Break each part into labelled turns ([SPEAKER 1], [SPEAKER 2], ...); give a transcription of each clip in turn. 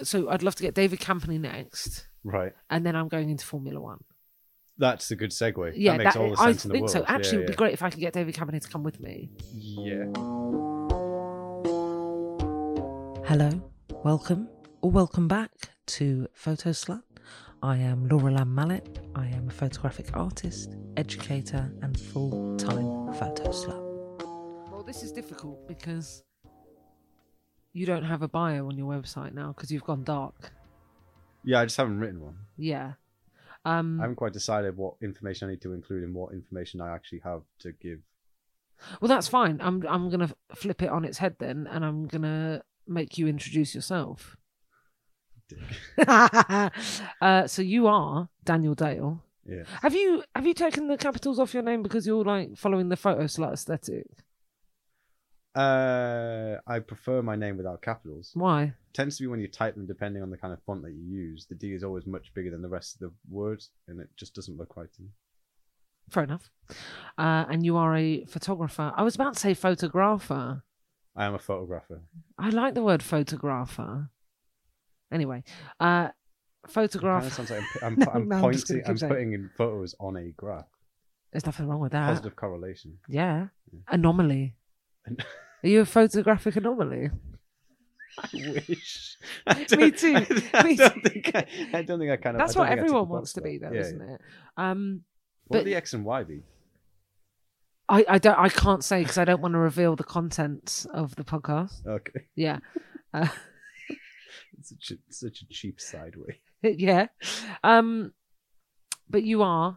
[SPEAKER 1] so I'd love to get David Campany next,
[SPEAKER 2] Right.
[SPEAKER 1] and then I'm going into Formula One.
[SPEAKER 2] That's a good segue.
[SPEAKER 1] Yeah,
[SPEAKER 2] that makes
[SPEAKER 1] that-
[SPEAKER 2] all the
[SPEAKER 1] I
[SPEAKER 2] sense in the
[SPEAKER 1] think
[SPEAKER 2] world.
[SPEAKER 1] so. Actually,
[SPEAKER 2] yeah,
[SPEAKER 1] it'd be great if I could get David Campany to come with me.
[SPEAKER 2] yeah.
[SPEAKER 1] Hello, welcome, or welcome back to Photo Slut. I am Laura Lamb Mallet. I am a photographic artist, educator, and full time photo slut. Well, this is difficult because you don't have a bio on your website now because you've gone dark.
[SPEAKER 2] Yeah, I just haven't written one.
[SPEAKER 1] Yeah. Um,
[SPEAKER 2] I haven't quite decided what information I need to include and what information I actually have to give.
[SPEAKER 1] well, that's fine. I'm I'm gonna flip it on its head then, and I'm gonna make you introduce yourself.
[SPEAKER 2] Dick.
[SPEAKER 1] uh, so you are Daniel Dale.
[SPEAKER 2] Yeah.
[SPEAKER 1] Have you have you taken the capitals off your name because you're like following the photo slut aesthetic?
[SPEAKER 2] Uh, I prefer my name without capitals.
[SPEAKER 1] Why?
[SPEAKER 2] Tends to be when you type them, depending on the kind of font that you use, the D is always much bigger than the rest of the words, and it just doesn't look right to me.
[SPEAKER 1] Fair enough. Uh, and you are a photographer. I was about to say photographer.
[SPEAKER 2] I am a photographer.
[SPEAKER 1] I like the word photographer. Anyway, uh,
[SPEAKER 2] Kind of
[SPEAKER 1] photograph.
[SPEAKER 2] sounds like I'm, I'm,
[SPEAKER 1] No,
[SPEAKER 2] I'm
[SPEAKER 1] no, I'm just
[SPEAKER 2] pointing,
[SPEAKER 1] gonna
[SPEAKER 2] I'm
[SPEAKER 1] keep
[SPEAKER 2] putting in photos on a graph.
[SPEAKER 1] There's nothing wrong with that.
[SPEAKER 2] Positive correlation.
[SPEAKER 1] Yeah.
[SPEAKER 2] Yeah.
[SPEAKER 1] Anomaly.
[SPEAKER 2] An-
[SPEAKER 1] Are you a photographic anomaly?
[SPEAKER 2] I wish. I
[SPEAKER 1] Me
[SPEAKER 2] don't-
[SPEAKER 1] too.
[SPEAKER 2] I,
[SPEAKER 1] Me
[SPEAKER 2] don't
[SPEAKER 1] too.
[SPEAKER 2] Think I, I don't think I kind of.
[SPEAKER 1] That's what everyone wants to be, though,
[SPEAKER 2] yeah,
[SPEAKER 1] isn't
[SPEAKER 2] yeah.
[SPEAKER 1] it? Um,
[SPEAKER 2] What
[SPEAKER 1] But-
[SPEAKER 2] would the X and Y be?
[SPEAKER 1] I, I don't. I can't say because I don't want to reveal the contents of the podcast.
[SPEAKER 2] Okay,
[SPEAKER 1] Yeah. Uh,
[SPEAKER 2] such a, such a cheap sideway.
[SPEAKER 1] yeah. Um, but you are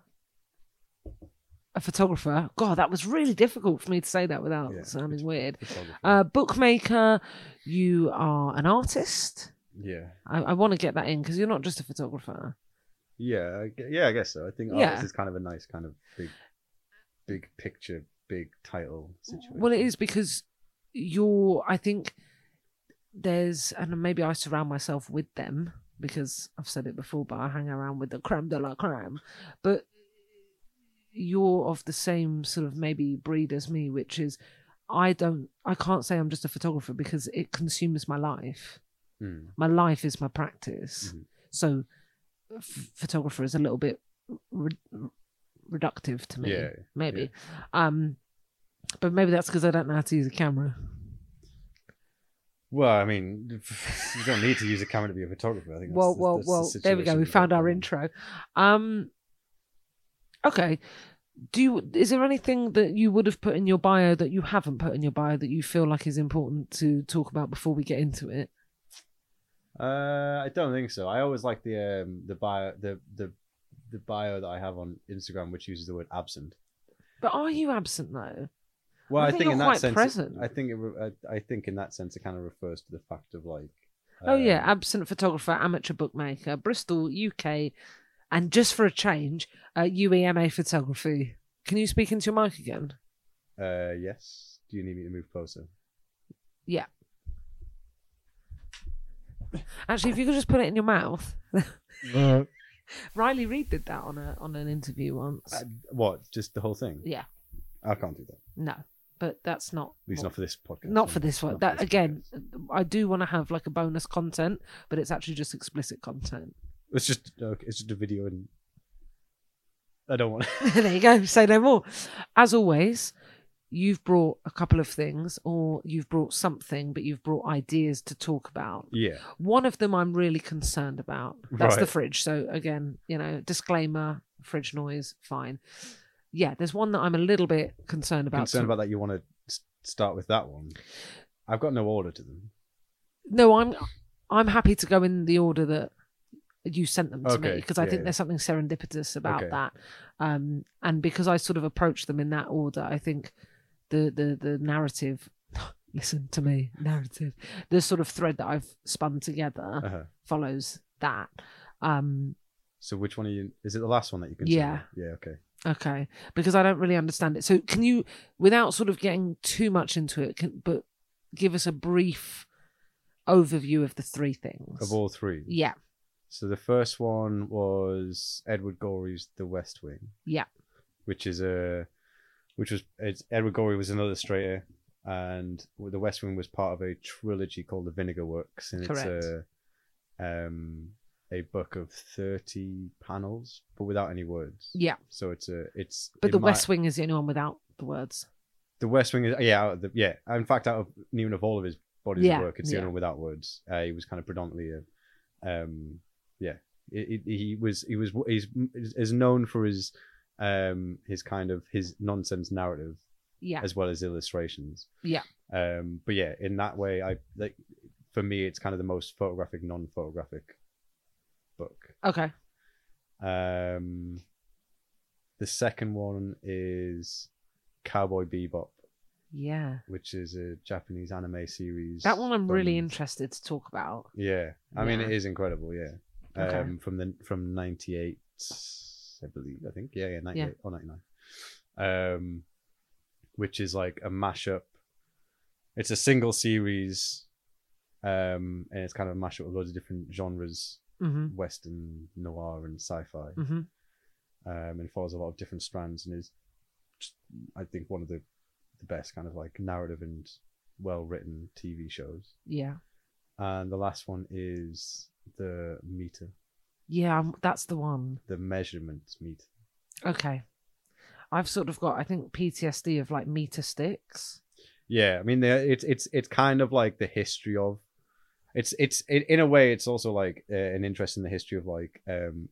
[SPEAKER 1] a photographer. God, that was really difficult for me to say Oh, that without
[SPEAKER 2] Yeah,
[SPEAKER 1] sounding
[SPEAKER 2] it's-
[SPEAKER 1] weird. Uh, bookmaker, you are an artist.
[SPEAKER 2] yeah,
[SPEAKER 1] I, I want to get that in because you're not just a photographer.
[SPEAKER 2] yeah, I gue- yeah. I guess so. I think
[SPEAKER 1] Yeah.
[SPEAKER 2] artist is kind of a nice kind of big, big picture, big title situation.
[SPEAKER 1] Well, it is because you're, I think there's, and maybe I surround myself with them because I've said it before, but I hang around with the creme de la creme. But you're of the same sort of maybe breed as me, which is I don't, I can't say I'm just a photographer because it consumes my life.
[SPEAKER 2] Mm.
[SPEAKER 1] My life is my practice.
[SPEAKER 2] Mhm.
[SPEAKER 1] So f- photographer is a little bit re- reductive to me
[SPEAKER 2] Yeah,
[SPEAKER 1] maybe. Um, but maybe that's because I don't know how to use a camera.
[SPEAKER 2] Well, I mean, you don't need to use a camera to be a photographer. I think. That's,
[SPEAKER 1] well,
[SPEAKER 2] that's-
[SPEAKER 1] well,
[SPEAKER 2] that's the
[SPEAKER 1] well. There we go.
[SPEAKER 2] situation
[SPEAKER 1] We
[SPEAKER 2] that
[SPEAKER 1] found
[SPEAKER 2] we're
[SPEAKER 1] our
[SPEAKER 2] in.
[SPEAKER 1] intro. Um, okay. Do you, is there anything that you would have put in your bio that you haven't put in your bio that you feel like is important to talk about before we get into it?
[SPEAKER 2] Uh, I don't think so. I always like the um the bio the the the bio that I have on Instagram, which uses the word absent.
[SPEAKER 1] But are you absent though?
[SPEAKER 2] Well,
[SPEAKER 1] I
[SPEAKER 2] I,
[SPEAKER 1] think
[SPEAKER 2] think,
[SPEAKER 1] you're
[SPEAKER 2] in
[SPEAKER 1] quite
[SPEAKER 2] that sense,
[SPEAKER 1] present.
[SPEAKER 2] I think it, re- I, I think in that sense, it kind of refers to the fact of like.
[SPEAKER 1] oh yeah,
[SPEAKER 2] um,
[SPEAKER 1] absent photographer, amateur bookmaker, Bristol, UK, and just for a change, uh, UEMA photography. Can you speak into your mic again?
[SPEAKER 2] Uh, yes. Do you need me to move closer?
[SPEAKER 1] Actually, if you could just put it in your mouth.
[SPEAKER 2] Uh,
[SPEAKER 1] Riley Reid did that on a on an interview once.
[SPEAKER 2] Uh, what? Just the whole thing?
[SPEAKER 1] yeah,
[SPEAKER 2] I can't do that. At
[SPEAKER 1] no, but that's not
[SPEAKER 2] least
[SPEAKER 1] what-
[SPEAKER 2] not for this podcast.
[SPEAKER 1] not for this one.
[SPEAKER 2] Not for
[SPEAKER 1] That
[SPEAKER 2] this
[SPEAKER 1] again,
[SPEAKER 2] podcast.
[SPEAKER 1] I do want to have like a bonus content, but it's actually just explicit content.
[SPEAKER 2] It's just okay, it's just a video, and I don't want.
[SPEAKER 1] there you go. Say no more. As always, you've brought a couple of things, or you've brought something, but you've brought ideas to talk about.
[SPEAKER 2] yeah.
[SPEAKER 1] One of them I'm really concerned about. That's the
[SPEAKER 2] Right.
[SPEAKER 1] fridge. So again, you know, disclaimer: fridge noise, fine. Yeah, there's one that I'm a little bit concerned about.
[SPEAKER 2] Concerned
[SPEAKER 1] So-
[SPEAKER 2] about that, you want to s- start with that one. I've got no order to them.
[SPEAKER 1] No, I'm I'm happy to go in the order that you sent them to me
[SPEAKER 2] Okay,
[SPEAKER 1] because I
[SPEAKER 2] yeah,
[SPEAKER 1] think
[SPEAKER 2] yeah.
[SPEAKER 1] there's something serendipitous about
[SPEAKER 2] Okay.
[SPEAKER 1] that. Um, and because I sort of approached them in that order, I think the the the narrative. Listen to me, narrative. The sort of thread that I've spun together
[SPEAKER 2] Uh-huh.
[SPEAKER 1] follows that. Um,
[SPEAKER 2] So which one are you? Is it the last one that you can?
[SPEAKER 1] Yeah.
[SPEAKER 2] Yeah. Okay.
[SPEAKER 1] okay, because I don't really understand it. So, can you, without sort of getting too much into it, can, but give us a brief overview of the three things?
[SPEAKER 2] Of all three.
[SPEAKER 1] yeah.
[SPEAKER 2] So the first one was Edward Gorey's The West Wing.
[SPEAKER 1] Yeah.
[SPEAKER 2] Which is a, which was it's, Edward Gorey was an illustrator, and The West Wing was part of a trilogy called The Vinegar Works, and
[SPEAKER 1] Correct.
[SPEAKER 2] it's a, um, a book of thirty panels, but without any words.
[SPEAKER 1] Yeah.
[SPEAKER 2] So it's a it's
[SPEAKER 1] But
[SPEAKER 2] it
[SPEAKER 1] the
[SPEAKER 2] might-
[SPEAKER 1] West Wing is the only one without the words.
[SPEAKER 2] the West Wing is uh, yeah out of the, yeah. In fact, out of even of all of his bodies
[SPEAKER 1] Yeah,
[SPEAKER 2] of work, it's the
[SPEAKER 1] yeah.
[SPEAKER 2] only one without words. Uh, he was kind of predominantly a um yeah. He, he he was he was he's is known for his um his kind of his nonsense narrative
[SPEAKER 1] Yeah.
[SPEAKER 2] as well as illustrations.
[SPEAKER 1] Yeah.
[SPEAKER 2] Um, but yeah, in that way, I like for me, it's kind of the most photographic, non-photographic book.
[SPEAKER 1] Okay.
[SPEAKER 2] Um, the second one is Cowboy Bebop,
[SPEAKER 1] Yeah.
[SPEAKER 2] which is a Japanese anime series.
[SPEAKER 1] That one I'm really
[SPEAKER 2] from-
[SPEAKER 1] interested to talk about.
[SPEAKER 2] Yeah, I mean,
[SPEAKER 1] Yeah.
[SPEAKER 2] it is incredible. Yeah.
[SPEAKER 1] Okay.
[SPEAKER 2] Um, from the from '98, I believe. I think. Yeah, yeah, '98 or '99. Um, which is like a mashup. It's a single series, um, and it's kind of a mashup of loads of different genres:
[SPEAKER 1] hmm
[SPEAKER 2] Western, noir, and sci-fi
[SPEAKER 1] hmm
[SPEAKER 2] um, and follows a lot of different strands and is just, I think one of the, the best kind of like narrative and well written TV shows.
[SPEAKER 1] Yeah.
[SPEAKER 2] And the last one is the meter,
[SPEAKER 1] Yeah. um, That's the one.
[SPEAKER 2] the measurement meter.
[SPEAKER 1] Okay. I've sort of got, I think, PTSD of like meter sticks.
[SPEAKER 2] Yeah, I mean the- it's it's it's kind of like the history of it's it's it, in a way it's also like uh, an interest in the history of like um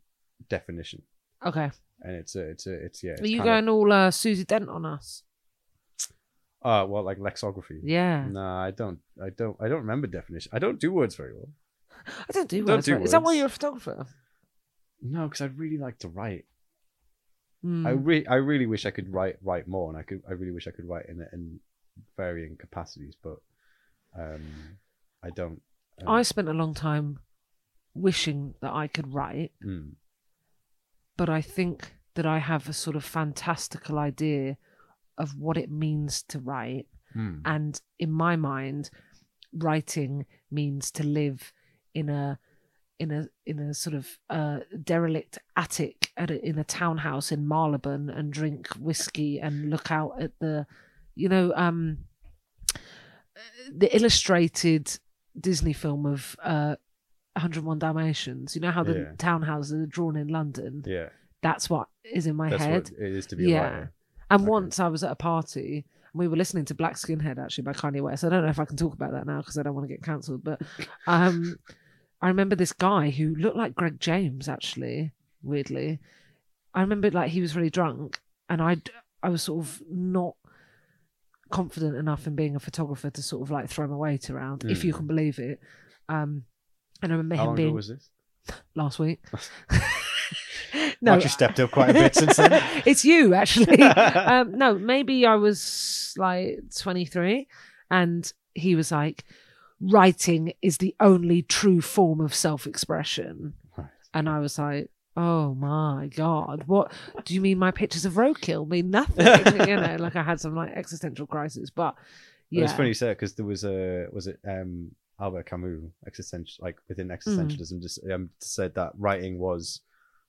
[SPEAKER 2] definition
[SPEAKER 1] Okay.
[SPEAKER 2] and it's a it's a it's yeah. It's
[SPEAKER 1] Are you
[SPEAKER 2] kind of-
[SPEAKER 1] going all uh, Susie Dent on us?
[SPEAKER 2] uh well like lexicography.
[SPEAKER 1] Yeah.
[SPEAKER 2] No, I don't I don't I don't remember definition. I don't do words very well.
[SPEAKER 1] I don't do
[SPEAKER 2] Don't
[SPEAKER 1] words.
[SPEAKER 2] do
[SPEAKER 1] right? Is that why
[SPEAKER 2] words.
[SPEAKER 1] you're a photographer?
[SPEAKER 2] No, because I'd really like to write. I
[SPEAKER 1] Mm.
[SPEAKER 2] re- I really wish I could write write more, and I could I really wish I could write in in varying capacities, but um, I don't. Um,
[SPEAKER 1] I spent a long time wishing that I could write,
[SPEAKER 2] mm,
[SPEAKER 1] but I think that I have a sort of fantastical idea of what it means to write.
[SPEAKER 2] mm,
[SPEAKER 1] And in my mind, writing means to live in a in a in a sort of uh, derelict attic at a, in a townhouse in Marylebone and drink whiskey and look out at the, you know, um, the illustrated Disney film of uh, 101 Dalmatians. You know how the
[SPEAKER 2] Yeah.
[SPEAKER 1] townhouses are drawn in London.
[SPEAKER 2] yeah,
[SPEAKER 1] That's what is in my
[SPEAKER 2] that's
[SPEAKER 1] head.
[SPEAKER 2] what it is to be a
[SPEAKER 1] Yeah.
[SPEAKER 2] writer.
[SPEAKER 1] And
[SPEAKER 2] Okay.
[SPEAKER 1] once I was at a party, and we were listening to Black Skinhead actually by Kanye West. I don't know if I can talk about that now because I don't want to get cancelled. But um, I remember this guy who looked like Greg James actually. Weirdly, I remember like he was really drunk, and I I was sort of not confident enough in being a photographer to sort of like throw my weight around, if
[SPEAKER 2] Hmm.
[SPEAKER 1] you can believe it. Um, and I remember
[SPEAKER 2] How
[SPEAKER 1] him
[SPEAKER 2] long
[SPEAKER 1] being
[SPEAKER 2] ago was this?
[SPEAKER 1] last week.
[SPEAKER 2] actually stepped up quite a bit since then.
[SPEAKER 1] it's you actually. um, no, maybe I was like 23, and he was like, writing is the only true form of self expression.
[SPEAKER 2] Right.
[SPEAKER 1] And I was like, oh my God, what do you mean my pictures of roadkill mean nothing? you know, like I had some like existential crisis, but yeah.
[SPEAKER 2] It's funny you say because there was a was it um Albert Camus existential like within
[SPEAKER 1] Mm.
[SPEAKER 2] existentialism just um, said that writing was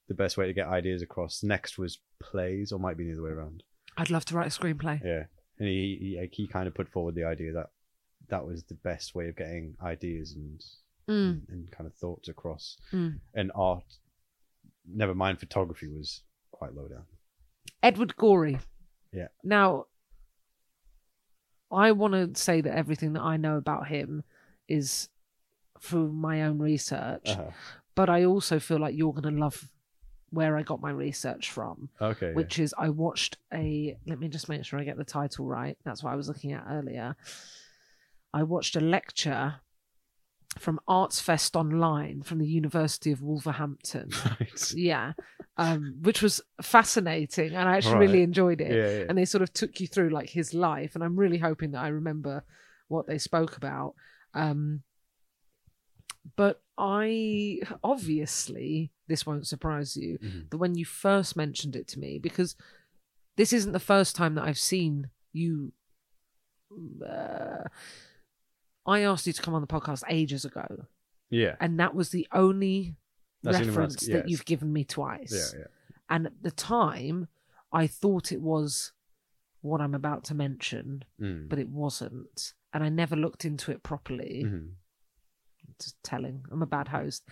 [SPEAKER 2] the best way to get ideas across. Next was plays, or might be the other way around.
[SPEAKER 1] I'd love to write a screenplay.
[SPEAKER 2] Yeah, and he he, like, he kind of put forward the idea that that was the best way of getting ideas and
[SPEAKER 1] Mm.
[SPEAKER 2] and kind of thoughts across.
[SPEAKER 1] Mm.
[SPEAKER 2] And art, never mind photography, was quite low down.
[SPEAKER 1] Edward Gorey.
[SPEAKER 2] Yeah.
[SPEAKER 1] Now, I want to say that everything that I know about him is through my own research,
[SPEAKER 2] Uh-huh.
[SPEAKER 1] but I also feel like you're going to love where I got my research from,
[SPEAKER 2] Okay.
[SPEAKER 1] which is I watched a. Let me just make sure I get the title right. That's what I was looking at earlier. I watched a lecture from Arts Fest Online from the University of Wolverhampton. yeah, um, which was fascinating, and I actually really
[SPEAKER 2] Right.
[SPEAKER 1] enjoyed
[SPEAKER 2] yeah.
[SPEAKER 1] it.
[SPEAKER 2] yeah.
[SPEAKER 1] And they sort of took you through like his life, and I'm really hoping that I remember what they spoke about. Um, but I obviously this won't surprise you
[SPEAKER 2] Mhm.
[SPEAKER 1] that when you first mentioned it to me, because this isn't the first time that I've seen you. Uh, I asked you to come on the podcast ages ago,
[SPEAKER 2] yeah.
[SPEAKER 1] and that was the only
[SPEAKER 2] That's the only one
[SPEAKER 1] reference
[SPEAKER 2] that's-
[SPEAKER 1] that
[SPEAKER 2] yes.
[SPEAKER 1] you've given me twice.
[SPEAKER 2] Yeah. Yeah.
[SPEAKER 1] And at the time, I thought it was what I'm about to mention,
[SPEAKER 2] Mm. Mm-hmm.
[SPEAKER 1] but it wasn't. And I never looked into it properly.
[SPEAKER 2] Mhm.
[SPEAKER 1] just telling. I'm a bad host.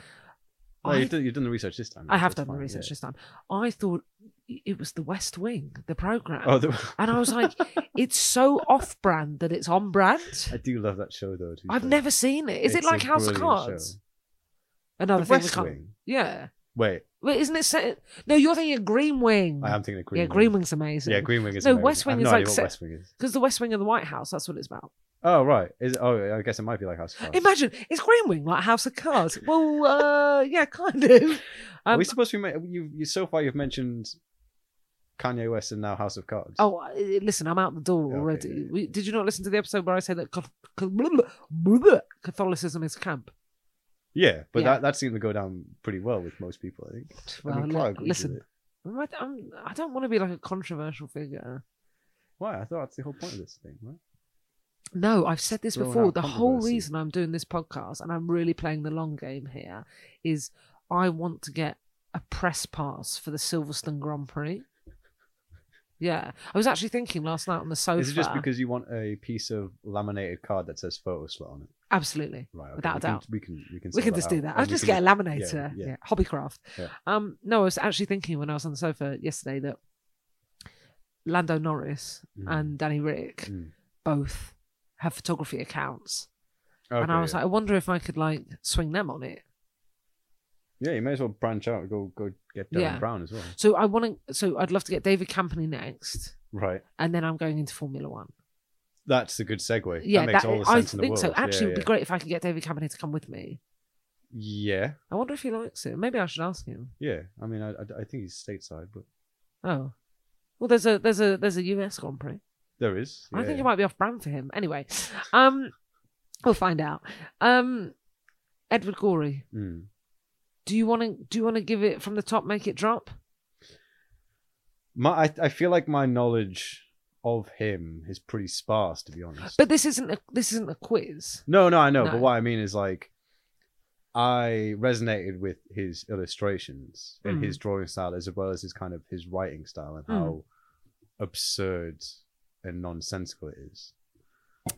[SPEAKER 2] No,
[SPEAKER 1] I
[SPEAKER 2] you've, done, you've done the research this time.
[SPEAKER 1] I have
[SPEAKER 2] That's
[SPEAKER 1] done the
[SPEAKER 2] fine,
[SPEAKER 1] research
[SPEAKER 2] yeah.
[SPEAKER 1] this time. I thought it was The West Wing, the program,
[SPEAKER 2] Oh, the-
[SPEAKER 1] and I was like, it's so off-brand that it's on-brand.
[SPEAKER 2] I do love that show though. to be
[SPEAKER 1] I've
[SPEAKER 2] fair.
[SPEAKER 1] never seen it. Is it
[SPEAKER 2] It's
[SPEAKER 1] like
[SPEAKER 2] a
[SPEAKER 1] House of
[SPEAKER 2] brilliant
[SPEAKER 1] Cards?
[SPEAKER 2] show.
[SPEAKER 1] Another
[SPEAKER 2] The
[SPEAKER 1] thing we
[SPEAKER 2] West
[SPEAKER 1] can't.
[SPEAKER 2] Wing?
[SPEAKER 1] Yeah.
[SPEAKER 2] Wait,
[SPEAKER 1] Wait, isn't it set? No, you're thinking of Green Wing.
[SPEAKER 2] I am thinking of
[SPEAKER 1] Hmm.
[SPEAKER 2] Green
[SPEAKER 1] yeah,
[SPEAKER 2] Wing.
[SPEAKER 1] Green Wing's amazing.
[SPEAKER 2] Yeah, Green Wing is.
[SPEAKER 1] No,
[SPEAKER 2] amazing.
[SPEAKER 1] West Wing
[SPEAKER 2] I have
[SPEAKER 1] is
[SPEAKER 2] no
[SPEAKER 1] like
[SPEAKER 2] idea what
[SPEAKER 1] se-
[SPEAKER 2] West Wing is.
[SPEAKER 1] Because the West Wing of the White House, that's what it's about.
[SPEAKER 2] Oh right, is it, oh I guess it might be like House of Cards.
[SPEAKER 1] Imagine, it's Green Wing, like House of Cards. well, uh, yeah, kind of.
[SPEAKER 2] Are
[SPEAKER 1] Um,
[SPEAKER 2] we supposed to be? ma- You, you so far you've mentioned Kanye West and now House of Cards.
[SPEAKER 1] Oh, I- listen, I'm out the door
[SPEAKER 2] Okay,
[SPEAKER 1] already.
[SPEAKER 2] yeah, yeah.
[SPEAKER 1] We, did you not listen to the episode where I said that Cath- Cath- blah, blah, blah, Catholicism is camp?
[SPEAKER 2] yeah, but
[SPEAKER 1] yeah.
[SPEAKER 2] that that seemed to go down pretty well with most people. I think.
[SPEAKER 1] Well,
[SPEAKER 2] I mean, Clara
[SPEAKER 1] li-
[SPEAKER 2] agrees with
[SPEAKER 1] listen,
[SPEAKER 2] it.
[SPEAKER 1] am I- I'm, I don't want to be like a controversial figure.
[SPEAKER 2] Why? I thought that's the whole point of this thing, right?
[SPEAKER 1] No, I've said this
[SPEAKER 2] Throwing
[SPEAKER 1] before.
[SPEAKER 2] out
[SPEAKER 1] The whole
[SPEAKER 2] controversy.
[SPEAKER 1] reason I'm doing this podcast and I'm really playing the long game here is I want to get a press pass for the Silverstone Grand Prix. Yeah, I was actually thinking last night on the sofa.
[SPEAKER 2] Is it just because you want a piece of laminated card that says photo slot on it?
[SPEAKER 1] Absolutely.
[SPEAKER 2] Right. okay,
[SPEAKER 1] Without
[SPEAKER 2] we
[SPEAKER 1] a
[SPEAKER 2] can-
[SPEAKER 1] doubt.
[SPEAKER 2] we can we can
[SPEAKER 1] we
[SPEAKER 2] sort
[SPEAKER 1] can just do
[SPEAKER 2] out,
[SPEAKER 1] that.
[SPEAKER 2] and
[SPEAKER 1] I'll
[SPEAKER 2] we
[SPEAKER 1] just get
[SPEAKER 2] can
[SPEAKER 1] a laminator. Yeah,
[SPEAKER 2] yeah.
[SPEAKER 1] Hobbycraft.
[SPEAKER 2] Yeah.
[SPEAKER 1] Um, no, I was actually thinking when I was on the sofa yesterday that Lando Norris
[SPEAKER 2] Mm.
[SPEAKER 1] and Danny Rick
[SPEAKER 2] Mm.
[SPEAKER 1] both have photography accounts,
[SPEAKER 2] Okay,
[SPEAKER 1] and I was
[SPEAKER 2] yeah.
[SPEAKER 1] like, I wonder if I could like swing them on it.
[SPEAKER 2] yeah, you may as well branch out and go go get Darren
[SPEAKER 1] Yeah.
[SPEAKER 2] Brown as well.
[SPEAKER 1] So I want to. So I'd love to get David Company next,
[SPEAKER 2] Right.
[SPEAKER 1] and then I'm going into Formula One.
[SPEAKER 2] That's a good segue.
[SPEAKER 1] Yeah,
[SPEAKER 2] that makes
[SPEAKER 1] that-
[SPEAKER 2] all the
[SPEAKER 1] I
[SPEAKER 2] sense in the
[SPEAKER 1] think
[SPEAKER 2] world.
[SPEAKER 1] so. Actually,
[SPEAKER 2] yeah,
[SPEAKER 1] it'd be great if I could get David Company to come with me.
[SPEAKER 2] yeah.
[SPEAKER 1] I wonder if he likes it. Maybe I should ask him.
[SPEAKER 2] yeah, yeah. I mean, I, I, I think he's stateside, but
[SPEAKER 1] Oh, well, there's a there's a there's a US Grand Prix.
[SPEAKER 2] there is.
[SPEAKER 1] I think
[SPEAKER 2] yeah.
[SPEAKER 1] it might be off brand for him. Anyway, um, we'll find out. Um, Edward Gorey,
[SPEAKER 2] Mm.
[SPEAKER 1] do you want to do you want to give it from the top? Make it drop.
[SPEAKER 2] My, I, I feel like my knowledge of him is pretty sparse, to be honest.
[SPEAKER 1] But this isn't a this isn't a quiz.
[SPEAKER 2] no, no, I know.
[SPEAKER 1] No.
[SPEAKER 2] But what I mean is like, I resonated with his illustrations and
[SPEAKER 1] Mm.
[SPEAKER 2] his drawing style, as well as his kind of his writing style and
[SPEAKER 1] Mm.
[SPEAKER 2] how absurd and nonsensical it is.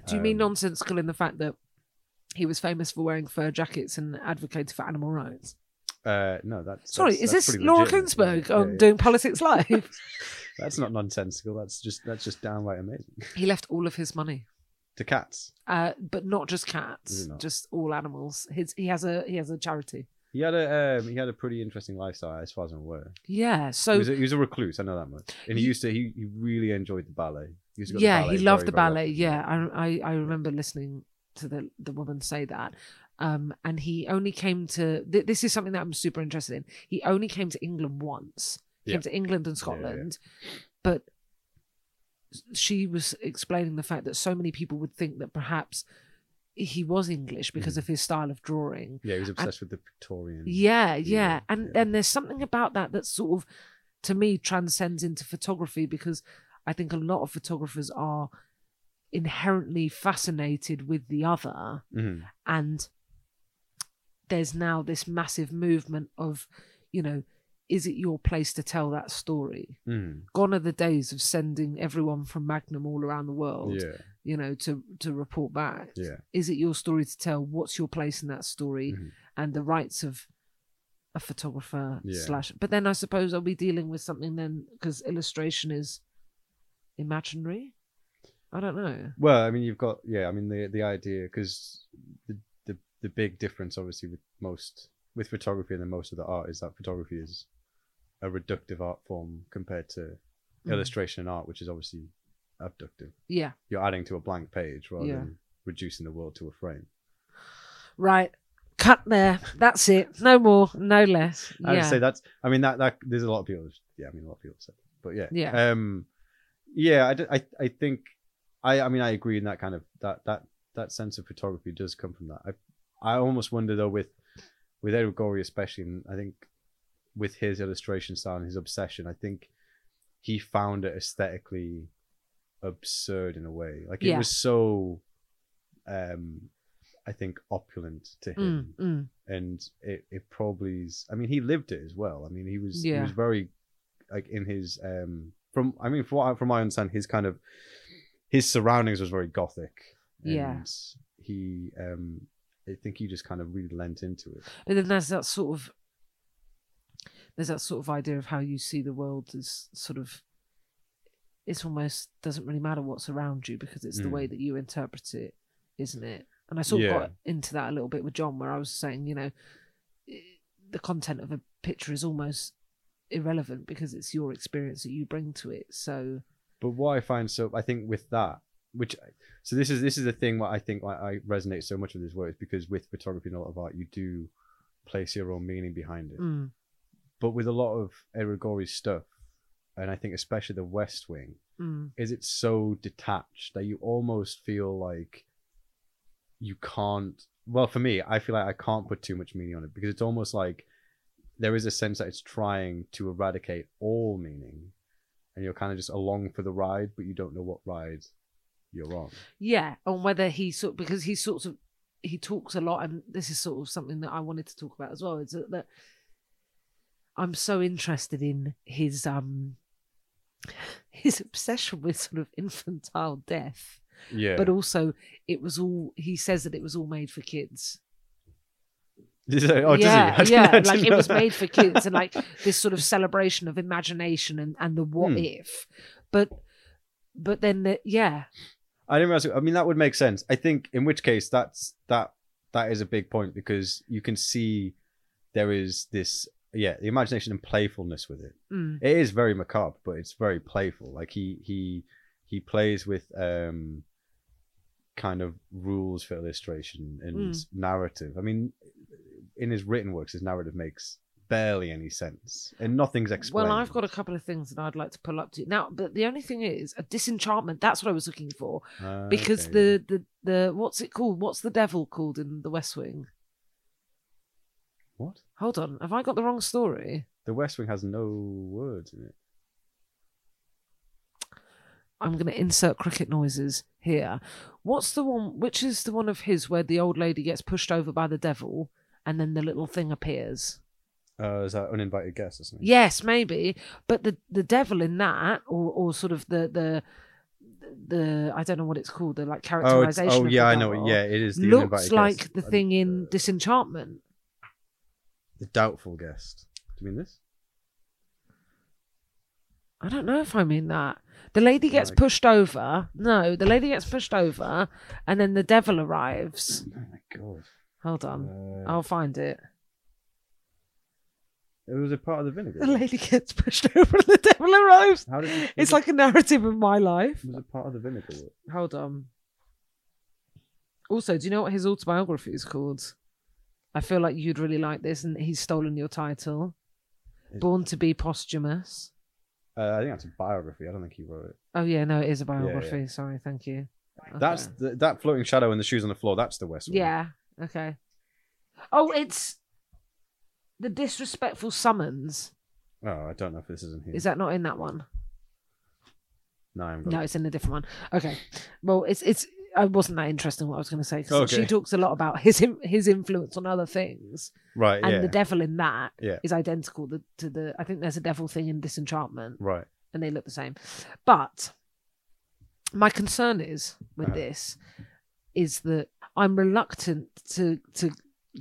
[SPEAKER 1] Do you mean
[SPEAKER 2] Um,
[SPEAKER 1] nonsensical in the fact that he was famous for wearing fur jackets and advocated for animal rights?
[SPEAKER 2] Uh, no, that's
[SPEAKER 1] Sorry,
[SPEAKER 2] that's-
[SPEAKER 1] is
[SPEAKER 2] that's
[SPEAKER 1] this
[SPEAKER 2] pretty
[SPEAKER 1] Laura Oh,
[SPEAKER 2] legitimate, yeah,
[SPEAKER 1] Kunzberg
[SPEAKER 2] yeah,
[SPEAKER 1] on
[SPEAKER 2] yeah.
[SPEAKER 1] doing politics live?
[SPEAKER 2] That's not nonsensical. That's just that's just downright amazing.
[SPEAKER 1] he left all of his money.
[SPEAKER 2] to cats.
[SPEAKER 1] Uh, but not just
[SPEAKER 2] Is
[SPEAKER 1] cats,
[SPEAKER 2] it not?
[SPEAKER 1] just all animals. His he has a he has a charity.
[SPEAKER 2] He had a um, he had a pretty interesting lifestyle, as far as I'm aware.
[SPEAKER 1] Yeah. So
[SPEAKER 2] he, was a, he was a recluse, I know that much. And he
[SPEAKER 1] Ye-
[SPEAKER 2] used to he, he really enjoyed the ballet. He used to go to
[SPEAKER 1] yeah
[SPEAKER 2] ballet
[SPEAKER 1] he loved
[SPEAKER 2] very,
[SPEAKER 1] the
[SPEAKER 2] very
[SPEAKER 1] ballet
[SPEAKER 2] often.
[SPEAKER 1] yeah I, I i remember listening to the the woman say that um and he only came to th- this is something that i'm super interested in he only came to england once he
[SPEAKER 2] Yeah.
[SPEAKER 1] came to england and
[SPEAKER 2] Yeah, yeah, yeah.
[SPEAKER 1] scotland but she was explaining the fact that so many people would think that perhaps he was english because
[SPEAKER 2] Mhm.
[SPEAKER 1] of his style of drawing
[SPEAKER 2] Yeah, he was obsessed with the Victorian.
[SPEAKER 1] yeah,
[SPEAKER 2] you
[SPEAKER 1] yeah.
[SPEAKER 2] know,
[SPEAKER 1] And
[SPEAKER 2] yeah.
[SPEAKER 1] and there's something about that that sort of to me transcends into photography because I think a lot of photographers are inherently fascinated with the other
[SPEAKER 2] Mhm.
[SPEAKER 1] and there's now this massive movement of, you know, is it your place to tell that story?
[SPEAKER 2] Mhm.
[SPEAKER 1] Gone are the days of sending everyone from Magnum all around the world,
[SPEAKER 2] Yeah,
[SPEAKER 1] you know, to to report back
[SPEAKER 2] yeah.
[SPEAKER 1] is it your story to tell what's your place in that story
[SPEAKER 2] Mhm.
[SPEAKER 1] and the rights of a photographer
[SPEAKER 2] Yeah.
[SPEAKER 1] slash but then i suppose are we dealing with something then because illustration is imaginary i don't know
[SPEAKER 2] Well, I mean, you've got yeah. I mean, the the idea because the, the the big difference, obviously, with most with photography and then most of the art is that photography is a reductive art form compared to
[SPEAKER 1] Mm.
[SPEAKER 2] illustration and art, which is obviously abductive.
[SPEAKER 1] yeah
[SPEAKER 2] You're adding to a blank page rather
[SPEAKER 1] Yeah.
[SPEAKER 2] than reducing the world to a frame.
[SPEAKER 1] right cut there that's it no more no less
[SPEAKER 2] I
[SPEAKER 1] yeah
[SPEAKER 2] would say that's. I mean that that there's a lot of people. Yeah, I mean a lot of people said, but yeah,
[SPEAKER 1] Yeah.
[SPEAKER 2] um, yeah. I, d- I I think I I mean I agree in that kind of that that that sense of photography does come from that. I I almost wonder though with with Edward Gorey especially, and I think with his illustration style and his obsession, I think he found it aesthetically absurd in a way. Like it
[SPEAKER 1] Yeah.
[SPEAKER 2] was so, um, I think opulent to him
[SPEAKER 1] Mm, mm.
[SPEAKER 2] and it, it probably is i mean he lived it as well i mean he was he
[SPEAKER 1] Yeah.
[SPEAKER 2] was very like in his um from i mean from what I, from my understand his kind of his surroundings was very gothic
[SPEAKER 1] Yeah.
[SPEAKER 2] and he um I think he just kind of really lent into it.
[SPEAKER 1] But then there's that sort of there's that sort of idea of how you see the world as sort of it's almost doesn't really matter what's around you because it's the
[SPEAKER 2] Mm.
[SPEAKER 1] way that you interpret it, isn't it? And I sort of
[SPEAKER 2] Yeah.
[SPEAKER 1] got into that a little bit with John, where I was saying, you know, i- the content of a picture is almost irrelevant because it's your experience that you bring to it. So
[SPEAKER 2] But what I find so, I think with that, which so this is this is the thing what I think why I resonate so much with his work is because with photography and a lot of art, you do place your own meaning behind it.
[SPEAKER 1] mm,
[SPEAKER 2] But with a lot of Erigori's stuff, and I think especially the West Wing,
[SPEAKER 1] mm,
[SPEAKER 2] is it so detached that you almost feel like you can't well for me i feel like i can't put too much meaning on it because it's almost like there is a sense that it's trying to eradicate all meaning and you're kind of just along for the ride but you don't know what ride you're on
[SPEAKER 1] yeah, and whether he sort because he sort of he talks a lot, and this is sort of something that I wanted to talk about as well. Is that, that I'm so interested in his um his obsession with sort of infantile death,
[SPEAKER 2] yeah
[SPEAKER 1] but also it was all he says that it was all made for kids.
[SPEAKER 2] oh,
[SPEAKER 1] yeah,
[SPEAKER 2] does he? I
[SPEAKER 1] yeah,
[SPEAKER 2] didn't- I
[SPEAKER 1] like
[SPEAKER 2] didn't
[SPEAKER 1] it
[SPEAKER 2] know
[SPEAKER 1] was
[SPEAKER 2] that.
[SPEAKER 1] made for kids, and like this sort of celebration of imagination and and the what
[SPEAKER 2] Hmm.
[SPEAKER 1] if, but but then the, yeah,
[SPEAKER 2] I didn't realize. I mean, that would make sense. I think in which case that's that that is a big point because you can see there is this yeah the imagination and playfulness with it.
[SPEAKER 1] mm,
[SPEAKER 2] It is very macabre, but it's very playful. Like he he he plays with um kind of rules for illustration and
[SPEAKER 1] Mm.
[SPEAKER 2] narrative. I mean, in his written works, his narrative makes barely any sense, and nothing's explained.
[SPEAKER 1] Well, I've got a couple of things that I'd like to pull up to you now, but the only thing is a disenchantment. That's what I was looking for
[SPEAKER 2] Ah,
[SPEAKER 1] because
[SPEAKER 2] okay.
[SPEAKER 1] the, the the what's it called? What's the devil called in The West Wing?
[SPEAKER 2] what
[SPEAKER 1] Hold on, have I got the wrong story?
[SPEAKER 2] the West Wing has no words in it.
[SPEAKER 1] I'm going to insert cricket noises here. What's the one? Which is the one of his where the old lady gets pushed over by the devil and then the little thing appears?
[SPEAKER 2] Uh, is that uninvited guest or something?
[SPEAKER 1] Yes, maybe. But the the devil in that, or or sort of the the the I don't know what it's called, the like
[SPEAKER 2] Oh, it's-
[SPEAKER 1] characterization.
[SPEAKER 2] oh
[SPEAKER 1] of
[SPEAKER 2] yeah,
[SPEAKER 1] the
[SPEAKER 2] I know.
[SPEAKER 1] devil.
[SPEAKER 2] it. Yeah, it is the
[SPEAKER 1] looks
[SPEAKER 2] uninvited
[SPEAKER 1] like
[SPEAKER 2] guest.
[SPEAKER 1] the
[SPEAKER 2] Uh,
[SPEAKER 1] thing in Disenchantment.
[SPEAKER 2] the doubtful guest. Do you mean this?
[SPEAKER 1] I don't know if I mean that. The lady gets
[SPEAKER 2] Like-
[SPEAKER 1] pushed over. No, the lady gets pushed over, and then the devil arrives.
[SPEAKER 2] Oh my god!
[SPEAKER 1] Hold on,
[SPEAKER 2] Uh,
[SPEAKER 1] Um, I'll find it.
[SPEAKER 2] It was a part of the vinegar.
[SPEAKER 1] The lady gets pushed over, and the devil arrives.
[SPEAKER 2] How did you-
[SPEAKER 1] It's like a narrative of my life.
[SPEAKER 2] it was a part of the vinegar. work.
[SPEAKER 1] Hold on. Also, do you know what his autobiography is called? I feel like you'd really like this, and he's stolen your title.
[SPEAKER 2] It-
[SPEAKER 1] Born to be posthumous.
[SPEAKER 2] Uh, I think that's a biography. I don't think he wrote it.
[SPEAKER 1] Oh yeah, no, it is a biography. Sorry, thank you.
[SPEAKER 2] That's
[SPEAKER 1] Okay.
[SPEAKER 2] the, that floating shadow and the shoes on the floor. That's the West. Wing.
[SPEAKER 1] Yeah. Okay. Oh, it's the disrespectful summons.
[SPEAKER 2] Oh, I don't know if this isn't here.
[SPEAKER 1] Is that not in that one?
[SPEAKER 2] No, I'm
[SPEAKER 1] No, it's in a different one. Okay. Well, it's it's. I wasn't that interested in what I was going to say 'cause
[SPEAKER 2] Okay.
[SPEAKER 1] she talks a lot about his in- his influence on other things,
[SPEAKER 2] Right.
[SPEAKER 1] and
[SPEAKER 2] yeah.
[SPEAKER 1] the devil in that is
[SPEAKER 2] Yeah.
[SPEAKER 1] identical to, to the. I think there's a devil thing in Disenchantment,
[SPEAKER 2] right.
[SPEAKER 1] and they look the same. But my concern is with
[SPEAKER 2] Uh-huh.
[SPEAKER 1] this is that I'm reluctant to to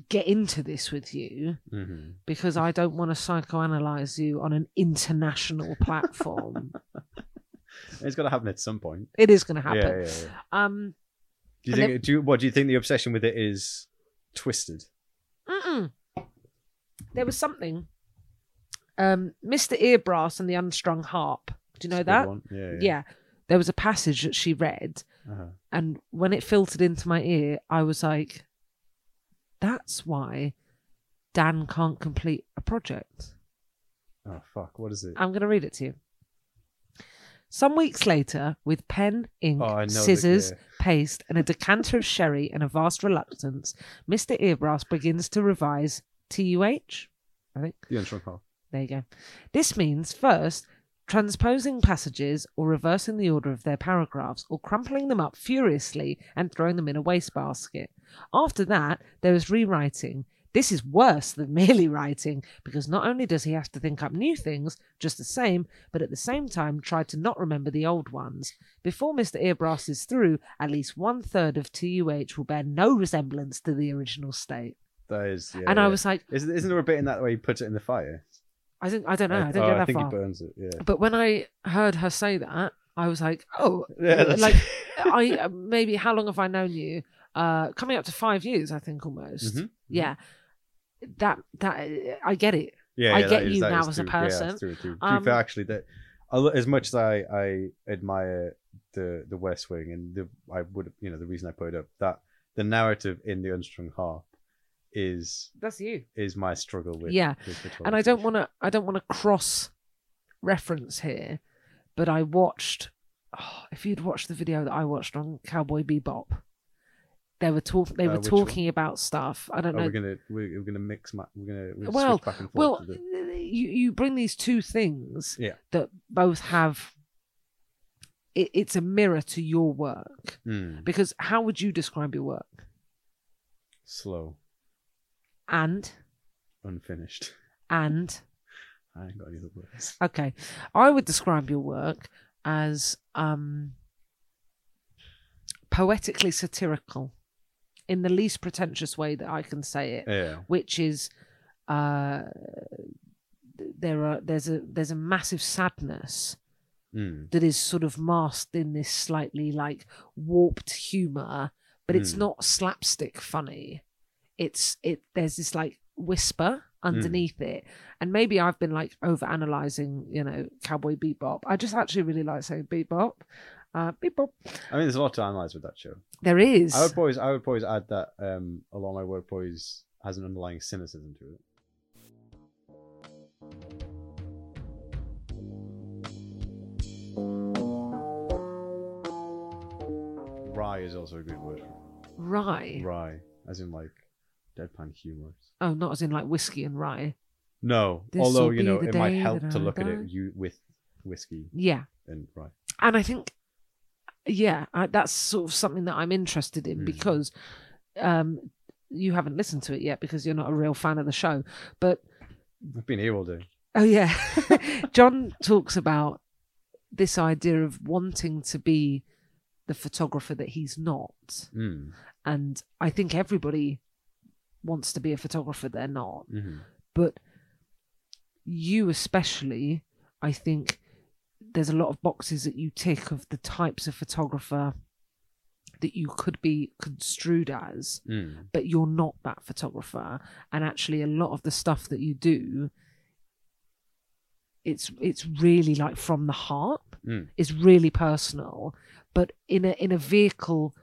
[SPEAKER 1] get into this with you
[SPEAKER 2] hmm
[SPEAKER 1] because I don't want to psychoanalyze you on an international platform.
[SPEAKER 2] It's got to happen at some point.
[SPEAKER 1] it is going to
[SPEAKER 2] Yeah,
[SPEAKER 1] happen.
[SPEAKER 2] yeah, yeah.
[SPEAKER 1] Um,
[SPEAKER 2] Do you
[SPEAKER 1] And
[SPEAKER 2] think? do you, what do you think? The obsession with it is twisted.
[SPEAKER 1] mm-mm. There was something. Um, Mr. Earbrass and the Unstrung Harp. Do you know
[SPEAKER 2] It's a good
[SPEAKER 1] that?
[SPEAKER 2] one. Yeah.
[SPEAKER 1] Yeah.
[SPEAKER 2] Yeah.
[SPEAKER 1] There was a passage that she read,
[SPEAKER 2] Uh-huh.
[SPEAKER 1] and when it filtered into my ear, I was like, that's why Dan can't complete a project.
[SPEAKER 2] Oh fuck! What is it?
[SPEAKER 1] I'm going to read it to you. Some weeks later, with pen, ink,
[SPEAKER 2] Oh, I know the-
[SPEAKER 1] Um, scissors,
[SPEAKER 2] yeah.
[SPEAKER 1] paste, and a decanter of sherry and a vast reluctance, Mr. Earbrass begins to revise TUH. I think.
[SPEAKER 2] The unshrunk half.
[SPEAKER 1] There you go. This means, first, transposing passages or reversing the order of their paragraphs or crumpling them up furiously and throwing them in a wastebasket. After that, there is rewriting. This is worse than merely writing because not only does he have to think up new things, just the same, but at the same time try to not remember the old ones. Before Mr. Earbrass is through, at least one third of TUH will bear no resemblance to the original state.
[SPEAKER 2] That is. Yeah,
[SPEAKER 1] and I
[SPEAKER 2] yeah.
[SPEAKER 1] was like,
[SPEAKER 2] Isn't, isn't there a bit in that where he puts it in the fire?
[SPEAKER 1] I think I don't know, I, didn't
[SPEAKER 2] oh,
[SPEAKER 1] go
[SPEAKER 2] I
[SPEAKER 1] that
[SPEAKER 2] think
[SPEAKER 1] far.
[SPEAKER 2] he burns it. Yeah.
[SPEAKER 1] But when I heard her say that, I was like, oh,
[SPEAKER 2] Yeah. That's,
[SPEAKER 1] like I uh, maybe how long have I known you? Uh, coming up to five years, I think almost.
[SPEAKER 2] Mhm.
[SPEAKER 1] Yeah, that that I get it.
[SPEAKER 2] yeah,
[SPEAKER 1] I
[SPEAKER 2] yeah, that
[SPEAKER 1] get
[SPEAKER 2] is-
[SPEAKER 1] you
[SPEAKER 2] that
[SPEAKER 1] now as
[SPEAKER 2] is
[SPEAKER 1] a
[SPEAKER 2] true. Yeah, that's
[SPEAKER 1] person.
[SPEAKER 2] true, true. To be
[SPEAKER 1] Um,
[SPEAKER 2] fair, actually, that I lo- as much as I, I admire the the West Wing and the I would you know the reason I put it up that the narrative in the Unstrung Harp is
[SPEAKER 1] That's you.
[SPEAKER 2] is my struggle with
[SPEAKER 1] Yeah.
[SPEAKER 2] with the
[SPEAKER 1] and I don't
[SPEAKER 2] translation.
[SPEAKER 1] want to. I don't want to cross reference here, but I watched. oh, if you'd watched the video that I watched on Cowboy Bebop, they were talking. They
[SPEAKER 2] Uh,
[SPEAKER 1] were
[SPEAKER 2] which one? Oh,
[SPEAKER 1] talking about stuff. I don't
[SPEAKER 2] Are
[SPEAKER 1] know.
[SPEAKER 2] we gonna we're, we're gonna mix ma- we're gonna we're gonna
[SPEAKER 1] Well,
[SPEAKER 2] switch back and forth
[SPEAKER 1] Well,
[SPEAKER 2] to the-
[SPEAKER 1] you you bring these two things
[SPEAKER 2] Yeah.
[SPEAKER 1] that both have. It, it's a mirror to your work
[SPEAKER 2] Hmm,
[SPEAKER 1] because how would you describe your work?
[SPEAKER 2] slow
[SPEAKER 1] And
[SPEAKER 2] unfinished
[SPEAKER 1] and
[SPEAKER 2] I ain't got any other words
[SPEAKER 1] okay, I would describe your work as um, poetically satirical, in the least pretentious way that I can say it,
[SPEAKER 2] yeah
[SPEAKER 1] which is uh, there are there's a there's a massive sadness
[SPEAKER 2] Hmm.
[SPEAKER 1] that is sort of masked in this slightly like warped humor but it's
[SPEAKER 2] Mm.
[SPEAKER 1] not slapstick funny it's it there's this like whisper underneath it and maybe i've been like over analyzing you know cowboy bebop i just actually really like saying bebop uh bebop
[SPEAKER 2] I mean there's a lot to analyze with that show
[SPEAKER 1] there is
[SPEAKER 2] I would always, I would always add that um, a lot of my work always has an underlying cynicism to it. Rye is also a good word.
[SPEAKER 1] rye
[SPEAKER 2] Rye, as in like deadpan humor.
[SPEAKER 1] oh not as in like whiskey and rye
[SPEAKER 2] No,
[SPEAKER 1] This'll
[SPEAKER 2] although you
[SPEAKER 1] be
[SPEAKER 2] know
[SPEAKER 1] the
[SPEAKER 2] it might
[SPEAKER 1] day
[SPEAKER 2] help
[SPEAKER 1] that
[SPEAKER 2] to
[SPEAKER 1] I
[SPEAKER 2] look at
[SPEAKER 1] die.
[SPEAKER 2] it you with whiskey
[SPEAKER 1] yeah
[SPEAKER 2] and rye.
[SPEAKER 1] and I think, yeah, I, that's sort of something that I'm interested in
[SPEAKER 2] Hmm.
[SPEAKER 1] because um, you haven't listened to it yet because you're not a real fan of the show. But
[SPEAKER 2] I've been here all day.
[SPEAKER 1] oh yeah, John talks about this idea of wanting to be the photographer that he's not,
[SPEAKER 2] Mm.
[SPEAKER 1] and I think everybody wants to be a photographer they're not
[SPEAKER 2] hmm
[SPEAKER 1] but you especially i think there's a lot of boxes that you tick of the types of photographer that you could be construed as
[SPEAKER 2] Mm.
[SPEAKER 1] but you're not that photographer and actually a lot of the stuff that you do it's it's really like from the heart
[SPEAKER 2] Mm.
[SPEAKER 1] it's really personal but in a in a vehicle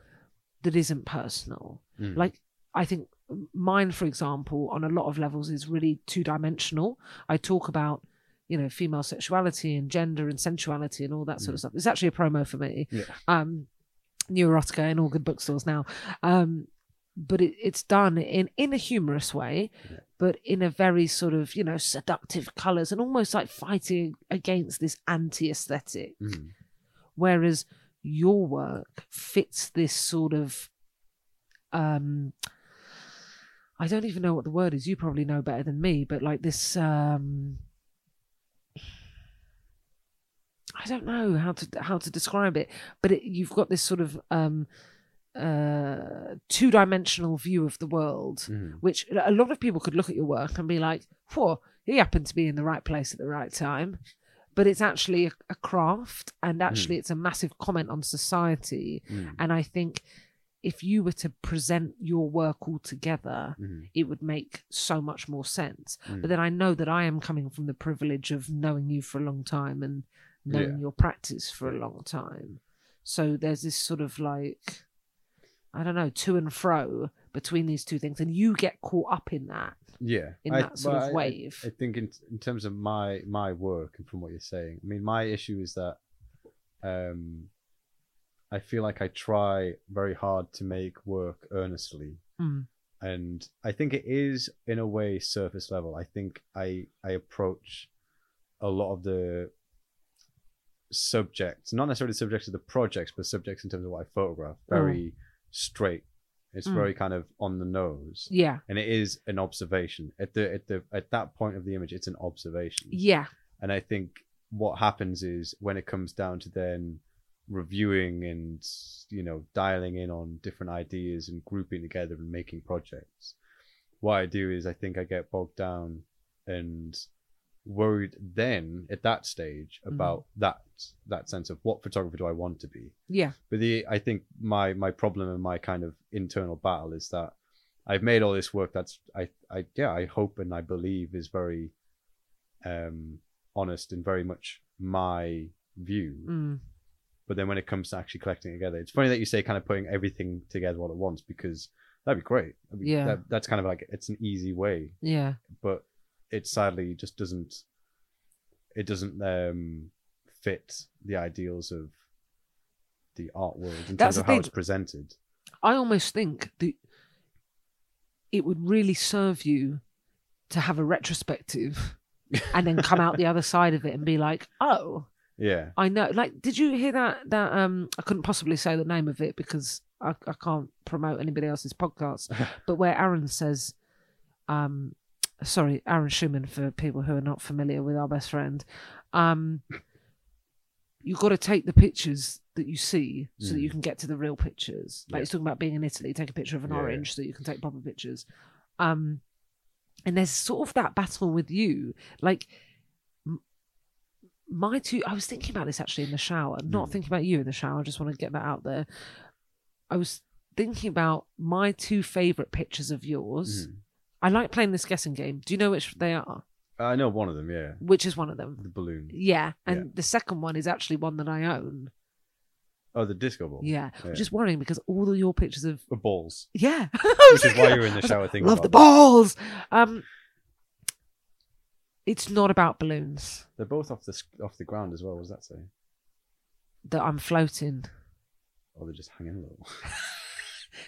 [SPEAKER 1] that isn't personal
[SPEAKER 2] Mm.
[SPEAKER 1] like i think mine for example on a lot of levels is really two dimensional i talk about you know female sexuality and gender and sensuality and all that sort of stuff it's actually a promo for me
[SPEAKER 2] Mm. Yeah.
[SPEAKER 1] um new erotica in all good bookstores now um but it, it's done in in a humorous way
[SPEAKER 2] Yeah.
[SPEAKER 1] but in a very sort of you know seductive colors and almost like fighting against this anti-aesthetic
[SPEAKER 2] Mm.
[SPEAKER 1] whereas your work fits this sort of um i don't even know what the word is you probably know better than me but like this um i don't know how to how to describe it but it, you've got this sort of um uh two-dimensional view of the world
[SPEAKER 2] Mm.
[SPEAKER 1] which a lot of people could look at your work and be like, whoa, he happened to be in the right place at the right time. But it's actually a, a craft and actually it's a massive comment on society.
[SPEAKER 2] Mm.
[SPEAKER 1] And I think if you were to present your work all together,
[SPEAKER 2] Mm.
[SPEAKER 1] it would make so much more sense.
[SPEAKER 2] Mm.
[SPEAKER 1] But then I know that I am coming from the privilege of knowing you for a long time and knowing
[SPEAKER 2] Yeah.
[SPEAKER 1] your practice for a long time. So there's this sort of like, I don't know, to and fro between these two things, and you get caught up in that
[SPEAKER 2] yeah
[SPEAKER 1] in
[SPEAKER 2] I-
[SPEAKER 1] that sort
[SPEAKER 2] but
[SPEAKER 1] of
[SPEAKER 2] I- I-
[SPEAKER 1] wave.
[SPEAKER 2] I, think in, in terms of my my work and from what you're saying i mean my issue is that um i feel like i try very hard to make work earnestly
[SPEAKER 1] Mm.
[SPEAKER 2] and i think it is in a way surface level i think i i approach a lot of
[SPEAKER 1] Hmm.
[SPEAKER 2] the subjects not necessarily subjects of the projects but subjects in terms of what i photograph very straight It's
[SPEAKER 1] Mm.
[SPEAKER 2] very kind of on the nose,
[SPEAKER 1] Yeah.
[SPEAKER 2] and it is an observation at the at the at that point of the image. It's an observation,
[SPEAKER 1] Yeah.
[SPEAKER 2] and I think what happens is when it comes down to then reviewing and you know dialing in on different ideas and grouping together and making projects. What I do is I think I get bogged down and worried then at that stage
[SPEAKER 1] Mhm.
[SPEAKER 2] about that that sense of what photographer do I want to be
[SPEAKER 1] Yeah.
[SPEAKER 2] but the I think my my problem and my kind of internal battle is that I've made all this work that's I I yeah I hope and I believe is very um honest and very much my view
[SPEAKER 1] Mm.
[SPEAKER 2] but then when it comes to actually collecting it together it's funny that you say kind of putting everything together all at once because that'd be great I mean,
[SPEAKER 1] Yeah.
[SPEAKER 2] that, that's kind of like it's an easy way
[SPEAKER 1] Yeah.
[SPEAKER 2] but it sadly just doesn't it doesn't um fit the ideals of the art world in
[SPEAKER 1] That's
[SPEAKER 2] terms
[SPEAKER 1] the
[SPEAKER 2] of how
[SPEAKER 1] thing.
[SPEAKER 2] it's presented
[SPEAKER 1] I almost think that it would really serve you to have a retrospective and then come out the other side of it and be like, oh,
[SPEAKER 2] yeah
[SPEAKER 1] I know. Like, did you hear that? That um, I couldn't possibly say the name of it because I, I can't promote anybody else's podcast. but where Aaron says, um, sorry, Aaron Schumann for people who are not familiar with our best friend, um, you've got to take the pictures that you see so that
[SPEAKER 2] Mm.
[SPEAKER 1] you can get to the real pictures. Like
[SPEAKER 2] Yeah.
[SPEAKER 1] he's talking about being in Italy, take a picture of an
[SPEAKER 2] Yeah, yeah.
[SPEAKER 1] orange so you can take proper pictures. Um, and there's sort of that battle with you, like m- my two i was thinking about this actually in the shower not
[SPEAKER 2] Mm.
[SPEAKER 1] thinking about you in the shower i just want to get that out there i was thinking about my two favorite pictures of yours
[SPEAKER 2] Mm.
[SPEAKER 1] i like playing this guessing game do you know which they are
[SPEAKER 2] i know one of them yeah
[SPEAKER 1] which is one of them
[SPEAKER 2] the balloon
[SPEAKER 1] yeah and
[SPEAKER 2] Yeah.
[SPEAKER 1] the second one is actually one that i own
[SPEAKER 2] oh the disco ball
[SPEAKER 1] yeah, which
[SPEAKER 2] Yeah.
[SPEAKER 1] is worrying because all of your pictures of
[SPEAKER 2] Or balls
[SPEAKER 1] Oh, yeah I was
[SPEAKER 2] which is why
[SPEAKER 1] thinking-
[SPEAKER 2] you're in
[SPEAKER 1] I
[SPEAKER 2] the
[SPEAKER 1] was
[SPEAKER 2] shower
[SPEAKER 1] like,
[SPEAKER 2] thinking
[SPEAKER 1] love
[SPEAKER 2] about
[SPEAKER 1] the
[SPEAKER 2] that.
[SPEAKER 1] balls um it's not about balloons
[SPEAKER 2] they're both off the s- off the ground as well what does that say
[SPEAKER 1] that i'm floating
[SPEAKER 2] or Oh, they're just hanging low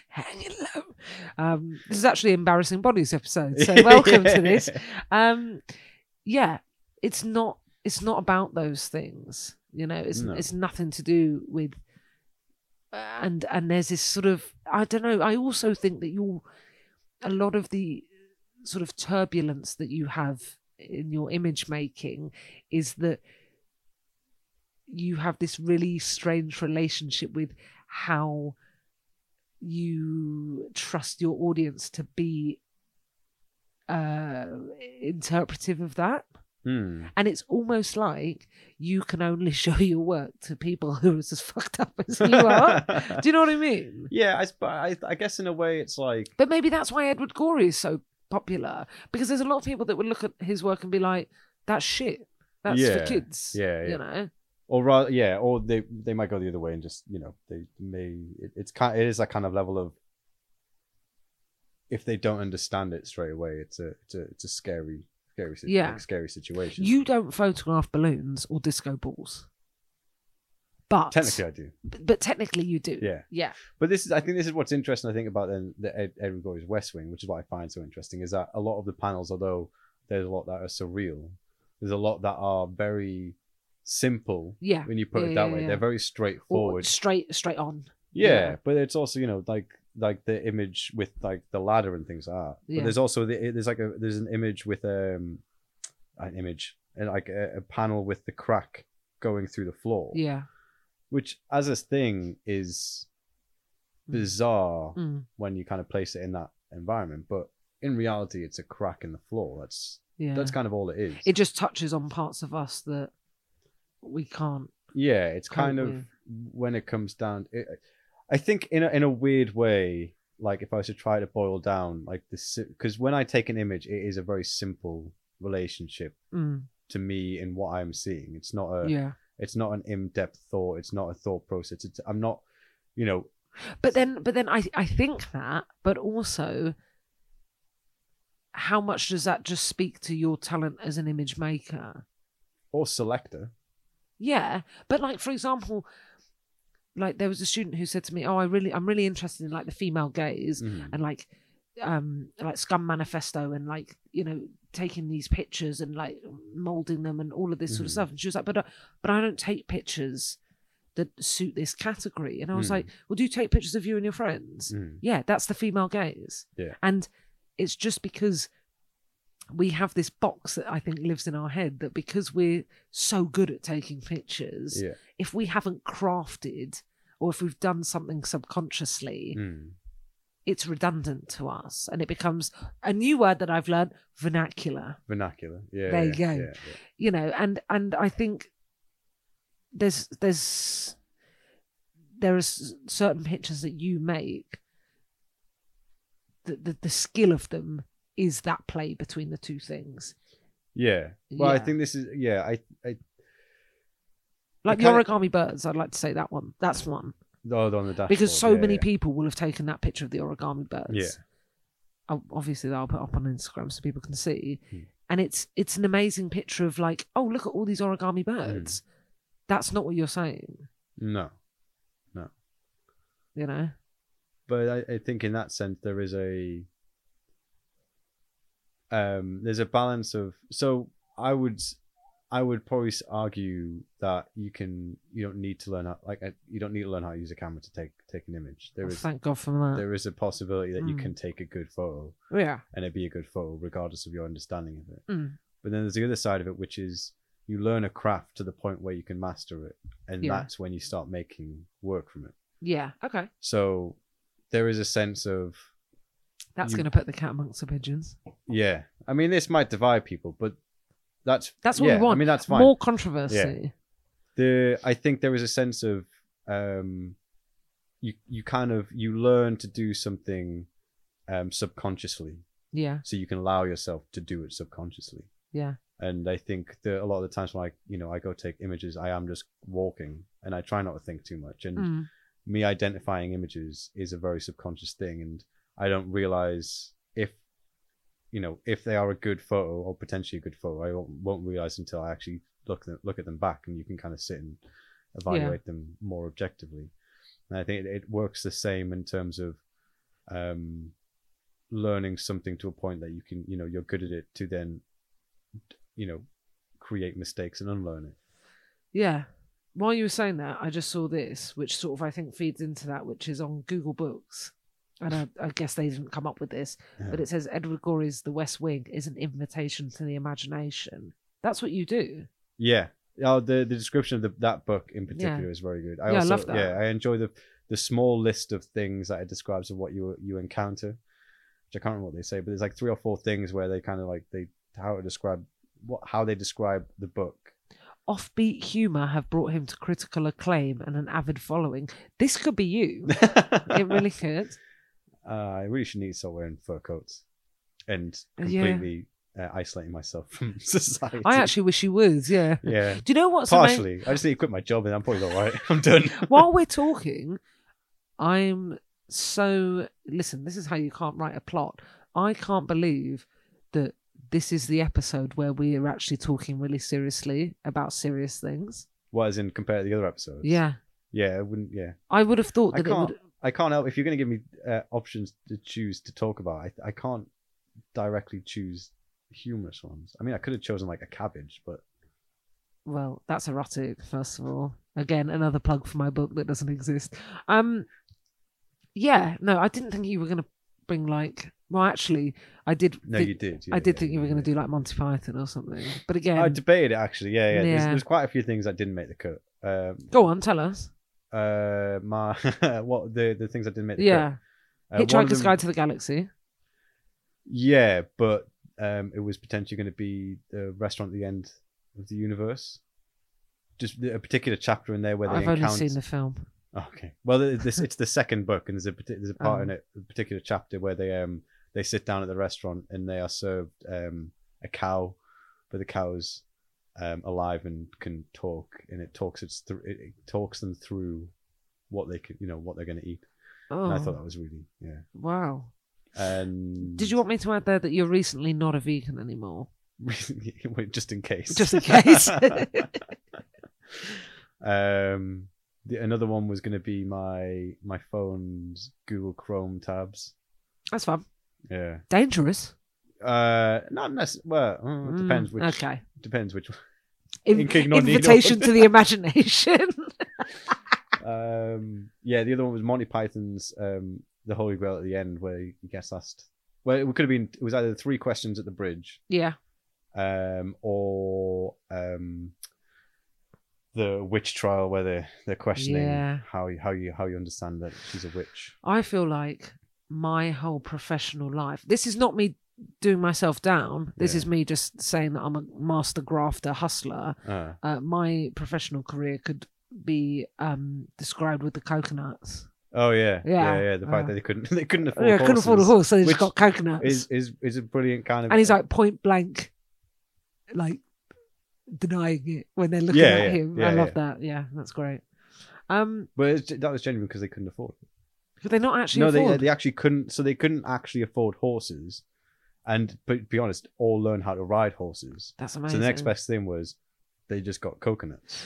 [SPEAKER 1] hanging low. Um, this is actually embarrassing bodies episode, so welcome to this. Um, yeah, it's not it's not about those things, you know. It's
[SPEAKER 2] No.
[SPEAKER 1] it's nothing to do with and and there's this sort of I don't know. I also think that you a lot of the sort of turbulence that you have in your image making is that you have this really strange relationship with how you trust your audience to be uh interpretive of that
[SPEAKER 2] Hmm.
[SPEAKER 1] and it's almost like you can only show your work to people who are as fucked up as you are do you know what i mean
[SPEAKER 2] yeah I, sp- I i guess in a way it's like
[SPEAKER 1] but maybe that's why edward gorey is so popular because there's a lot of people that would look at his work and be like that's shit that's for
[SPEAKER 2] Yeah,
[SPEAKER 1] kids
[SPEAKER 2] yeah, yeah.
[SPEAKER 1] you know
[SPEAKER 2] or rather yeah or they they might go the other way and just you know they may it, it's kind it is that kind of level of if they don't understand it straight away it's a it's a it's a scary scary si-
[SPEAKER 1] Yeah.
[SPEAKER 2] like, scary situation
[SPEAKER 1] you don't photograph balloons or disco balls but
[SPEAKER 2] technically i do
[SPEAKER 1] but, but technically you do
[SPEAKER 2] yeah
[SPEAKER 1] yeah
[SPEAKER 2] but this is i think this is what's interesting i think about then the Ed, edward gorey's west wing which is what i find so interesting is that a lot of the panels although there's a lot that are surreal there's a lot that are very simple
[SPEAKER 1] yeah
[SPEAKER 2] when you put it
[SPEAKER 1] Yeah,
[SPEAKER 2] that
[SPEAKER 1] yeah,
[SPEAKER 2] way
[SPEAKER 1] yeah.
[SPEAKER 2] they're very
[SPEAKER 1] or
[SPEAKER 2] straightforward
[SPEAKER 1] straight straight on
[SPEAKER 2] Yeah,
[SPEAKER 1] Yeah.
[SPEAKER 2] but it's also you know like like the image with like the ladder and things like that.
[SPEAKER 1] Yeah.
[SPEAKER 2] But there's also the, there's like a there's an image with um an image and like a, a panel with the crack going through the floor,
[SPEAKER 1] yeah
[SPEAKER 2] which as a thing is
[SPEAKER 1] Mm.
[SPEAKER 2] bizarre
[SPEAKER 1] mm.
[SPEAKER 2] when you kind of place it in that environment, but in reality, it's a crack in the floor. That's
[SPEAKER 1] Yeah.
[SPEAKER 2] that's kind of all it is.
[SPEAKER 1] it just touches on parts of us that we can't.
[SPEAKER 2] yeah, it's kind
[SPEAKER 1] cope
[SPEAKER 2] of
[SPEAKER 1] with.
[SPEAKER 2] when it comes down it, i think in a, in a weird way like if i was to try to boil down like this because when i take an image it is a very simple relationship
[SPEAKER 1] Mm,
[SPEAKER 2] to me in what i'm seeing it's not a
[SPEAKER 1] yeah.
[SPEAKER 2] it's not an in-depth thought it's not a thought process it's, i'm not you know
[SPEAKER 1] But then, but then I I think that, but also, how much does that just speak to your talent as an image maker?
[SPEAKER 2] or selector
[SPEAKER 1] Yeah. But like for example, like there was a student who said to me, "Oh, I really, I'm really interested in like the female gaze."
[SPEAKER 2] Mhm.
[SPEAKER 1] and like um like scum manifesto and like you know taking these pictures and like uh, molding them and all of this sort of
[SPEAKER 2] Mhm.
[SPEAKER 1] stuff and she was like but I, but I don't take pictures that suit this category. And I was
[SPEAKER 2] Mm.
[SPEAKER 1] like, well, do you take pictures of you and your friends?
[SPEAKER 2] Mm.
[SPEAKER 1] Yeah, that's the female gaze.
[SPEAKER 2] Yeah.
[SPEAKER 1] And it's just because we have this box that I think lives in our head that because we're so good at taking pictures,
[SPEAKER 2] Yeah.
[SPEAKER 1] if we haven't crafted or if we've done something subconsciously,
[SPEAKER 2] Mm.
[SPEAKER 1] it's redundant to us and it becomes a new word that I've learned vernacular.
[SPEAKER 2] Vernacular. Yeah.
[SPEAKER 1] There
[SPEAKER 2] yeah,
[SPEAKER 1] you go.
[SPEAKER 2] Yeah, yeah.
[SPEAKER 1] you know and and i think there's there's there are s- certain pictures that you make the, the the skill of them is that play between the two things
[SPEAKER 2] Yeah. Well, I
[SPEAKER 1] Yeah.
[SPEAKER 2] think this is yeah. I, I
[SPEAKER 1] like the
[SPEAKER 2] Okay.
[SPEAKER 1] origami birds i'd like to say that one that's one
[SPEAKER 2] oh, on the dashboard.
[SPEAKER 1] because so
[SPEAKER 2] yeah,
[SPEAKER 1] many
[SPEAKER 2] yeah.
[SPEAKER 1] people will have taken that picture of the origami birds
[SPEAKER 2] Yeah.
[SPEAKER 1] I'll- obviously that I'll put up on Instagram so people can see.
[SPEAKER 2] Hmm.
[SPEAKER 1] And it's it's an amazing picture of like, oh look at all these origami birds.
[SPEAKER 2] Hmm.
[SPEAKER 1] That's not what you're saying,
[SPEAKER 2] No,
[SPEAKER 1] you know.
[SPEAKER 2] but I, I think in that sense there is a um there's a balance of so I would I would probably s- argue that you can you don't need to learn how like uh, you don't need to learn how to use a camera to take take an image. There
[SPEAKER 1] Oh,
[SPEAKER 2] is
[SPEAKER 1] Thank God for that.
[SPEAKER 2] there is a possibility that you
[SPEAKER 1] Mm.
[SPEAKER 2] can take a good photo
[SPEAKER 1] Yeah.
[SPEAKER 2] and it be a good photo regardless of your understanding of it.
[SPEAKER 1] Mm.
[SPEAKER 2] But then there's the other side of it, which is you learn a craft to the point where you can master it, and
[SPEAKER 1] Yeah.
[SPEAKER 2] that's when you start making work from it.
[SPEAKER 1] Yeah. Okay.
[SPEAKER 2] So there is a sense of
[SPEAKER 1] That's
[SPEAKER 2] You-
[SPEAKER 1] going to put the cat amongst the pigeons.
[SPEAKER 2] yeah. I mean, this might divide people, but that's
[SPEAKER 1] That's what
[SPEAKER 2] yeah,
[SPEAKER 1] we want.
[SPEAKER 2] I mean, that's fine.
[SPEAKER 1] More controversy.
[SPEAKER 2] the I think there is a sense of um, you you kind of you learn to do something um subconsciously,
[SPEAKER 1] Yeah.
[SPEAKER 2] so you can allow yourself to do it subconsciously.
[SPEAKER 1] Yeah.
[SPEAKER 2] And I think that a lot of the times when I, you know, I go take images, I am just walking and I try not to think too much. And
[SPEAKER 1] Mm.
[SPEAKER 2] me identifying images is a very subconscious thing. And I don't realize if, you know, if they are a good photo or potentially a good photo, I won't, won't realize until I actually look, them, look at them back and you can kind of sit and evaluate them more objectively. And I think it, it works the same in terms of um, learning something to a point that you can, you know, you're good at it to then, you know, create mistakes and unlearn it.
[SPEAKER 1] Yeah. While you were saying that, I just saw this, which sort of I think feeds into that, which is on Google Books. And I, I guess they didn't come up with this, but it says Edward Gorey's The West Wing is an invitation to the imagination. That's what you do.
[SPEAKER 2] Yeah. Oh, the, the description of the, that book in particular is very good. I
[SPEAKER 1] Yeah, I
[SPEAKER 2] also,
[SPEAKER 1] love that.
[SPEAKER 2] Yeah, I enjoy the the small list of things that it describes of what you you encounter, which I can't remember what they say, but there's like three or four things where they kind of like they how to describe what how they describe the book.
[SPEAKER 1] Offbeat humor have brought him to critical acclaim and an avid following. This could be you. it really could.
[SPEAKER 2] Uh, I really should need to start wearing fur coats and
[SPEAKER 1] Uh, yeah.
[SPEAKER 2] completely uh, isolating myself from society.
[SPEAKER 1] I actually wish you would. Yeah.
[SPEAKER 2] yeah,
[SPEAKER 1] Do you know what's amazing?
[SPEAKER 2] partially. I just need to quit my job and I'm probably all right. I'm done.
[SPEAKER 1] while we're talking, I'm so listen, this is how you can't write a plot. I can't believe that this is the episode where we are actually talking really seriously about serious things.
[SPEAKER 2] What as in compared to the other episodes?
[SPEAKER 1] Yeah.
[SPEAKER 2] yeah. I wouldn't. Yeah.
[SPEAKER 1] I would have thought
[SPEAKER 2] I
[SPEAKER 1] that it
[SPEAKER 2] can't.
[SPEAKER 1] would
[SPEAKER 2] I can't help if you're going to give me uh, options to choose to talk about. I, I can't directly choose humorous ones. I mean, I could have chosen like a cabbage, but
[SPEAKER 1] well, that's erotic, first of all. Again, another plug for my book that doesn't exist. Um yeah, no, I didn't think you were gonna bring like well actually I did
[SPEAKER 2] no,
[SPEAKER 1] thi-
[SPEAKER 2] you did.
[SPEAKER 1] I did think you were going to do like Monty Python or something. But again,
[SPEAKER 2] I debated it actually. Yeah, yeah. There's,
[SPEAKER 1] Yeah.
[SPEAKER 2] there's quite a few things that didn't make the cut. Um,
[SPEAKER 1] go on, tell us.
[SPEAKER 2] uh, my what the the things that didn't make the
[SPEAKER 1] Yeah.
[SPEAKER 2] cut. Uh, one of
[SPEAKER 1] Hitchhiker's
[SPEAKER 2] them-
[SPEAKER 1] Guide to the Galaxy.
[SPEAKER 2] Yeah, but um, it was potentially going to be the restaurant at the end of the universe. Just a particular chapter in there where they
[SPEAKER 1] I've
[SPEAKER 2] encounter.
[SPEAKER 1] only seen the film.
[SPEAKER 2] Okay. Well, th- this it's the second book, and there's a parti- there's a part in
[SPEAKER 1] Oh.
[SPEAKER 2] it, a particular chapter where they um they sit down at the restaurant and they are served um a cow, but the cow's um alive and can talk, and it talks it's through it, it talks them through what they can you know what they're going to eat.
[SPEAKER 1] Oh,
[SPEAKER 2] And I thought that was really yeah.
[SPEAKER 1] wow.
[SPEAKER 2] Um,
[SPEAKER 1] Did you want me to add there that you're recently not a vegan anymore?
[SPEAKER 2] just in case?
[SPEAKER 1] Just in case.
[SPEAKER 2] um, the, another one was going to be my my phone's Google Chrome tabs.
[SPEAKER 1] That's fun.
[SPEAKER 2] Yeah.
[SPEAKER 1] Dangerous.
[SPEAKER 2] Uh, not necessarily. Well, mm,
[SPEAKER 1] Mm,
[SPEAKER 2] depends which.
[SPEAKER 1] Okay.
[SPEAKER 2] Depends which.
[SPEAKER 1] In-
[SPEAKER 2] King Noddy,
[SPEAKER 1] invitation
[SPEAKER 2] no.
[SPEAKER 1] to the imagination.
[SPEAKER 2] Um, yeah, the other one was Monty Python's um, The Holy Grail at the end, where he gets asked. Well, it could have been. It was either three questions at the bridge,
[SPEAKER 1] Yeah.
[SPEAKER 2] um, or um, the witch trial, where they're they're questioning
[SPEAKER 1] Yeah.
[SPEAKER 2] how you how you how you understand that she's a witch.
[SPEAKER 1] I feel like my whole professional life. This is not me doing myself down. This
[SPEAKER 2] Yeah.
[SPEAKER 1] is me just saying that I'm a master grafter hustler.
[SPEAKER 2] Uh,
[SPEAKER 1] Uh, my professional career could be um, described with the coconuts.
[SPEAKER 2] oh yeah,
[SPEAKER 1] Yeah,
[SPEAKER 2] yeah, yeah. The fact
[SPEAKER 1] uh,
[SPEAKER 2] that they couldn't they couldn't afford
[SPEAKER 1] Yeah, couldn't afford a
[SPEAKER 2] horses
[SPEAKER 1] horse, so they just
[SPEAKER 2] Which
[SPEAKER 1] got coconuts.
[SPEAKER 2] Is is is a brilliant kind of
[SPEAKER 1] and he's like point blank, like denying it when they're looking
[SPEAKER 2] Yeah,
[SPEAKER 1] at
[SPEAKER 2] yeah,
[SPEAKER 1] him. I
[SPEAKER 2] yeah,
[SPEAKER 1] love
[SPEAKER 2] yeah.
[SPEAKER 1] that. Yeah, that's great. Um,
[SPEAKER 2] But it's, that was genuine because they couldn't afford. it.
[SPEAKER 1] could they not actually
[SPEAKER 2] No,
[SPEAKER 1] afford?
[SPEAKER 2] they they actually couldn't. So they couldn't actually afford horses, and but be honest, all learned how to ride horses.
[SPEAKER 1] That's amazing.
[SPEAKER 2] So the next best thing was they just got coconuts,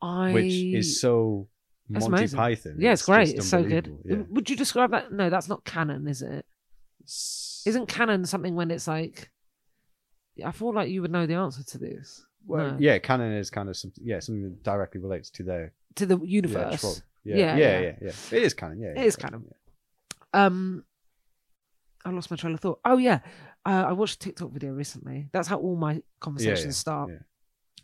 [SPEAKER 1] I...
[SPEAKER 2] which is so
[SPEAKER 1] That's
[SPEAKER 2] Monty
[SPEAKER 1] amazing.
[SPEAKER 2] Python.
[SPEAKER 1] yeah, it's great.
[SPEAKER 2] just
[SPEAKER 1] It's so good.
[SPEAKER 2] unbelievable, yeah.
[SPEAKER 1] Would you describe that? No, that's not canon, is it? Isn't canon something when it's like? I feel like you would know the answer to this
[SPEAKER 2] well,
[SPEAKER 1] no.
[SPEAKER 2] yeah, canon is kind of something. Yeah, something that directly relates to their
[SPEAKER 1] to the
[SPEAKER 2] yeah,
[SPEAKER 1] universe.
[SPEAKER 2] troll. Yeah,
[SPEAKER 1] Yeah,
[SPEAKER 2] yeah,
[SPEAKER 1] yeah.
[SPEAKER 2] yeah, yeah, It is canon. Yeah,
[SPEAKER 1] It
[SPEAKER 2] yeah,
[SPEAKER 1] is
[SPEAKER 2] yeah,
[SPEAKER 1] canon.
[SPEAKER 2] yeah.
[SPEAKER 1] um, I lost my train of thought. Oh yeah, uh, I watched a TikTok video recently. That's how all my conversations
[SPEAKER 2] yeah,
[SPEAKER 1] start,
[SPEAKER 2] yeah.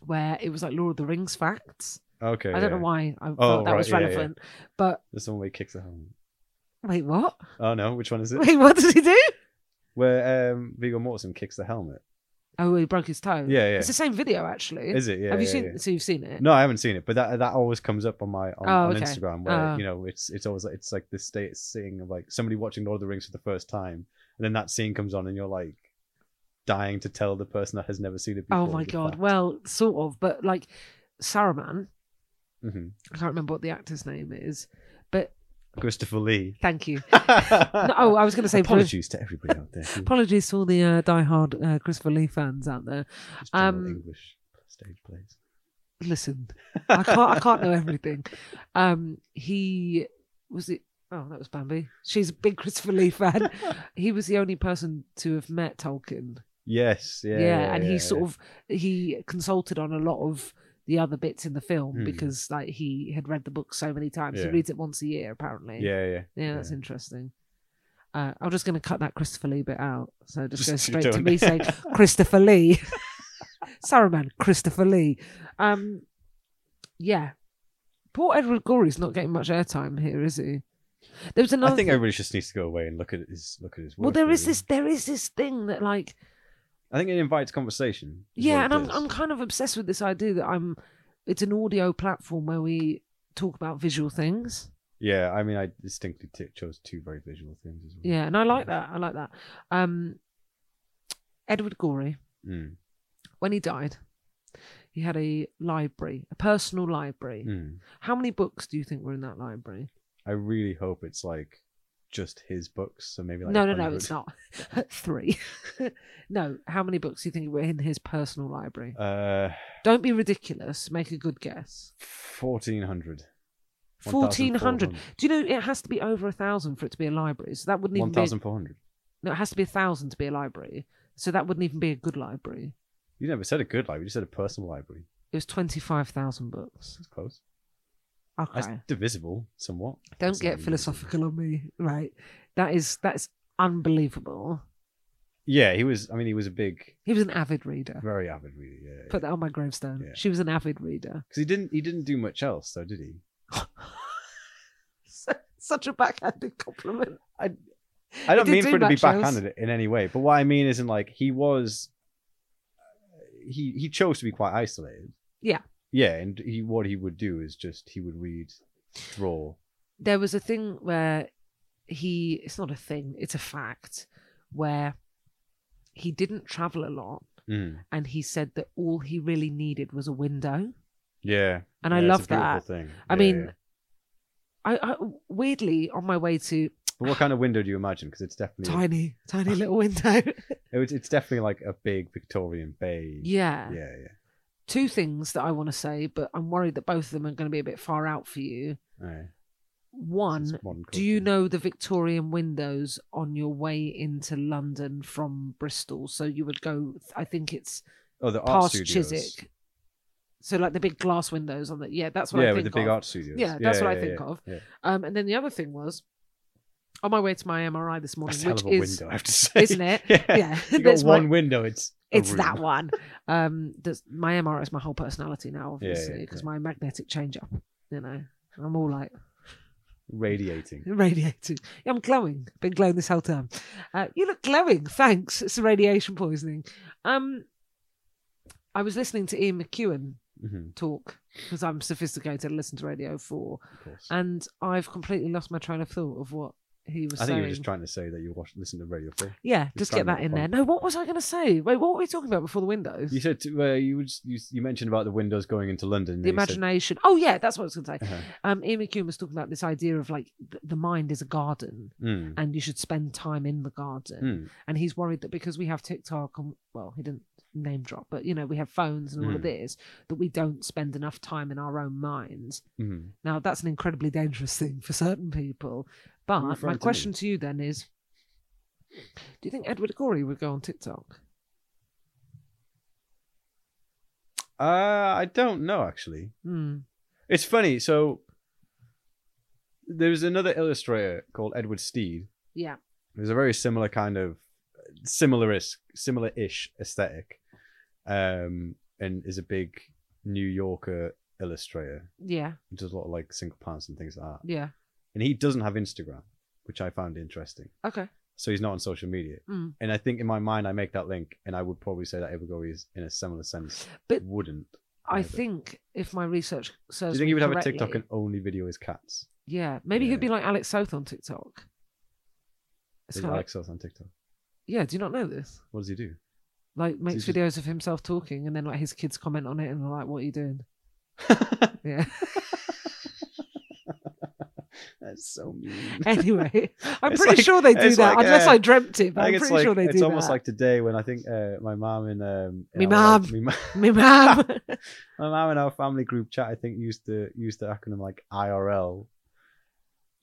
[SPEAKER 1] where it was like Lord of the Rings facts.
[SPEAKER 2] Okay.
[SPEAKER 1] I don't
[SPEAKER 2] yeah.
[SPEAKER 1] know why I
[SPEAKER 2] Oh,
[SPEAKER 1] thought that
[SPEAKER 2] right,
[SPEAKER 1] was
[SPEAKER 2] yeah, yeah.
[SPEAKER 1] relevant, but
[SPEAKER 2] That's the one where he kicks the helmet.
[SPEAKER 1] wait, what?
[SPEAKER 2] Oh no, which one is it?
[SPEAKER 1] Wait, what does he do?
[SPEAKER 2] Where um, Viggo Mortensen kicks the helmet.
[SPEAKER 1] Oh, he broke his toe.
[SPEAKER 2] Yeah, yeah.
[SPEAKER 1] It's the same video actually.
[SPEAKER 2] Is it? Yeah.
[SPEAKER 1] Have you
[SPEAKER 2] yeah,
[SPEAKER 1] seen?
[SPEAKER 2] yeah.
[SPEAKER 1] So you've seen it?
[SPEAKER 2] No, I haven't seen it, but that that always comes up on my on,
[SPEAKER 1] Oh,
[SPEAKER 2] on
[SPEAKER 1] okay.
[SPEAKER 2] Instagram where
[SPEAKER 1] Oh.
[SPEAKER 2] you know it's it's always like it's like this state scene of like somebody watching Lord of the Rings for the first time, and then that scene comes on, and you're like dying to tell the person that has never seen it. before
[SPEAKER 1] Oh my god. Well, sort of, but like Saruman,
[SPEAKER 2] hmm
[SPEAKER 1] I can't remember what the actor's name is, but
[SPEAKER 2] Christopher Lee.
[SPEAKER 1] thank you. No, oh,
[SPEAKER 2] oh,
[SPEAKER 1] I was going to say
[SPEAKER 2] apologies to everybody out there. who
[SPEAKER 1] apologies to all the uh, diehard uh, Christopher Lee fans out there.
[SPEAKER 2] just general
[SPEAKER 1] um,
[SPEAKER 2] English stage plays.
[SPEAKER 1] Listen, I can't I can't know everything. Um, he was it. Oh, that was Bambi. She's a big Christopher Lee fan. he was the only person to have met Tolkien.
[SPEAKER 2] Yes. Yeah.
[SPEAKER 1] Yeah, and he
[SPEAKER 2] yeah,
[SPEAKER 1] sort
[SPEAKER 2] yeah.
[SPEAKER 1] of he consulted on a lot of the other bits in the film
[SPEAKER 2] Hmm.
[SPEAKER 1] because like he had read the book so many times. He
[SPEAKER 2] Yeah.
[SPEAKER 1] reads it once a year apparently.
[SPEAKER 2] Yeah. Yeah.
[SPEAKER 1] Yeah, that's
[SPEAKER 2] Yeah.
[SPEAKER 1] interesting. Uh, I'm just going to cut that Christopher Lee bit out. So just go
[SPEAKER 2] Just- you
[SPEAKER 1] straight to
[SPEAKER 2] don't.
[SPEAKER 1] me saying Christopher Lee. Saruman, Christopher Lee. Um, yeah. Poor Edward Gorey's not getting much airtime here, is he? There was another.
[SPEAKER 2] I think
[SPEAKER 1] thing-
[SPEAKER 2] everybody just needs to go away and look at his look at his work.
[SPEAKER 1] well, there is
[SPEAKER 2] really.
[SPEAKER 1] this. There is this thing that, like,
[SPEAKER 2] I think it invites conversation. is
[SPEAKER 1] yeah,
[SPEAKER 2] what
[SPEAKER 1] and
[SPEAKER 2] it
[SPEAKER 1] I'm
[SPEAKER 2] does.
[SPEAKER 1] I'm kind of obsessed with this idea that I'm. It's an audio platform where we talk about visual things.
[SPEAKER 2] Yeah, I mean, I distinctly t- chose two very visual things as well.
[SPEAKER 1] Yeah, and I like that. I like that. Um, Edward Gorey.
[SPEAKER 2] Mm,
[SPEAKER 1] when he died, he had a library, a personal library.
[SPEAKER 2] mm.
[SPEAKER 1] How many books do you think were in that library?
[SPEAKER 2] I really hope it's like just his books. So maybe like
[SPEAKER 1] no, no,
[SPEAKER 2] 100.
[SPEAKER 1] no, it's not. Three. no, how many books do you think were in his personal library?
[SPEAKER 2] Uh,
[SPEAKER 1] Don't be ridiculous. Make a good guess.
[SPEAKER 2] 1400.
[SPEAKER 1] 1400. Do you know it has to be over a thousand for it to be a library? So that wouldn't even be.
[SPEAKER 2] 1400.
[SPEAKER 1] No, it has to be a thousand to be a library. So that wouldn't even be a good library.
[SPEAKER 2] You never said a good library, you said a personal library.
[SPEAKER 1] It was 25,000 books.
[SPEAKER 2] That's close.
[SPEAKER 1] Okay.
[SPEAKER 2] That's divisible somewhat.
[SPEAKER 1] Don't
[SPEAKER 2] It's
[SPEAKER 1] get
[SPEAKER 2] not
[SPEAKER 1] philosophical on me, right? That is that's unbelievable.
[SPEAKER 2] Yeah, he was, I mean, he was a big,
[SPEAKER 1] He was an avid reader.
[SPEAKER 2] very avid reader. Yeah.
[SPEAKER 1] Put that on my gravestone.
[SPEAKER 2] Yeah.
[SPEAKER 1] She was an avid reader.
[SPEAKER 2] Because he didn't, he didn't do much else, though, did he?
[SPEAKER 1] Su- Such a backhanded compliment.
[SPEAKER 2] I don't
[SPEAKER 1] didn't
[SPEAKER 2] mean
[SPEAKER 1] do
[SPEAKER 2] for it to be
[SPEAKER 1] much else.
[SPEAKER 2] backhanded in any way, but what I mean isn't like he was. He he chose to be quite isolated.
[SPEAKER 1] Yeah.
[SPEAKER 2] Yeah, and he what he would do is just he would read, draw.
[SPEAKER 1] There was a thing where he it's not a thing, it's a fact where he didn't travel a lot
[SPEAKER 2] Mm.
[SPEAKER 1] and he said that all he really needed was a window.
[SPEAKER 2] Yeah,
[SPEAKER 1] And I
[SPEAKER 2] yeah, it's a
[SPEAKER 1] love that.
[SPEAKER 2] beautiful Thing.
[SPEAKER 1] I
[SPEAKER 2] Yeah,
[SPEAKER 1] mean,
[SPEAKER 2] yeah.
[SPEAKER 1] I, I weirdly on my way to
[SPEAKER 2] but what kind of window do you imagine? Because it's definitely
[SPEAKER 1] tiny, tiny little window.
[SPEAKER 2] it was- it's definitely like a big Victorian bay.
[SPEAKER 1] yeah.
[SPEAKER 2] yeah,
[SPEAKER 1] Two things that I want to say, but I'm worried that both of them are going to be a bit far out for you.
[SPEAKER 2] yeah. Aye.
[SPEAKER 1] One,
[SPEAKER 2] It's modern
[SPEAKER 1] Do you
[SPEAKER 2] culture.
[SPEAKER 1] know the Victorian windows on your way into London from Bristol? So you would go, I think it's
[SPEAKER 2] Oh, the art
[SPEAKER 1] past
[SPEAKER 2] studios.
[SPEAKER 1] Chiswick. So like the big glass windows on the yeah, that's what I
[SPEAKER 2] yeah, with
[SPEAKER 1] think
[SPEAKER 2] the big
[SPEAKER 1] of.
[SPEAKER 2] art studios.
[SPEAKER 1] Yeah, that's what I
[SPEAKER 2] yeah,
[SPEAKER 1] think
[SPEAKER 2] yeah.
[SPEAKER 1] of.
[SPEAKER 2] yeah.
[SPEAKER 1] Um, and then the other thing was, on my way to my MRI this morning,
[SPEAKER 2] That's
[SPEAKER 1] which
[SPEAKER 2] a hell of a
[SPEAKER 1] is
[SPEAKER 2] window, I have to say.
[SPEAKER 1] isn't it?
[SPEAKER 2] yeah.
[SPEAKER 1] yeah,
[SPEAKER 2] You got
[SPEAKER 1] that's my-
[SPEAKER 2] one window. It's a
[SPEAKER 1] it's that
[SPEAKER 2] room.
[SPEAKER 1] one. Um, that's, my MRI is my whole personality now,
[SPEAKER 2] Yeah, yeah,
[SPEAKER 1] obviously, because
[SPEAKER 2] yeah.
[SPEAKER 1] my magnetic change up. You know, I'm all like
[SPEAKER 2] radiating.
[SPEAKER 1] radiated. I'm glowing. Been glowing this whole time. Uh, you look glowing. Thanks. It's the radiation poisoning. Um, I was listening to Ian McEwan
[SPEAKER 2] hmm
[SPEAKER 1] talk because I'm sophisticated. I listen to Radio Four,
[SPEAKER 2] Of course.
[SPEAKER 1] and I've completely lost my train of thought of what he was
[SPEAKER 2] I think
[SPEAKER 1] saying.
[SPEAKER 2] you were just trying to say that you watch, listen to Radio Four.
[SPEAKER 1] yeah, just
[SPEAKER 2] trying
[SPEAKER 1] get
[SPEAKER 2] to
[SPEAKER 1] that in
[SPEAKER 2] find-
[SPEAKER 1] there. No, what was I going to say? Wait, what were we talking about before the windows?
[SPEAKER 2] You said to, uh, you, was- you you mentioned about the windows going into London.
[SPEAKER 1] the imagination. Oh yeah, that's what I was going to say.
[SPEAKER 2] uh
[SPEAKER 1] Um, Ian McEwan was talking about this idea of like th- the mind is a garden,
[SPEAKER 2] Mm,
[SPEAKER 1] and you should spend time in the garden.
[SPEAKER 2] Hmm.
[SPEAKER 1] and he's worried that because we have TikTok and well, he didn't name drop, but you know, we have phones and all of
[SPEAKER 2] Mm.
[SPEAKER 1] this that we don't spend enough time in our own minds.
[SPEAKER 2] mm-hmm.
[SPEAKER 1] Now, that's an incredibly dangerous thing for certain people.
[SPEAKER 2] Who
[SPEAKER 1] But
[SPEAKER 2] referred
[SPEAKER 1] my
[SPEAKER 2] to
[SPEAKER 1] question to you then is do you think Edward Gorey would go on TikTok?
[SPEAKER 2] Uh, I don't know actually.
[SPEAKER 1] Hmm.
[SPEAKER 2] It's funny. So there's another illustrator called Edward Steed.
[SPEAKER 1] Yeah.
[SPEAKER 2] There's a very similar kind of similar-ish, similar-ish aesthetic, um, and is a big New Yorker illustrator.
[SPEAKER 1] Yeah.
[SPEAKER 2] He does a lot of like single pants and things like that.
[SPEAKER 1] Yeah.
[SPEAKER 2] And he doesn't have Instagram, which I found interesting.
[SPEAKER 1] Okay.
[SPEAKER 2] So he's not on social media.
[SPEAKER 1] Mm.
[SPEAKER 2] And I think in my mind, I make that link, and I would probably say that Evergory is in a similar sense.
[SPEAKER 1] But-
[SPEAKER 2] wouldn't.
[SPEAKER 1] I
[SPEAKER 2] Neither.
[SPEAKER 1] think if my research
[SPEAKER 2] Do
[SPEAKER 1] serves
[SPEAKER 2] you think
[SPEAKER 1] me
[SPEAKER 2] he would have a
[SPEAKER 1] correctly,
[SPEAKER 2] TikTok and only video his cats?
[SPEAKER 1] Yeah. Maybe
[SPEAKER 2] Yeah.
[SPEAKER 1] he'd be like Alex South on TikTok. It's
[SPEAKER 2] Does
[SPEAKER 1] kind of like,
[SPEAKER 2] Alex South on TikTok?
[SPEAKER 1] yeah, do you not know this?
[SPEAKER 2] What does he do?
[SPEAKER 1] like makes
[SPEAKER 2] just-
[SPEAKER 1] videos of himself talking and then like his kids comment on it and they're like what are you doing yeah
[SPEAKER 2] That's so mean.
[SPEAKER 1] anyway i'm
[SPEAKER 2] It's
[SPEAKER 1] pretty
[SPEAKER 2] like-
[SPEAKER 1] sure they do
[SPEAKER 2] it's
[SPEAKER 1] that
[SPEAKER 2] like,
[SPEAKER 1] unless
[SPEAKER 2] uh,
[SPEAKER 1] i dreamt it but
[SPEAKER 2] I
[SPEAKER 1] i'm
[SPEAKER 2] think
[SPEAKER 1] pretty
[SPEAKER 2] it's like
[SPEAKER 1] sure they
[SPEAKER 2] it's
[SPEAKER 1] do
[SPEAKER 2] almost
[SPEAKER 1] that
[SPEAKER 2] like today when I think uh, my mom and um in
[SPEAKER 1] Me
[SPEAKER 2] our,
[SPEAKER 1] mum.
[SPEAKER 2] me mum-
[SPEAKER 1] me ma'am
[SPEAKER 2] my mom in our family group chat I think used the used the acronym like IRL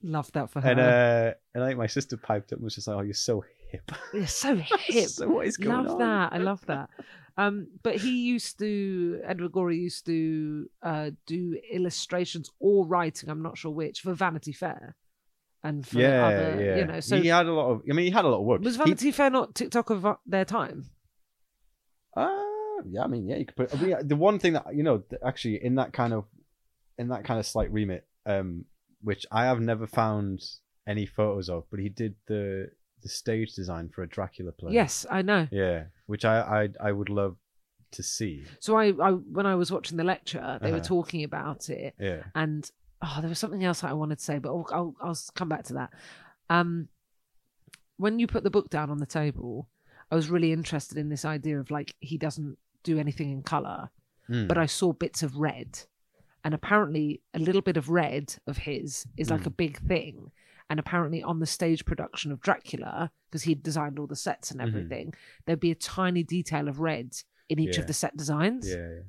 [SPEAKER 1] love that for her
[SPEAKER 2] and uh and I think my sister piped up and was just like oh you're so hip
[SPEAKER 1] You're so hip
[SPEAKER 2] so what is going
[SPEAKER 1] love
[SPEAKER 2] on
[SPEAKER 1] that i love that um but he used to edward gorey used to uh do illustrations or writing i'm not sure which for vanity fair and for
[SPEAKER 2] yeah
[SPEAKER 1] other
[SPEAKER 2] yeah
[SPEAKER 1] you know so
[SPEAKER 2] he had a lot of I mean he had a lot of work
[SPEAKER 1] was
[SPEAKER 2] He-
[SPEAKER 1] vanity fair not tiktok of uh, their time
[SPEAKER 2] Uh, yeah, I mean, yeah, you could put. I mean, uh, the one thing that you know, th- actually, in that kind of, in that kind of slight remit, um, which I have never found any photos of, but he did the the stage design for a Dracula play.
[SPEAKER 1] yes i know
[SPEAKER 2] Yeah, which I I, I would love to see.
[SPEAKER 1] So I, I when I was watching the lecture, they were
[SPEAKER 2] Uh-huh.
[SPEAKER 1] talking about it,
[SPEAKER 2] Yeah.
[SPEAKER 1] and oh, there was something else that I wanted to say, but I'll, I'll, I'll s- come back to that. Um, when you put the book down on the table, I was really interested in this idea of like he doesn't do anything in color,
[SPEAKER 2] Mm.
[SPEAKER 1] but uh, I saw bits of red, and apparently a little bit of red of his is like
[SPEAKER 2] Mm.
[SPEAKER 1] a big thing. And apparently, on the stage production of Dracula, because he'd designed all the sets and
[SPEAKER 2] Mhm.
[SPEAKER 1] everything, there'd be a tiny detail of red in each
[SPEAKER 2] Yeah.
[SPEAKER 1] of the set designs.
[SPEAKER 2] yeah, yeah,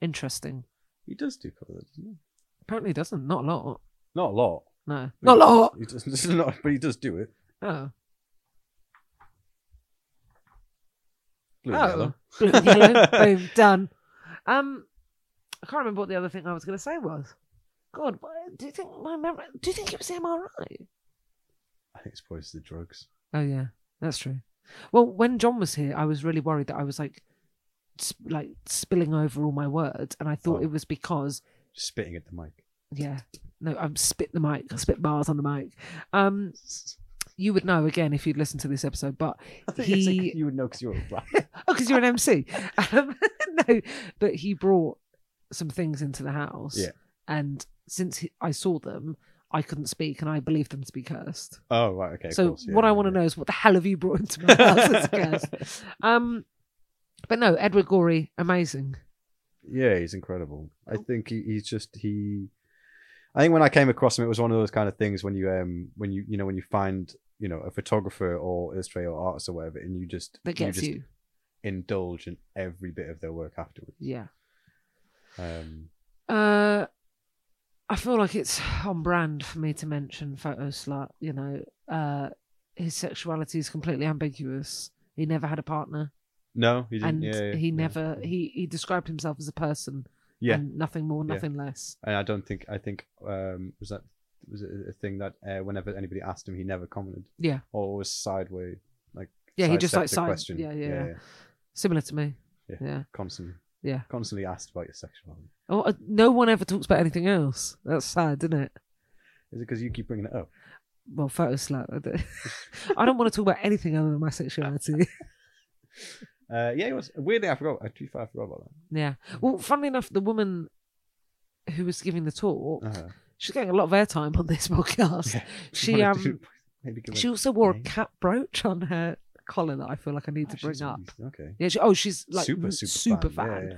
[SPEAKER 1] Interesting.
[SPEAKER 2] he does do colours, doesn't he?
[SPEAKER 1] Apparently, it doesn't. Not a lot.
[SPEAKER 2] Not a lot.
[SPEAKER 1] No,
[SPEAKER 2] But
[SPEAKER 1] not a
[SPEAKER 2] he-
[SPEAKER 1] lot.
[SPEAKER 2] He does, this is not, but he does do it.
[SPEAKER 1] Oh,
[SPEAKER 2] Blue and
[SPEAKER 1] oh.
[SPEAKER 2] yellow.
[SPEAKER 1] Blue and yellow. Boom, done. Um, I can't remember what the other thing I was going to say was. God, wh- do you think my memory? Do you think it was the MRI?
[SPEAKER 2] I think it's probably the drugs.
[SPEAKER 1] Oh yeah, that's true. Well, when John was here, I was really worried that I was like, sp- like spilling over all my words, and I thought
[SPEAKER 2] Oh.
[SPEAKER 1] it was because
[SPEAKER 2] Just spitting at the mic.
[SPEAKER 1] Yeah. No, I'm spit the mic. I spit bars on the mic. Um, you would know again if you'd listened to this episode, but
[SPEAKER 2] I think it's like
[SPEAKER 1] he
[SPEAKER 2] you would know because you're a black.
[SPEAKER 1] oh, because you're an MC. Um, no, but he brought some things into the house.
[SPEAKER 2] Yeah.
[SPEAKER 1] And since he, I saw them, I couldn't speak, and I believed them to be cursed.
[SPEAKER 2] Oh right, okay. of
[SPEAKER 1] so
[SPEAKER 2] course, yeah,
[SPEAKER 1] what I
[SPEAKER 2] yeah,
[SPEAKER 1] want to
[SPEAKER 2] yeah.
[SPEAKER 1] know is what the hell have you brought into my house that's cursed? Um, but no, Edward Gorey, amazing.
[SPEAKER 2] yeah, he's incredible. I think he, he's just he. I think when I came across him, it was one of those kind of things when you um when you you know when you find you know a photographer or illustrator or artist or whatever, and you just
[SPEAKER 1] That gets
[SPEAKER 2] you just
[SPEAKER 1] you.
[SPEAKER 2] indulge in every bit of their work afterwards.
[SPEAKER 1] Yeah.
[SPEAKER 2] Um,
[SPEAKER 1] Uh, I feel like it's on brand for me to mention photo slut. You know, uh, his sexuality is completely ambiguous. He never had a partner,
[SPEAKER 2] no, he didn't.
[SPEAKER 1] and
[SPEAKER 2] yeah, yeah,
[SPEAKER 1] he
[SPEAKER 2] yeah.
[SPEAKER 1] never he he described himself as a person
[SPEAKER 2] Yeah.
[SPEAKER 1] and nothing more,
[SPEAKER 2] Yeah.
[SPEAKER 1] nothing less.
[SPEAKER 2] And I don't think I think um was that was it a thing that uh, whenever anybody asked him, he never commented.
[SPEAKER 1] Yeah.
[SPEAKER 2] or was sideways.
[SPEAKER 1] Yeah, he just like
[SPEAKER 2] sidestepped the
[SPEAKER 1] side.
[SPEAKER 2] question.
[SPEAKER 1] Yeah, yeah, yeah. Similar to me.
[SPEAKER 2] Yeah.
[SPEAKER 1] yeah.
[SPEAKER 2] constantly.
[SPEAKER 1] Yeah.
[SPEAKER 2] constantly asked about your sexuality.
[SPEAKER 1] Oh, uh, no one ever talks about anything else. That's sad, isn't it?
[SPEAKER 2] Is it because you keep bringing it up?
[SPEAKER 1] Well, photo slut. I don't- I don't want to talk about anything other than my sexuality.
[SPEAKER 2] Uh, yeah, it was weirdly. I forgot. I, to be fair, I forgot about
[SPEAKER 1] yeah. Well, funnily enough, the woman who was giving the talk,
[SPEAKER 2] that. Uh-huh.
[SPEAKER 1] she's getting a lot of airtime on this podcast.
[SPEAKER 2] Yeah.
[SPEAKER 1] She um,
[SPEAKER 2] maybe give
[SPEAKER 1] she
[SPEAKER 2] it-
[SPEAKER 1] also wore a
[SPEAKER 2] name?
[SPEAKER 1] cat brooch on her collar that I feel like I need
[SPEAKER 2] Ah,
[SPEAKER 1] to
[SPEAKER 2] she's
[SPEAKER 1] bring
[SPEAKER 2] a
[SPEAKER 1] up.
[SPEAKER 2] beast. Okay.
[SPEAKER 1] Yeah, she, oh, she's like
[SPEAKER 2] super,
[SPEAKER 1] super,
[SPEAKER 2] super,
[SPEAKER 1] fan.
[SPEAKER 2] fan.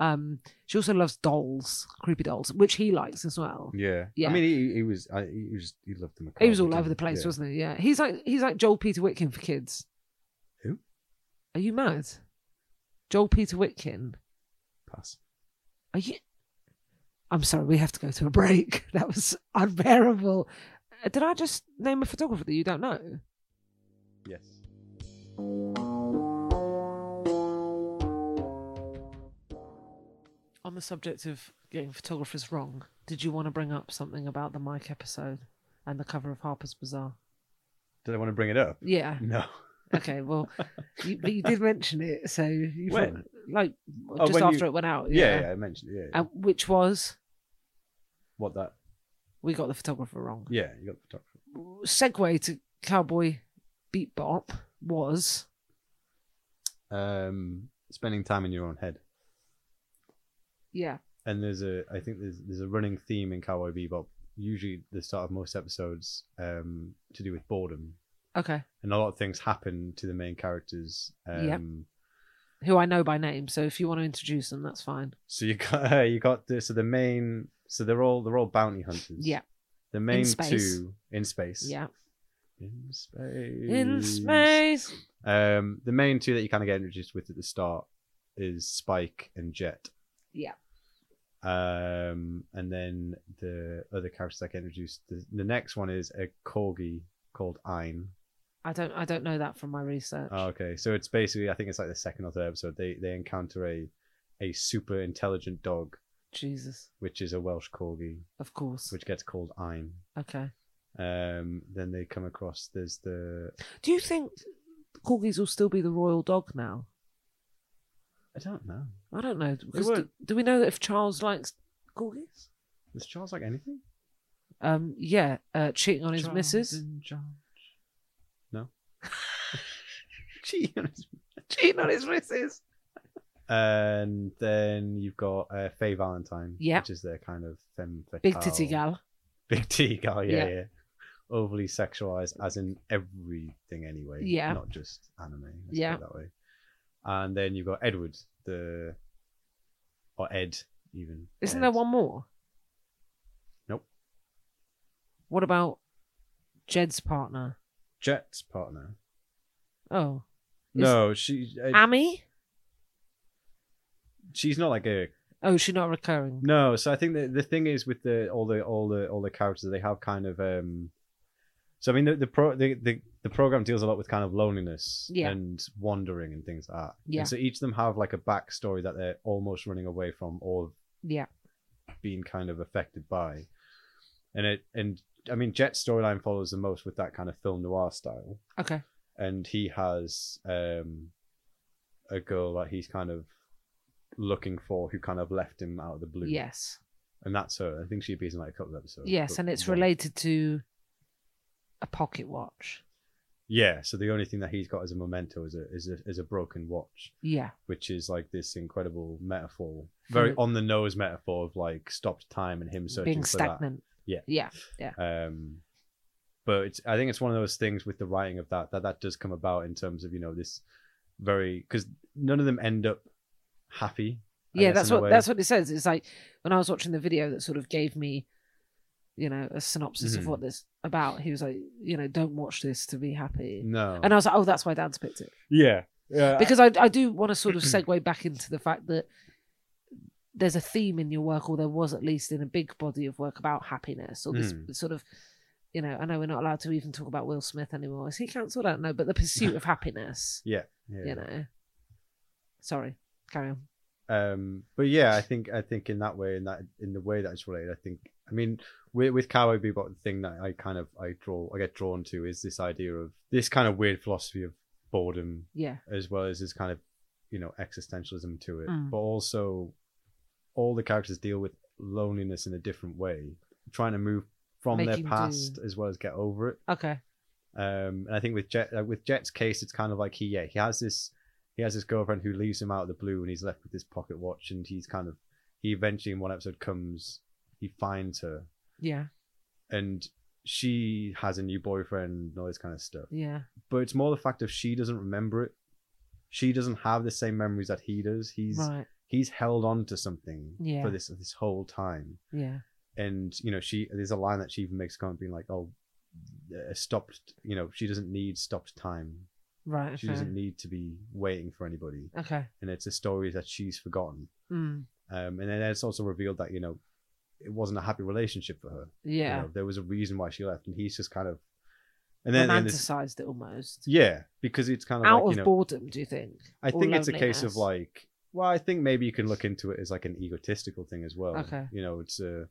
[SPEAKER 2] Yeah,
[SPEAKER 1] Um, she also loves dolls, creepy dolls, which he likes as well.
[SPEAKER 2] Yeah, yeah.
[SPEAKER 1] Yeah.
[SPEAKER 2] I mean, he, he was. I, he was. He loved them.
[SPEAKER 1] He was all over the place, wasn't he? Yeah, he's like he's like Joel Peter Whitkin for kids.
[SPEAKER 2] Who?
[SPEAKER 1] Are you mad? Joel Peter Whitkin.
[SPEAKER 2] Pass.
[SPEAKER 1] Are you? I'm sorry, we have to go to a break. That was unbearable. Uh, Did I just name a photographer that you don't know?
[SPEAKER 2] Yes.
[SPEAKER 1] On the subject of getting photographers wrong, did you want to bring up something about the Mike episode and the cover of Harper's Bazaar?
[SPEAKER 2] Did I want to bring it up?
[SPEAKER 1] Yeah.
[SPEAKER 2] No.
[SPEAKER 1] Okay. Well, you, but you did mention it, so you
[SPEAKER 2] When?
[SPEAKER 1] thought- like
[SPEAKER 2] Oh,
[SPEAKER 1] just
[SPEAKER 2] when
[SPEAKER 1] after
[SPEAKER 2] you-
[SPEAKER 1] it went out.
[SPEAKER 2] Yeah, yeah, I mentioned. it, Yeah.
[SPEAKER 1] And which was
[SPEAKER 2] what that?
[SPEAKER 1] we got the photographer wrong.
[SPEAKER 2] Yeah, you got the photographer.
[SPEAKER 1] Segue to Cowboy Beat Bop was
[SPEAKER 2] Um, spending time in your own head.
[SPEAKER 1] yeah
[SPEAKER 2] and there's a I think there's there's a running theme in Cowboy Bebop. Usually, the start of most episodes um, to do with boredom,
[SPEAKER 1] okay.
[SPEAKER 2] and a lot of things happen to the main characters. Um,
[SPEAKER 1] Yep. Who I know by name, so if you want to introduce them, that's fine.
[SPEAKER 2] So you got uh, you got the so the main so they're all they're all bounty hunters.
[SPEAKER 1] Yeah,
[SPEAKER 2] The main
[SPEAKER 1] space.
[SPEAKER 2] two in space.
[SPEAKER 1] yeah.
[SPEAKER 2] In space.
[SPEAKER 1] In space.
[SPEAKER 2] Um, the main two that you kind of get introduced with at the start is Spike and Jet.
[SPEAKER 1] Yeah.
[SPEAKER 2] Um, and then the other characters that get introduced. The, the next one is a corgi called Ein.
[SPEAKER 1] I don't I don't know that from my research.
[SPEAKER 2] Oh, okay, so it's basically I think it's like the second or third episode. They they encounter a a super intelligent dog,
[SPEAKER 1] Jesus.
[SPEAKER 2] which is a Welsh corgi,
[SPEAKER 1] Of course.
[SPEAKER 2] which gets called Ein.
[SPEAKER 1] Okay.
[SPEAKER 2] Um, then they come across there's the
[SPEAKER 1] Do you think corgis will still be the royal dog now?
[SPEAKER 2] I don't know.
[SPEAKER 1] I don't know. 'cause Do,
[SPEAKER 2] won't.
[SPEAKER 1] do we know that if Charles likes corgis?
[SPEAKER 2] Does Charles like anything?
[SPEAKER 1] Um, yeah, uh, cheating on his
[SPEAKER 2] Charles
[SPEAKER 1] missus,
[SPEAKER 2] in charge. No. Gee, honest.
[SPEAKER 1] cheating on his missus.
[SPEAKER 2] and then you've got uh, Faye Valentine,
[SPEAKER 1] Yep.
[SPEAKER 2] which is their kind of femme fatale.
[SPEAKER 1] Big titty gal.
[SPEAKER 2] Big titty gal, yeah,
[SPEAKER 1] Yeah.
[SPEAKER 2] yeah. Overly sexualized, as in everything anyway.
[SPEAKER 1] Yeah.
[SPEAKER 2] Not just anime. Let's put it
[SPEAKER 1] Yeah.
[SPEAKER 2] that way. And then you've got Edward, the or Ed even. or
[SPEAKER 1] Isn't
[SPEAKER 2] Ed.
[SPEAKER 1] there one more?
[SPEAKER 2] Nope.
[SPEAKER 1] What about Jed's partner?
[SPEAKER 2] Jet's partner?
[SPEAKER 1] Oh, Is-
[SPEAKER 2] No, she uh,
[SPEAKER 1] Amy.
[SPEAKER 2] she's not like a
[SPEAKER 1] Oh, she's not recurring.
[SPEAKER 2] No, so I think the the thing is with the all the all the all the characters they have kind of um so I mean the the pro the, the, the program deals a lot with kind of loneliness
[SPEAKER 1] Yeah.
[SPEAKER 2] and wandering and things like that.
[SPEAKER 1] Yeah.
[SPEAKER 2] And so each of them have like a backstory that they're almost running away from or
[SPEAKER 1] Yeah,
[SPEAKER 2] being kind of affected by. And it and I mean Jet's storyline follows the most with that kind of film noir style.
[SPEAKER 1] okay.
[SPEAKER 2] And he has um a girl that he's kind of looking for who kind of left him out of the blue
[SPEAKER 1] Yes,
[SPEAKER 2] Uh, and that's her. I think she appears in like a couple of episodes.
[SPEAKER 1] yes,
[SPEAKER 2] but
[SPEAKER 1] and it's
[SPEAKER 2] one-
[SPEAKER 1] related to a pocket watch.
[SPEAKER 2] Yeah, so the only thing that he's got as a memento is a is a, is a broken watch,
[SPEAKER 1] Yeah,
[SPEAKER 2] which is like this incredible metaphor,
[SPEAKER 1] For-
[SPEAKER 2] very on the nose metaphor of like stopped time and him searching
[SPEAKER 1] Hmm. being
[SPEAKER 2] for
[SPEAKER 1] stagnant.
[SPEAKER 2] Yeah.
[SPEAKER 1] yeah,
[SPEAKER 2] that. Um, but it's I think it's one of those things with the writing of that that that does come about in terms of you know this very because none of them end up happy. I
[SPEAKER 1] yeah.
[SPEAKER 2] guess,
[SPEAKER 1] That's
[SPEAKER 2] in a
[SPEAKER 1] what
[SPEAKER 2] way.
[SPEAKER 1] that's what it says. It's like when I was watching the video that sort of gave me, you know, a synopsis of
[SPEAKER 2] Mhm.
[SPEAKER 1] what this about. He was like, you know, don't watch this to be happy.
[SPEAKER 2] No.
[SPEAKER 1] And I was like, oh, that's why Dan's picked it.
[SPEAKER 2] yeah. Yeah.
[SPEAKER 1] Because I, I do want to sort of segue back into the fact that there's a theme in your work, or there was at least in a big body of work about happiness, or this
[SPEAKER 2] Mm.
[SPEAKER 1] sort of, you know, I know we're not allowed to even talk about Will Smith anymore. Is he cancelled? I don't know, but the pursuit of happiness,
[SPEAKER 2] yeah.
[SPEAKER 1] you know. Sorry, carry on.
[SPEAKER 2] Um, but yeah, I think I think in that way, in that in the way that it's related, I think I mean with with Cowboy Bebop, the thing that I kind of I draw I get drawn to is this idea of this kind of weird philosophy of boredom
[SPEAKER 1] Yeah.
[SPEAKER 2] as well as this kind of you know existentialism to it
[SPEAKER 1] Mm.
[SPEAKER 2] but also all the characters deal with loneliness in a different way trying to move from
[SPEAKER 1] Making
[SPEAKER 2] their
[SPEAKER 1] do.
[SPEAKER 2] past as well as get over it
[SPEAKER 1] Okay.
[SPEAKER 2] um and i think with jet uh, with jet's case it's kind of like he yeah he has this he has this girlfriend who leaves him out of the blue and he's left with this pocket watch and he's kind of he eventually in one episode comes he finds her
[SPEAKER 1] Yeah.
[SPEAKER 2] and she has a new boyfriend and all this kind of stuff
[SPEAKER 1] Yeah.
[SPEAKER 2] but it's more the fact of she doesn't remember it. She doesn't have the same memories that he does. He's
[SPEAKER 1] Right.
[SPEAKER 2] he's held on to something
[SPEAKER 1] Yeah.
[SPEAKER 2] for this this whole time.
[SPEAKER 1] Yeah.
[SPEAKER 2] And you know, she there's a line that she even makes a comment being like, "Oh, uh, stopped." You know, she doesn't need stopped time.
[SPEAKER 1] Right.
[SPEAKER 2] She
[SPEAKER 1] okay.
[SPEAKER 2] doesn't need to be waiting for anybody.
[SPEAKER 1] Okay.
[SPEAKER 2] And it's a story that she's forgotten.
[SPEAKER 1] Mm.
[SPEAKER 2] Um, and then it's also revealed that you know, it wasn't a happy relationship for her. You
[SPEAKER 1] Yeah.
[SPEAKER 2] know, there was a reason why she left, and he's just kind of. And then, and it's-
[SPEAKER 1] Romanticized it almost.
[SPEAKER 2] yeah, because it's kind of
[SPEAKER 1] Out
[SPEAKER 2] like,
[SPEAKER 1] of
[SPEAKER 2] you know,
[SPEAKER 1] boredom, do you think?
[SPEAKER 2] I
[SPEAKER 1] or
[SPEAKER 2] think it's a case
[SPEAKER 1] loneliness.
[SPEAKER 2] of like, well, I think maybe you can look into it as like an egotistical thing as well.
[SPEAKER 1] Okay.
[SPEAKER 2] You know, it's uh,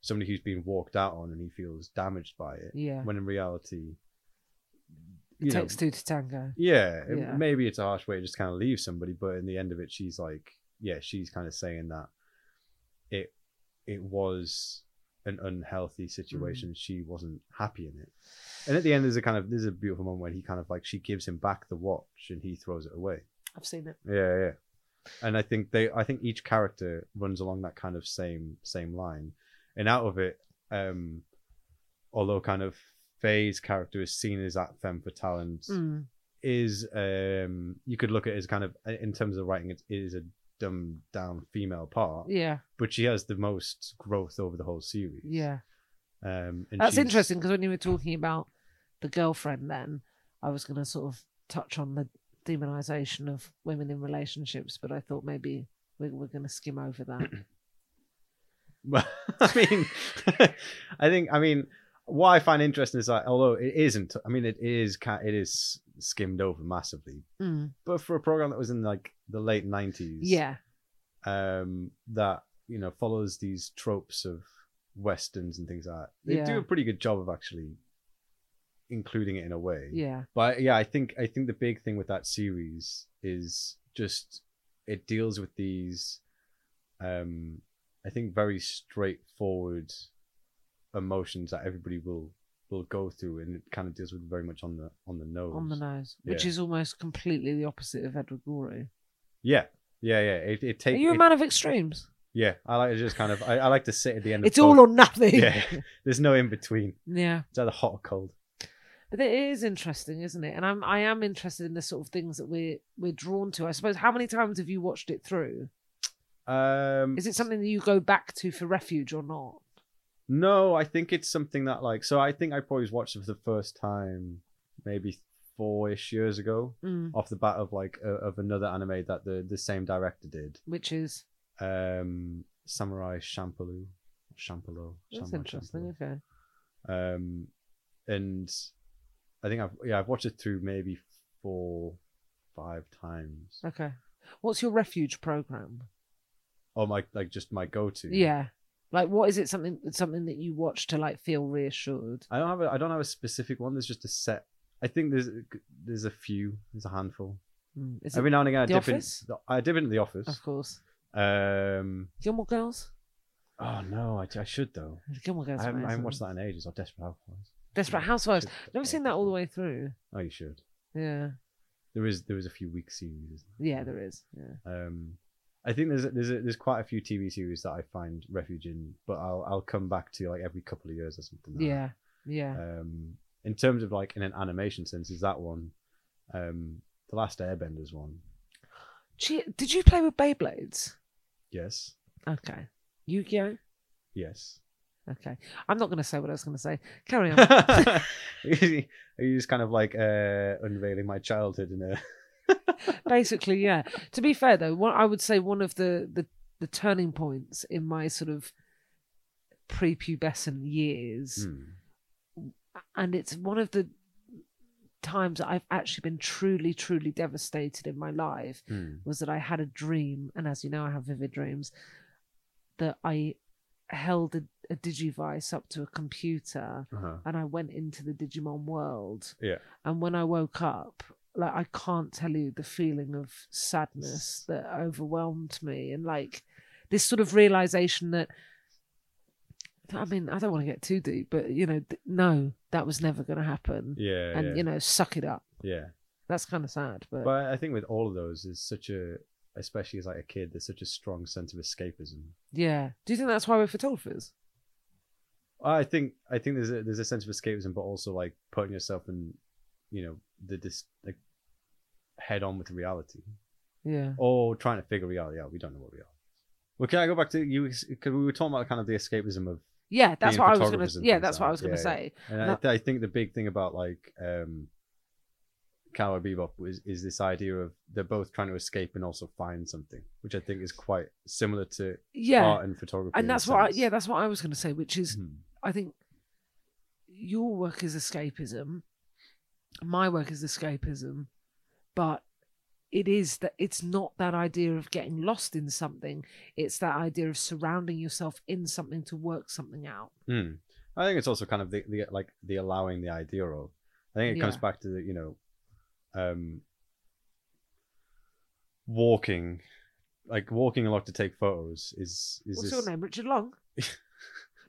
[SPEAKER 2] somebody who's been walked out on and he feels damaged by it.
[SPEAKER 1] Yeah.
[SPEAKER 2] When in reality,
[SPEAKER 1] It
[SPEAKER 2] you know,
[SPEAKER 1] takes two to tango.
[SPEAKER 2] yeah, it-
[SPEAKER 1] Yeah.
[SPEAKER 2] maybe it's a harsh way to just kind of leave somebody, but in the end of it, she's like, yeah, she's kind of saying that it it was an unhealthy situation. She wasn't happy in it. And at the end, there's a kind of there's a beautiful moment when he kind of like she gives him back the watch and he throws it away.
[SPEAKER 1] I've seen it.
[SPEAKER 2] Yeah, yeah. And I think they I think each character runs along that kind of same same line. And out of it, um although kind of Faye's character is seen as that femme fatale and
[SPEAKER 1] Mm.
[SPEAKER 2] is um you could look at it as kind of uh, in terms of writing it is a dumbed down female part,
[SPEAKER 1] Yeah.
[SPEAKER 2] but she has the most growth over the whole series.
[SPEAKER 1] Yeah.
[SPEAKER 2] Um and
[SPEAKER 1] That's
[SPEAKER 2] she's-
[SPEAKER 1] interesting because when you were talking about the girlfriend, then I was going to sort of touch on the demonization of women in relationships, but I thought maybe we we're going to skim over that.
[SPEAKER 2] Well, I mean, I think I mean what I find interesting is that although it isn't, I mean, it is ca- it is skimmed over massively,
[SPEAKER 1] Mm.
[SPEAKER 2] but for a program that was in like the late nineties,
[SPEAKER 1] Yeah.
[SPEAKER 2] um, that you know follows these tropes of westerns and things like that, they
[SPEAKER 1] Yeah.
[SPEAKER 2] do a pretty good job of actually including it in a way.
[SPEAKER 1] Yeah.
[SPEAKER 2] But yeah, I think I think the big thing with that series is just it deals with these um I think very straightforward emotions that everybody will will go through and it kind of deals with very much on the on the nose.
[SPEAKER 1] On the nose, which
[SPEAKER 2] Yeah.
[SPEAKER 1] is almost completely the opposite of Edward Gorey.
[SPEAKER 2] Yeah. Yeah, yeah. It it
[SPEAKER 1] Are
[SPEAKER 2] takes
[SPEAKER 1] you a man of extremes?
[SPEAKER 2] Yeah, I like to just kind of I, I like to sit at the end of
[SPEAKER 1] It's all
[SPEAKER 2] both.
[SPEAKER 1] or nothing.
[SPEAKER 2] Yeah. There's no in between.
[SPEAKER 1] yeah.
[SPEAKER 2] It's either hot or cold.
[SPEAKER 1] But it is interesting, isn't it? And I'm I am interested in the sort of things that we're we're drawn to. I suppose how many times have you watched it through?
[SPEAKER 2] Um
[SPEAKER 1] Is it something that you go back to for refuge or not?
[SPEAKER 2] No, I think it's something that like so I think I probably watched it for the first time maybe four ish years ago
[SPEAKER 1] Mm.
[SPEAKER 2] off the bat of like uh, of another anime that the the same director did.
[SPEAKER 1] Which is
[SPEAKER 2] Um Samurai Champloo. Champloo.
[SPEAKER 1] that's
[SPEAKER 2] Samurai
[SPEAKER 1] interesting. Okay,
[SPEAKER 2] Champloo. Um and I think I've yeah, I've watched it through maybe four five times.
[SPEAKER 1] okay. What's your refuge program?
[SPEAKER 2] Oh my like just my go to.
[SPEAKER 1] Yeah, like what is it? Something something that you watch to like feel reassured?
[SPEAKER 2] I don't have a I don't have a specific one, there's just a set I think there's there's a few, there's a handful.
[SPEAKER 1] Mm. Is it,
[SPEAKER 2] Every now and again, I
[SPEAKER 1] The
[SPEAKER 2] dip, in,
[SPEAKER 1] Office? Oh.
[SPEAKER 2] the- I dip into the office.
[SPEAKER 1] of course,
[SPEAKER 2] Um,
[SPEAKER 1] Gilmore Girls.
[SPEAKER 2] oh no, I, I should though.
[SPEAKER 1] Gilmore Girls.
[SPEAKER 2] I haven't, I
[SPEAKER 1] amazing.
[SPEAKER 2] haven't watched that in ages. Or Desperate Housewives.
[SPEAKER 1] Desperate
[SPEAKER 2] Yeah,
[SPEAKER 1] Housewives.
[SPEAKER 2] should-
[SPEAKER 1] Never seen that all the way through.
[SPEAKER 2] Oh, you should.
[SPEAKER 1] Yeah,
[SPEAKER 2] There is there is a few week series. isn't
[SPEAKER 1] yeah, there is. Yeah,
[SPEAKER 2] Um, I think there's there's a, there's quite a few TV series that I find refuge in, but I'll I'll come back to like every couple of years or something. like
[SPEAKER 1] yeah, yeah.
[SPEAKER 2] that. Um, in terms of like in an animation sense, is that one, um, the Last Airbenders one?
[SPEAKER 1] Gee, did you play with Beyblades?
[SPEAKER 2] Yes.
[SPEAKER 1] Okay. Yu Gi Oh!
[SPEAKER 2] Yes.
[SPEAKER 1] Okay. I'm not going to say what I was going to say. Carry on.
[SPEAKER 2] Are you just kind of like uh, unveiling my childhood in a
[SPEAKER 1] Basically, yeah. To be fair, though, what I would say one of the, the, the turning points in my sort of
[SPEAKER 2] Hmm.
[SPEAKER 1] prepubescent years, and it's one of the times that I've actually been truly, truly devastated in my life
[SPEAKER 2] Hmm.
[SPEAKER 1] was that I had a dream, and as you know, I have vivid dreams, that I held a, a Digivice up to a computer
[SPEAKER 2] Uh-huh.
[SPEAKER 1] and I went into the Digimon world.
[SPEAKER 2] Yeah.
[SPEAKER 1] And when I woke up, like I can't tell you the feeling of sadness that overwhelmed me and like this sort of realization that I mean, I don't want to get too deep, but you know, th- no, that was never going to happen.
[SPEAKER 2] Yeah,
[SPEAKER 1] and
[SPEAKER 2] yeah,
[SPEAKER 1] you know, suck it up.
[SPEAKER 2] yeah.
[SPEAKER 1] That's kind of sad, but,
[SPEAKER 2] But I think with all of those, is such a, especially as like a kid, there's such a strong sense of escapism.
[SPEAKER 1] yeah. Do you think that's why we're photographers?
[SPEAKER 2] I think I think there's a, there's a sense of escapism, but also like putting yourself in, you know, the dis, like head on with reality,
[SPEAKER 1] Yeah.
[SPEAKER 2] or trying to figure reality out. We don't know what we are. Well, can I go back to you? Because we were talking about kind of the escapism of,
[SPEAKER 1] Yeah, that's
[SPEAKER 2] Being
[SPEAKER 1] what I was going
[SPEAKER 2] photographers
[SPEAKER 1] to
[SPEAKER 2] and
[SPEAKER 1] Yeah,
[SPEAKER 2] things
[SPEAKER 1] that's
[SPEAKER 2] like
[SPEAKER 1] what I was
[SPEAKER 2] that.
[SPEAKER 1] going to
[SPEAKER 2] Yeah,
[SPEAKER 1] say.
[SPEAKER 2] and I,
[SPEAKER 1] No.
[SPEAKER 2] th- I think the big thing about like um, Cowboy Bebop is is this idea of they're both trying to escape and also find something, which I think is quite similar to
[SPEAKER 1] Yeah.
[SPEAKER 2] art and photography. in
[SPEAKER 1] and
[SPEAKER 2] a
[SPEAKER 1] that's what I,
[SPEAKER 2] sense.
[SPEAKER 1] yeah, that's what I was going to say, which is
[SPEAKER 2] Hmm.
[SPEAKER 1] I think your work is escapism. My work is escapism, but it is that it's not that idea of getting lost in something. It's that idea of surrounding yourself in something to work something out.
[SPEAKER 2] Mm. I think it's also kind of the, the like the allowing the idea of. I think it comes
[SPEAKER 1] Yeah.
[SPEAKER 2] back to the you know, um, walking, like walking along to take photos is is
[SPEAKER 1] What's
[SPEAKER 2] this
[SPEAKER 1] your name, Richard Long?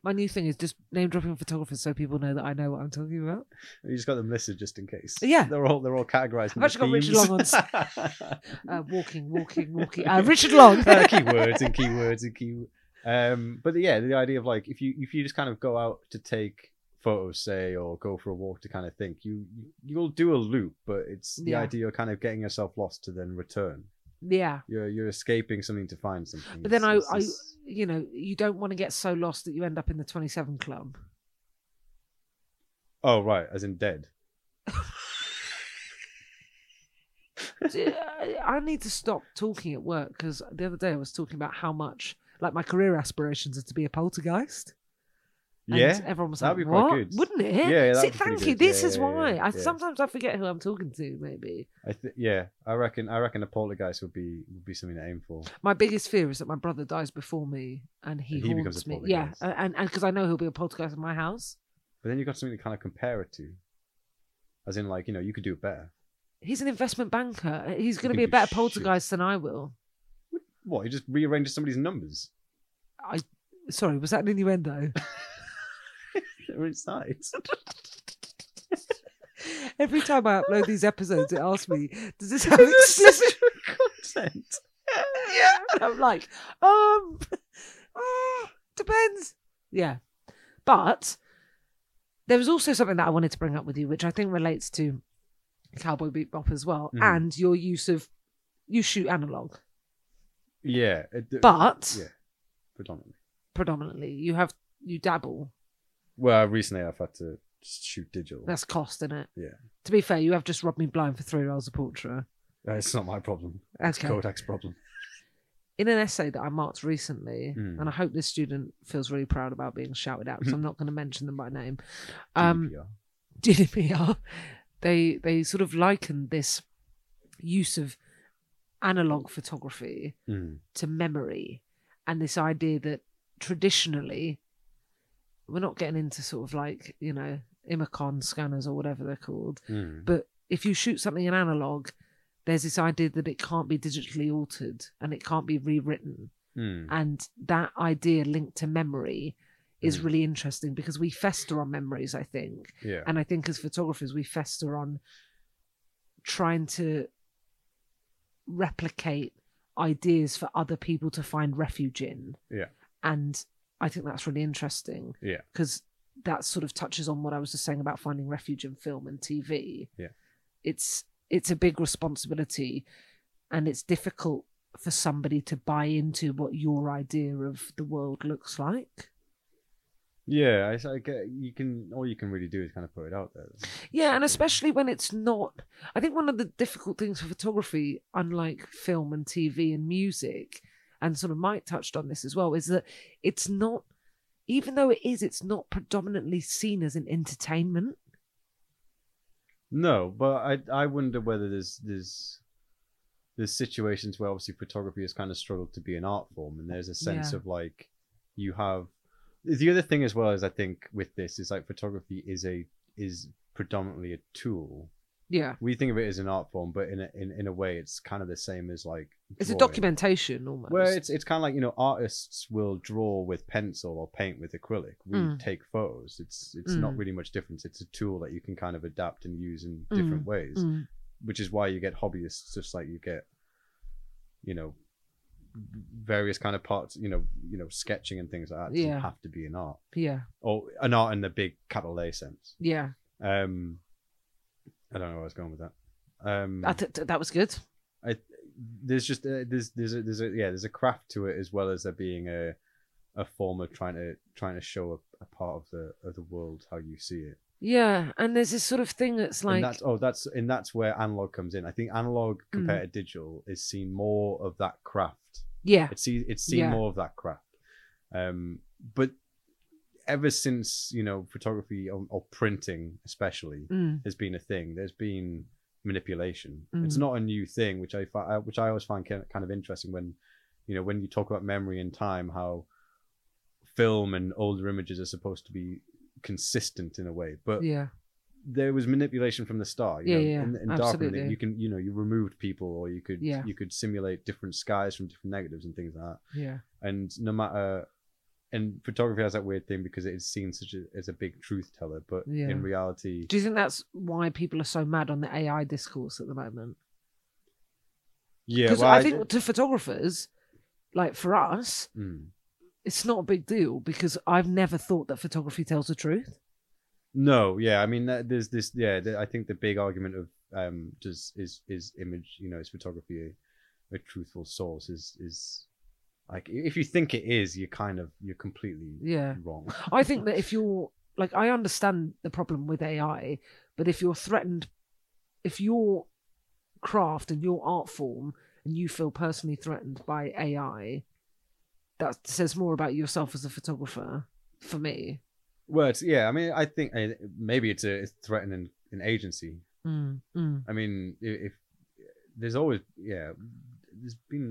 [SPEAKER 1] My new thing is just name dropping photographers so people know that I know what I'm talking about.
[SPEAKER 2] you just got them listed just in case.
[SPEAKER 1] Yeah.
[SPEAKER 2] they're all they're all categorized.
[SPEAKER 1] I've actually got Richard
[SPEAKER 2] Long
[SPEAKER 1] Uh, walking, walking, walking. Uh, Richard Long.
[SPEAKER 2] uh, keywords and keywords and key. Um, but yeah, the idea of like if you if you just kind of go out to take photos, say, or go for a walk to kind of think, you you- you'll do a loop, but it's the
[SPEAKER 1] Yeah.
[SPEAKER 2] idea of kind of getting yourself lost to then return.
[SPEAKER 1] yeah.
[SPEAKER 2] You're you're escaping something to find something.
[SPEAKER 1] But then I,
[SPEAKER 2] It's-
[SPEAKER 1] I,
[SPEAKER 2] it's- it's-
[SPEAKER 1] you know, you don't want to get so lost that you end up in the 27 club.
[SPEAKER 2] oh right, as in dead.
[SPEAKER 1] I uh, I need to stop talking at work because the other day I was talking about how much, like, my career aspirations are to be a poltergeist. And
[SPEAKER 2] Yeah,
[SPEAKER 1] everyone was
[SPEAKER 2] that'd
[SPEAKER 1] like,
[SPEAKER 2] be quite
[SPEAKER 1] "What?"
[SPEAKER 2] good.
[SPEAKER 1] wouldn't it?
[SPEAKER 2] Yeah, yeah, that'd
[SPEAKER 1] See,
[SPEAKER 2] be pretty
[SPEAKER 1] thank
[SPEAKER 2] good.
[SPEAKER 1] you. This
[SPEAKER 2] Yeah,
[SPEAKER 1] is
[SPEAKER 2] yeah,
[SPEAKER 1] why
[SPEAKER 2] yeah,
[SPEAKER 1] I
[SPEAKER 2] yeah.
[SPEAKER 1] sometimes I forget who I'm talking to. Maybe
[SPEAKER 2] I th- yeah, I reckon I reckon a poltergeist would be would be something to aim for.
[SPEAKER 1] my biggest fear is that my brother dies before me, and he,
[SPEAKER 2] And he becomes
[SPEAKER 1] haunts
[SPEAKER 2] a
[SPEAKER 1] me. Yeah,
[SPEAKER 2] poltergeist.
[SPEAKER 1] and and because I know he'll be a poltergeist in my house.
[SPEAKER 2] But then you've got something to kind of compare it to, as in like you know you could do it better.
[SPEAKER 1] He's an investment banker. He's going to
[SPEAKER 2] can
[SPEAKER 1] be a
[SPEAKER 2] do
[SPEAKER 1] better
[SPEAKER 2] shit.
[SPEAKER 1] poltergeist than I will.
[SPEAKER 2] What you just rearrange somebody's numbers.
[SPEAKER 1] Sorry, was that an innuendo?
[SPEAKER 2] They're inside.
[SPEAKER 1] Every time I upload these episodes, it asks me, "Does this have accessory
[SPEAKER 2] content.
[SPEAKER 1] yeah. And I'm like, um, uh, depends. Yeah. But there was also something that I wanted to bring up with you, which I think relates to Cowboy Bebop as well,
[SPEAKER 2] Mhm.
[SPEAKER 1] and your use of you shoot analog,
[SPEAKER 2] Yeah. it- it-
[SPEAKER 1] but
[SPEAKER 2] yeah, predominantly.
[SPEAKER 1] predominantly you have you dabble.
[SPEAKER 2] Well, recently I've had to shoot digital.
[SPEAKER 1] That's cost, is it?
[SPEAKER 2] Yeah.
[SPEAKER 1] To be fair, you have just robbed me blind for three rolls of portrait.
[SPEAKER 2] Uh, it's not my problem. It's
[SPEAKER 1] Okay.
[SPEAKER 2] Kodak's problem.
[SPEAKER 1] in an essay that I marked recently,
[SPEAKER 2] Hmm.
[SPEAKER 1] and I hope this student feels really proud about being shouted out because I'm not going to mention them by name.
[SPEAKER 2] Mm.
[SPEAKER 1] Um,
[SPEAKER 2] GDPR.
[SPEAKER 1] GDPR. ah. They they sort of likened this use of analog photography
[SPEAKER 2] Mm.
[SPEAKER 1] to memory, and this idea that traditionally we're not getting into sort of like you know Imicon scanners or whatever they're called,
[SPEAKER 2] Mm.
[SPEAKER 1] but if you shoot something in analog, there's this idea that it can't be digitally altered and it can't be rewritten
[SPEAKER 2] Mm.
[SPEAKER 1] and that idea linked to memory is
[SPEAKER 2] Mm.
[SPEAKER 1] really interesting because we fester on memories i think
[SPEAKER 2] Yeah.
[SPEAKER 1] and i think as photographers we fester on trying to replicate ideas for other people to find refuge in
[SPEAKER 2] Yeah.
[SPEAKER 1] and i think that's really interesting
[SPEAKER 2] Yeah.
[SPEAKER 1] because that sort of touches on what i was just saying about finding refuge in film and tv
[SPEAKER 2] Yeah.
[SPEAKER 1] it's it's a big responsibility and it's difficult for somebody to buy into what your idea of the world looks like.
[SPEAKER 2] Yeah. It's like uh, you can. All you can really do is kind of put it out there.
[SPEAKER 1] Yeah, and especially when it's not. I think one of the difficult things for photography, unlike film and TV and music, and sort of Mike touched on this as well, is that it's not, even though it is, it's not predominantly seen as an entertainment.
[SPEAKER 2] No, but I I wonder whether there's there's there's situations where obviously photography has kind of struggled to be an art form, and there's a sense
[SPEAKER 1] Yeah.
[SPEAKER 2] of like you have the other thing as well is I think with this is like photography is a is predominantly a tool.
[SPEAKER 1] Yeah.
[SPEAKER 2] We think of it as an art form, but in a, in in a way, it's kind of the same as like
[SPEAKER 1] It's a
[SPEAKER 2] drawing.
[SPEAKER 1] documentation almost.
[SPEAKER 2] Well, it's it's kind of like you know artists will draw with pencil or paint with acrylic. We
[SPEAKER 1] Mm.
[SPEAKER 2] take photos. It's it's not
[SPEAKER 1] Mm.
[SPEAKER 2] really much difference. It's a tool that you can kind of adapt and use in different ways,
[SPEAKER 1] Mm.
[SPEAKER 2] which is why you get hobbyists, just like you get, you know, various kind of parts. You know, you know, sketching and things like that. It
[SPEAKER 1] Yeah.
[SPEAKER 2] doesn't have to be an art
[SPEAKER 1] Yeah.
[SPEAKER 2] or an art in the big capital A sense.
[SPEAKER 1] Yeah.
[SPEAKER 2] Um, I don't know where I was going with that. Um,
[SPEAKER 1] I th- th- that was good.
[SPEAKER 2] I there's just uh, there's there's a, there's a yeah there's a craft to it as well as there being a a form of trying to trying to show a, a part of the of the world how you see it.
[SPEAKER 1] Yeah. And there's this sort of thing that's like Mm.
[SPEAKER 2] and that's oh that's and that's where analog comes in. I think analog compared to digital is seen more of that craft.
[SPEAKER 1] Yeah.
[SPEAKER 2] It's seen it's seen
[SPEAKER 1] Yeah.
[SPEAKER 2] more of that craft. Um, but ever since you know photography or, or printing especially
[SPEAKER 1] Mm.
[SPEAKER 2] has been a thing. There's been manipulation. It's
[SPEAKER 1] Mhm.
[SPEAKER 2] not a new thing, which I fi- I- which I always find kin- kind of interesting when you know when you talk about memory and time, how film and older images are supposed to be consistent in a way, but
[SPEAKER 1] Yeah.
[SPEAKER 2] there was manipulation from the start. You
[SPEAKER 1] Yeah,
[SPEAKER 2] know,
[SPEAKER 1] yeah,
[SPEAKER 2] in, in darkroom,
[SPEAKER 1] absolutely.
[SPEAKER 2] you can you know you removed people or you could
[SPEAKER 1] Yeah.
[SPEAKER 2] you could simulate different skies from different negatives and things like that
[SPEAKER 1] Yeah.
[SPEAKER 2] and no matter and photography has that weird thing because it is seen such a, as a big truth teller but
[SPEAKER 1] Yeah.
[SPEAKER 2] in reality
[SPEAKER 1] Do you think that's why people are so mad on the AI discourse at the moment?
[SPEAKER 2] yeah
[SPEAKER 1] Because
[SPEAKER 2] well,
[SPEAKER 1] I think to photographers, like for us,
[SPEAKER 2] Mm.
[SPEAKER 1] it's not a big deal because I've never thought that photography tells the truth.
[SPEAKER 2] no yeah i mean that, there's this yeah the, i think the big argument of um does is is image you know is photography a, a truthful source is is like if you think it is you're kind of you're completely
[SPEAKER 1] Yeah.
[SPEAKER 2] wrong
[SPEAKER 1] I think that if you're like, I understand the problem with AI, but if you're threatened, if your craft and your art form and you feel personally threatened by AI, that says more about yourself as a photographer for me.
[SPEAKER 2] well it's yeah i mean i think uh, maybe it's a it's threatening an agency
[SPEAKER 1] Mm, mm,
[SPEAKER 2] I mean, i- if, there's always yeah, there's been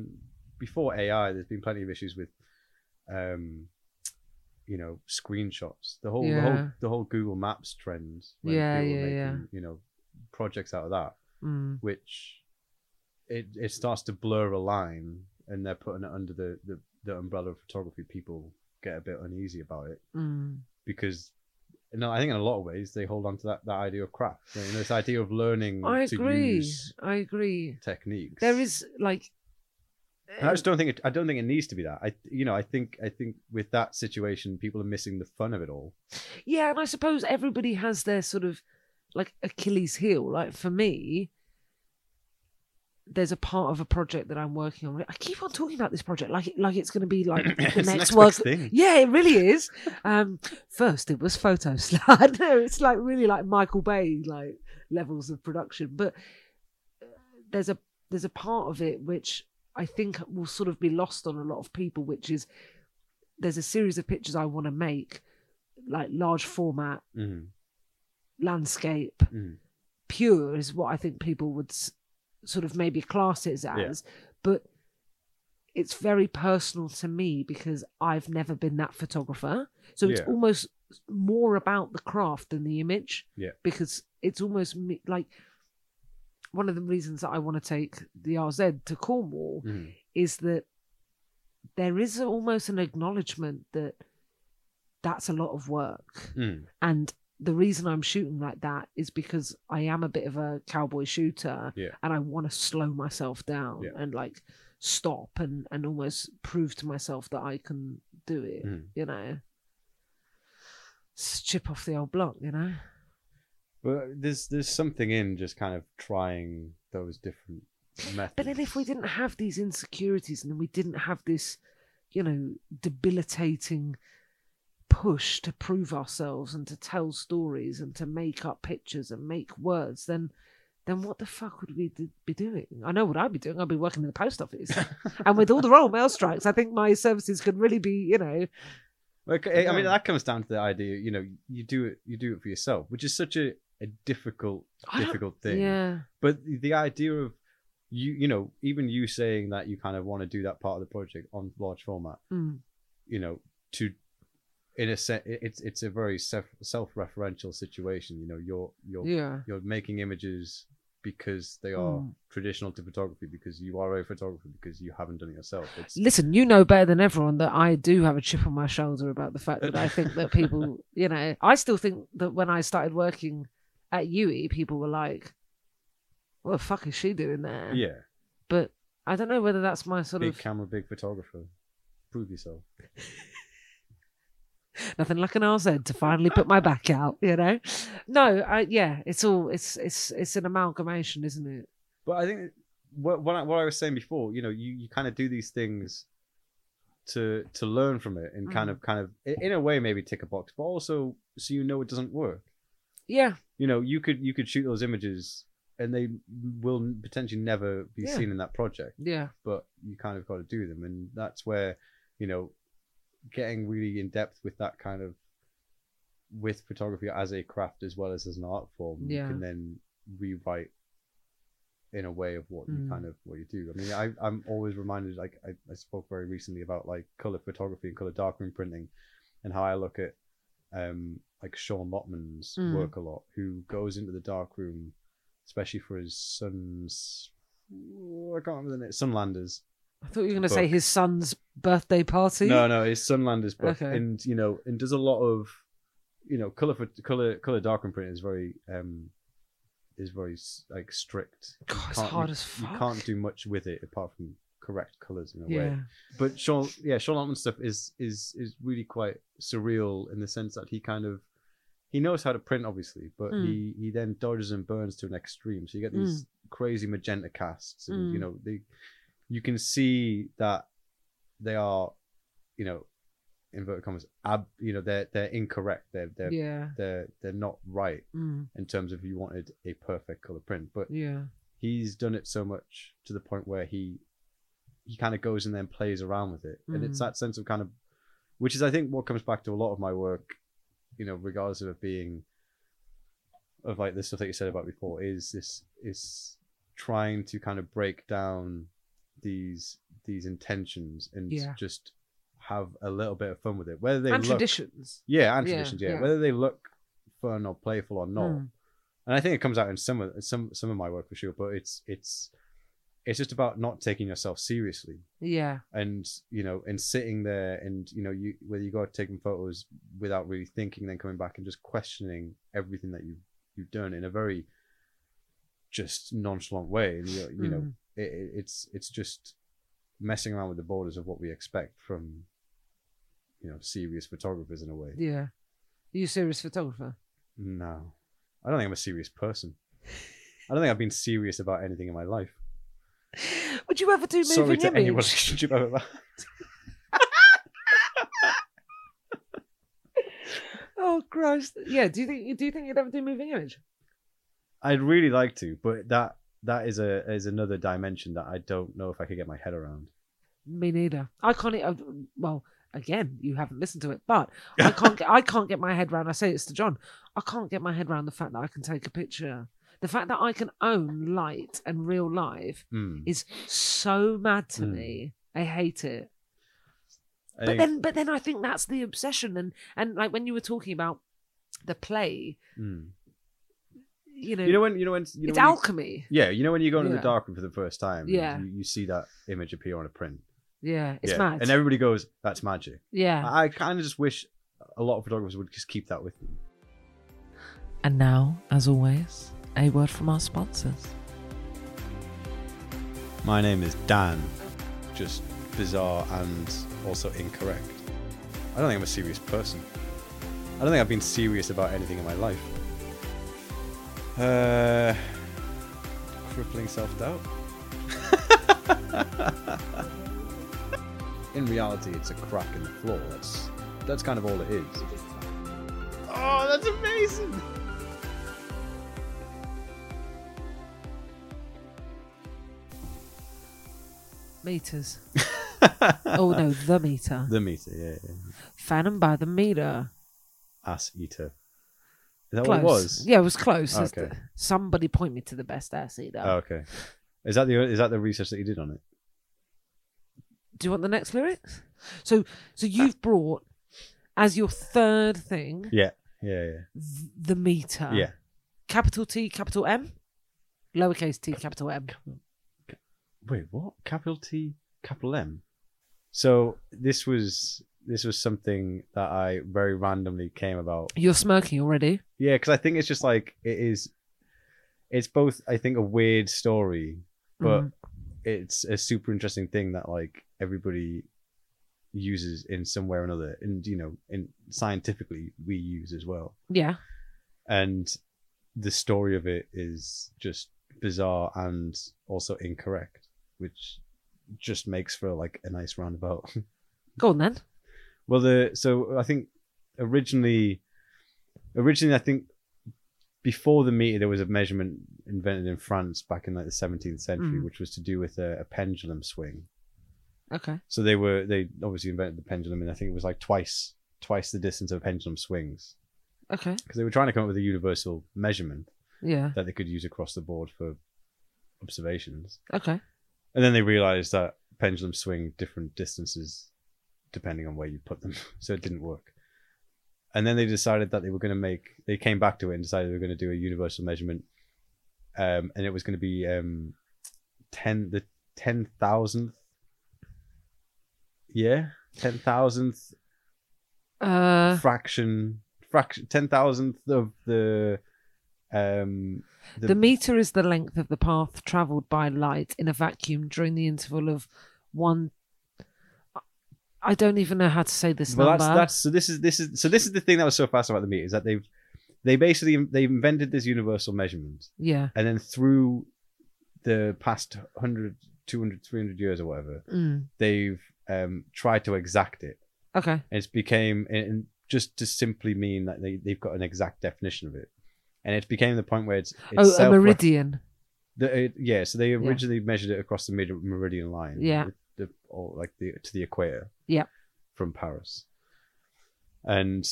[SPEAKER 2] before AI, there's been plenty of issues with, um, you know, screenshots. The whole the whole
[SPEAKER 1] Yeah.
[SPEAKER 2] the whole Google Maps trend. when
[SPEAKER 1] Yeah,
[SPEAKER 2] people were
[SPEAKER 1] yeah, yeah.
[SPEAKER 2] You know, projects out of that,
[SPEAKER 1] mm.
[SPEAKER 2] which it it starts to blur a line, and they're putting it under the the, the umbrella of photography. People get a bit uneasy about it
[SPEAKER 1] Mm.
[SPEAKER 2] because. No, I think in a lot of ways they hold on to that, that idea of craft. You know, this idea of learning
[SPEAKER 1] I
[SPEAKER 2] to
[SPEAKER 1] agree.
[SPEAKER 2] use
[SPEAKER 1] I agree.
[SPEAKER 2] techniques.
[SPEAKER 1] There is like,
[SPEAKER 2] And I just don't think it. I don't think it needs to be that. I, you know, I think I think with that situation, people are missing the fun of it all.
[SPEAKER 1] yeah, and I suppose everybody has their sort of like Achilles heel. Like for me, there's a part of a project that I'm working on. I keep on talking about this project like it, like it's going to be like the
[SPEAKER 2] It's
[SPEAKER 1] next,
[SPEAKER 2] next
[SPEAKER 1] work.
[SPEAKER 2] best thing.
[SPEAKER 1] Yeah, it really is. Um, first, it was photo slide. No, it's like really like Michael Bay like levels of production. But uh, there's a there's a part of it which I think will sort of be lost on a lot of people, which is there's a series of pictures I want to make, like large format
[SPEAKER 2] Mhm.
[SPEAKER 1] landscape.
[SPEAKER 2] Mhm.
[SPEAKER 1] Pure is what I think people would s- sort of maybe class it as,
[SPEAKER 2] Yeah.
[SPEAKER 1] but it's very personal to me because I've never been that photographer. So it's
[SPEAKER 2] Yeah.
[SPEAKER 1] almost more about the craft than the image.
[SPEAKER 2] Yeah.
[SPEAKER 1] Because it's almost me, like one of the reasons that I want to take the RZ to Cornwall
[SPEAKER 2] Mhm.
[SPEAKER 1] is that there is almost an acknowledgement that that's a lot of work.
[SPEAKER 2] Mm.
[SPEAKER 1] And the reason I'm shooting like that is because I am a bit of a cowboy shooter
[SPEAKER 2] Yeah.
[SPEAKER 1] and I want to slow myself down
[SPEAKER 2] Yeah.
[SPEAKER 1] and like stop and, and almost prove to myself that I can do it,
[SPEAKER 2] Mm.
[SPEAKER 1] you know. S- Chip off the old block, you know?
[SPEAKER 2] But there's there's something in just kind of trying those different methods.
[SPEAKER 1] But then if we didn't have these insecurities and then we didn't have this, you know, debilitating push to prove ourselves and to tell stories and to make up pictures and make words, then then what the fuck would we d- be doing? I know what I'd be doing. I'd be working in the post office. and with all the royal mail strikes, I think my services could really be, you know,
[SPEAKER 2] Like, I I mean,
[SPEAKER 1] Yeah.
[SPEAKER 2] that comes down to the idea. You know, you do it you do it for yourself, which is such a a difficult,
[SPEAKER 1] I don't-
[SPEAKER 2] difficult thing.
[SPEAKER 1] Yeah.
[SPEAKER 2] But the- the idea of you, you know, even you saying that you kind of want to do that part of the project on large format,
[SPEAKER 1] Mm.
[SPEAKER 2] you know, to in a sense, it's it's a very self self-referential situation. You know, you're you're
[SPEAKER 1] Yeah.
[SPEAKER 2] you're making images because they are
[SPEAKER 1] Mm.
[SPEAKER 2] traditional to photography because you are a photographer because you haven't done it yourself. It's
[SPEAKER 1] Listen, you know better than everyone that I do have a chip on my shoulder about the fact that I think that people, you know, I still think that when I started working at UE, people were like, what the fuck is she doing there?
[SPEAKER 2] yeah,
[SPEAKER 1] But I don't know whether that's my sort
[SPEAKER 2] big
[SPEAKER 1] of
[SPEAKER 2] camera, big photographer. Prove yourself.
[SPEAKER 1] nothing like an RZ to finally put my back out, you know? No, I, yeah, it's all, it's, it's, it's an amalgamation, isn't it?
[SPEAKER 2] But I think what what I, what I was saying before, you know, you, you kind of do these things to to learn from it and kind
[SPEAKER 1] Mm.
[SPEAKER 2] of kind of i- in a way maybe tick a box, but also so you know it doesn't work.
[SPEAKER 1] Yeah.
[SPEAKER 2] You know, you could you could shoot those images and they will potentially never be
[SPEAKER 1] Yeah.
[SPEAKER 2] seen in that project,
[SPEAKER 1] Yeah.
[SPEAKER 2] but you kind of got to do them, and that's where you know getting really in depth with that kind of with photography as a craft as well as as an art form
[SPEAKER 1] Yeah.
[SPEAKER 2] you can then rewrite in a way of what you
[SPEAKER 1] Mm.
[SPEAKER 2] kind of what you do i mean I, i'm always reminded like I, I spoke very recently about like color photography and color darkroom printing and how i look at um like sean lotman's
[SPEAKER 1] Mm.
[SPEAKER 2] work a lot who goes into the darkroom especially for his son's i can't remember the name sunlanders
[SPEAKER 1] I thought you were going to say
[SPEAKER 2] Book.
[SPEAKER 1] his son's birthday party.
[SPEAKER 2] no, no, it's Sunlander's book,
[SPEAKER 1] Okay.
[SPEAKER 2] and you know, and does a lot of, you know, color for color color darkroom print is very um, is very s- like strict.
[SPEAKER 1] God, it's
[SPEAKER 2] Can't-
[SPEAKER 1] hard as
[SPEAKER 2] You
[SPEAKER 1] fuck.
[SPEAKER 2] can't do much with it apart from correct colors in a
[SPEAKER 1] Yeah.
[SPEAKER 2] way. But Sean, yeah, Sean Altman stuff is is is really quite surreal in the sense that he kind of he knows how to print obviously, but
[SPEAKER 1] Mm.
[SPEAKER 2] he he then dodges and burns to an extreme. So you get these crazy magenta casts, and you
[SPEAKER 1] Mm.
[SPEAKER 2] know they you can see that they are you know inverted commas ab you know they're they're incorrect they're they're
[SPEAKER 1] Yeah.
[SPEAKER 2] they're they're not right
[SPEAKER 1] Mm.
[SPEAKER 2] in terms of you wanted a perfect color print but
[SPEAKER 1] Yeah.
[SPEAKER 2] he's done it so much to the point where he he kind of goes and then plays around with it and it's
[SPEAKER 1] Mm.
[SPEAKER 2] that sense of kind of which is i think what comes back to a lot of my work you know regardless of it being of like the stuff that you said about before is this is trying to kind of break down these these intentions and
[SPEAKER 1] Yeah.
[SPEAKER 2] just have a little bit of fun with it whether they
[SPEAKER 1] and
[SPEAKER 2] look
[SPEAKER 1] traditions.
[SPEAKER 2] yeah and
[SPEAKER 1] Yeah,
[SPEAKER 2] traditions yeah,
[SPEAKER 1] yeah.
[SPEAKER 2] whether they look fun or playful or not
[SPEAKER 1] Mm.
[SPEAKER 2] and I think it comes out in some of some some of my work for sure. But it's it's it's just about not taking yourself seriously,
[SPEAKER 1] Yeah.
[SPEAKER 2] and you know, and sitting there, and you know, you whether you go out taking photos without really thinking, then coming back and just questioning everything that you you've done in a very just nonchalant way. And you, you know,
[SPEAKER 1] Mm.
[SPEAKER 2] it, it- it's it's just messing around with the borders of what we expect from you know serious photographers in a way.
[SPEAKER 1] Yeah. Are you a serious photographer?
[SPEAKER 2] No. I don't think I'm a serious person. I don't think I've been serious about anything in my life.
[SPEAKER 1] Would you ever do moving
[SPEAKER 2] Sorry to any
[SPEAKER 1] image?
[SPEAKER 2] relationship I've ever
[SPEAKER 1] Oh Christ! Yeah. Do you think? Do you think you'd ever do moving image?
[SPEAKER 2] I'd really like to, but that that is a is another dimension that I don't know if I could get my head around.
[SPEAKER 1] Me neither. I can't. e- I've- Well, again, you haven't listened to it, but I can't. get, I can't get my head round. I say this to John. I can't get my head round the fact that I can take a picture. The fact that I can own light and real life
[SPEAKER 2] Hmm.
[SPEAKER 1] is so mad to
[SPEAKER 2] Mm.
[SPEAKER 1] me. I hate it.
[SPEAKER 2] I
[SPEAKER 1] but
[SPEAKER 2] think-
[SPEAKER 1] then but then i think that's the obsession and and like when you were talking about the play
[SPEAKER 2] Hmm.
[SPEAKER 1] you know,
[SPEAKER 2] you know when you know when you know
[SPEAKER 1] it's
[SPEAKER 2] when you-
[SPEAKER 1] alchemy
[SPEAKER 2] yeah, you know when you go into
[SPEAKER 1] Yeah.
[SPEAKER 2] the darkroom for the first time, and
[SPEAKER 1] Yeah.
[SPEAKER 2] you, you see that image appear on a print.
[SPEAKER 1] yeah it's
[SPEAKER 2] yeah.
[SPEAKER 1] mad
[SPEAKER 2] and everybody goes, "That's magic."
[SPEAKER 1] yeah
[SPEAKER 2] I kind of just wish a lot of photographers would just keep that with them.
[SPEAKER 1] and now as always a word from our sponsors
[SPEAKER 2] My name is Dan. Just bizarre and also incorrect. I don't think I'm a serious person. I don't think I've been serious about anything in my life. Uh, crippling self doubt. in reality, it's a crack in the floor. That's that's kind of all it is. Oh, that's amazing!
[SPEAKER 1] meters oh no the meter
[SPEAKER 2] The meter, yeah, yeah.
[SPEAKER 1] fan and by the meter
[SPEAKER 2] ass eater. that
[SPEAKER 1] close.
[SPEAKER 2] what Oh, it was?
[SPEAKER 1] Yeah, it was close. It's
[SPEAKER 2] Okay.
[SPEAKER 1] the- somebody point me to the best acid.
[SPEAKER 2] Oh, okay. Is that the is that the research that you did on it?
[SPEAKER 1] Do you want the next lyrics? So, so you've brought as your third thing
[SPEAKER 2] Yeah,
[SPEAKER 1] th- the meter.
[SPEAKER 2] yeah, yeah.
[SPEAKER 1] Capital T, capital M, lowercase t, capital M.
[SPEAKER 2] Wait, what? Capital T, capital M. So this was this was something that I very randomly came about
[SPEAKER 1] You're smirking already.
[SPEAKER 2] Yeah, because I think it's just like it is. It's both, I think, a weird story, but
[SPEAKER 1] Mm.
[SPEAKER 2] it's a super interesting thing that like everybody uses in some way or another, and you know, in scientifically we use as well.
[SPEAKER 1] yeah,
[SPEAKER 2] And the story of it is just bizarre and also incorrect, which just makes for like a nice roundabout.
[SPEAKER 1] go on then.
[SPEAKER 2] Well, the so I think originally, originally I think before the meter there was a measurement invented in France back in like the 17th century,
[SPEAKER 1] Mm.
[SPEAKER 2] which was to do with a, a pendulum swing.
[SPEAKER 1] Okay.
[SPEAKER 2] So they were they obviously invented the pendulum, and I think it was like twice twice the distance of pendulum swings
[SPEAKER 1] Okay.
[SPEAKER 2] because they were trying to come up with a universal measurement
[SPEAKER 1] Yeah.
[SPEAKER 2] that they could use across the board for observations.
[SPEAKER 1] Okay.
[SPEAKER 2] And then they realized that pendulums swing different distances depending on where you put them. So it didn't work. And then they decided that they were going to make, they came back to it and decided they were going to do a universal measurement. Um, and it was going to be um, 10, the 10,000th. Yeah. 10,000th
[SPEAKER 1] Uh,
[SPEAKER 2] fraction, fraction, 10,000th of the, um,
[SPEAKER 1] the, meter is the length of the path traveled by light in a vacuum during the interval of one. I don't even know how to say this
[SPEAKER 2] well,
[SPEAKER 1] number.
[SPEAKER 2] that's that's so this is this is so this is the thing that was so fascinating about the meter is that they've they basically they invented this universal measurement
[SPEAKER 1] Yeah.
[SPEAKER 2] and then through the past 100 200 300 years or whatever
[SPEAKER 1] Mm.
[SPEAKER 2] they've um tried to exact it
[SPEAKER 1] Okay.
[SPEAKER 2] and it's became and- and just to simply mean that they, they've got an exact definition of it and it became the point where it's, it's
[SPEAKER 1] oh, a
[SPEAKER 2] self-
[SPEAKER 1] meridian.
[SPEAKER 2] the, it, yeah so they originally measured it across the meri- meridian line
[SPEAKER 1] Yeah.
[SPEAKER 2] the, the- or like the to the equator
[SPEAKER 1] Yeah.
[SPEAKER 2] from paris and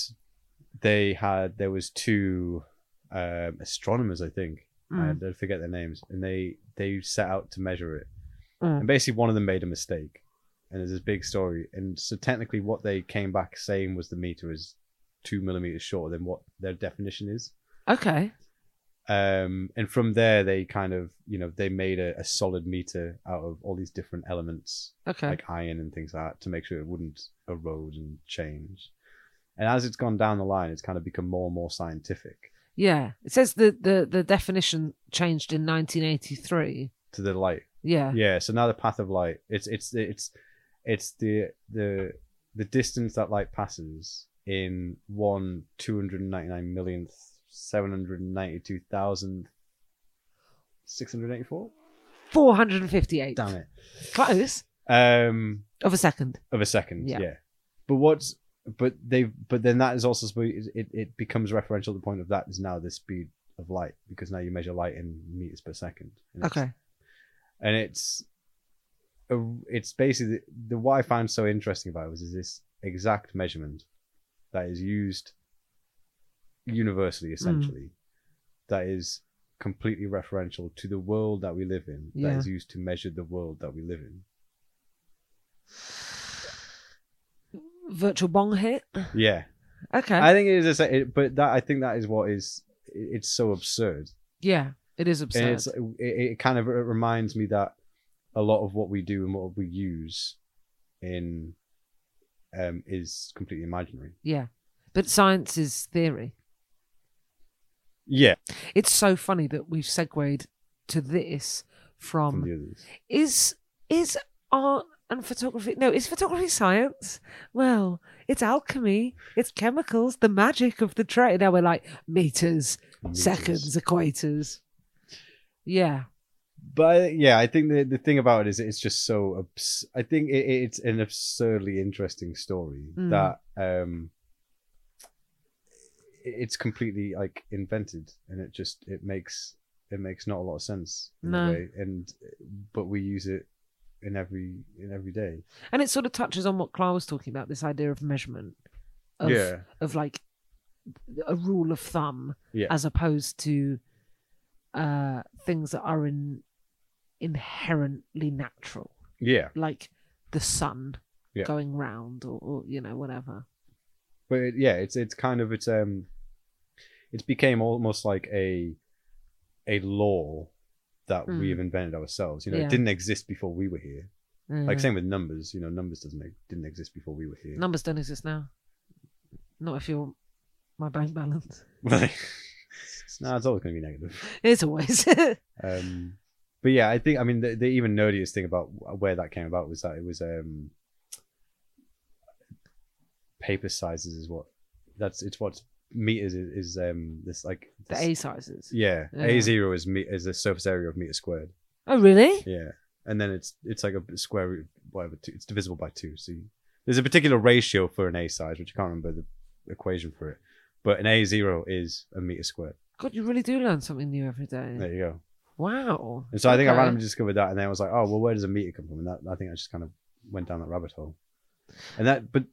[SPEAKER 2] they had there was two um, astronomers i think
[SPEAKER 1] Mm.
[SPEAKER 2] I, I forget their names and they they set out to measure it
[SPEAKER 1] Mm.
[SPEAKER 2] and basically one of them made a mistake and there's this big story and so technically what they came back saying was the meter is two millimeters shorter than what their definition is
[SPEAKER 1] Okay.
[SPEAKER 2] um, and from there they kind of you know they made a, a solid meter out of all these different elements
[SPEAKER 1] Okay.
[SPEAKER 2] like iron and things like that to make sure it wouldn't erode and change and as it's gone down the line it's kind of become more and more scientific
[SPEAKER 1] yeah. It says the, the, the definition changed in 1983.
[SPEAKER 2] to the light
[SPEAKER 1] Yeah.
[SPEAKER 2] yeah so now the path of light it's it's it's it's the the the distance that light passes in one 299 millionth 792,000 684
[SPEAKER 1] 458.
[SPEAKER 2] damn it
[SPEAKER 1] Close.
[SPEAKER 2] um
[SPEAKER 1] Of a second.
[SPEAKER 2] of a second.
[SPEAKER 1] Yeah.
[SPEAKER 2] Yeah. But what's but they've but then that is also supposed it, it becomes referential to the point of that is now the speed of light because now you measure light in meters per second. And it's-
[SPEAKER 1] Okay.
[SPEAKER 2] And it's a, it's basically the, the what I found so interesting about it was is this exact measurement that is used
[SPEAKER 1] Mm.
[SPEAKER 2] universally essentially that is completely referential to the world that we live in
[SPEAKER 1] Yeah.
[SPEAKER 2] that is used to measure the world that we live in
[SPEAKER 1] Virtual bong hit.
[SPEAKER 2] yeah
[SPEAKER 1] Okay.
[SPEAKER 2] I think it is, a, se- it, but that I think that is what is. it- It's so absurd,
[SPEAKER 1] yeah. It is absurd.
[SPEAKER 2] and it's it, it kind of it reminds me that a lot of what we do and what we use in um is completely imaginary.
[SPEAKER 1] Yeah. But science is theory.
[SPEAKER 2] Yeah,
[SPEAKER 1] It's so funny that we've segued to this
[SPEAKER 2] from
[SPEAKER 1] from
[SPEAKER 2] the others.
[SPEAKER 1] is is art and photography no, is photography science? Well, it's alchemy, it's chemicals, the magic of the trade. Now we're like meters,
[SPEAKER 2] Meters.
[SPEAKER 1] seconds, equators. Yeah.
[SPEAKER 2] But yeah, I think the the thing about it is it's just so. Abs- I think it, it's an absurdly interesting story
[SPEAKER 1] Mm.
[SPEAKER 2] that um it- it's completely like invented and it just it makes it makes not a lot of sense in
[SPEAKER 1] No.
[SPEAKER 2] a way and but we use it in every in every day
[SPEAKER 1] And it sort of touches on what Clara was talking about, this idea of measurement. Of, of like a rule of thumb
[SPEAKER 2] Yeah.
[SPEAKER 1] as opposed to uh, things that are in, inherently natural,
[SPEAKER 2] yeah.
[SPEAKER 1] like the sun
[SPEAKER 2] Yeah.
[SPEAKER 1] going round or, or you know whatever.
[SPEAKER 2] but it, yeah, it's it's kind of it's um, it's became almost like a a law that
[SPEAKER 1] Mm.
[SPEAKER 2] we've invented ourselves. You know,
[SPEAKER 1] Yeah. Hmm.
[SPEAKER 2] it didn't exist before we were here.
[SPEAKER 1] Yeah.
[SPEAKER 2] Like same with numbers. You know, numbers doesn't e- didn't exist before we were here.
[SPEAKER 1] numbers don't exist now. Not if you're my bank balance.
[SPEAKER 2] Like, nah, it's always going to be negative.
[SPEAKER 1] It's always
[SPEAKER 2] Um, but yeah, I think I mean the, the even nerdiest thing about where that came about was that it was um, paper sizes is what that's it's what meters is, is um this like
[SPEAKER 1] the
[SPEAKER 2] this-
[SPEAKER 1] A sizes.
[SPEAKER 2] Yeah,
[SPEAKER 1] Yeah.
[SPEAKER 2] A zero is me is the surface area of meter squared.
[SPEAKER 1] Oh really?
[SPEAKER 2] Yeah, and then it's it's like a square root whatever. Two, it's divisible by two. So you, there's a particular ratio for an A size, which I can't remember the equation for it. But an A zero is a meter squared.
[SPEAKER 1] God, you really do learn something new every day.
[SPEAKER 2] There you go.
[SPEAKER 1] Wow.
[SPEAKER 2] And so I think I
[SPEAKER 1] Mm. Okay.
[SPEAKER 2] randomly discovered that, and then I was like, oh well, where does a meter come from? And that I think I just kind of went down that rabbit hole. And that, but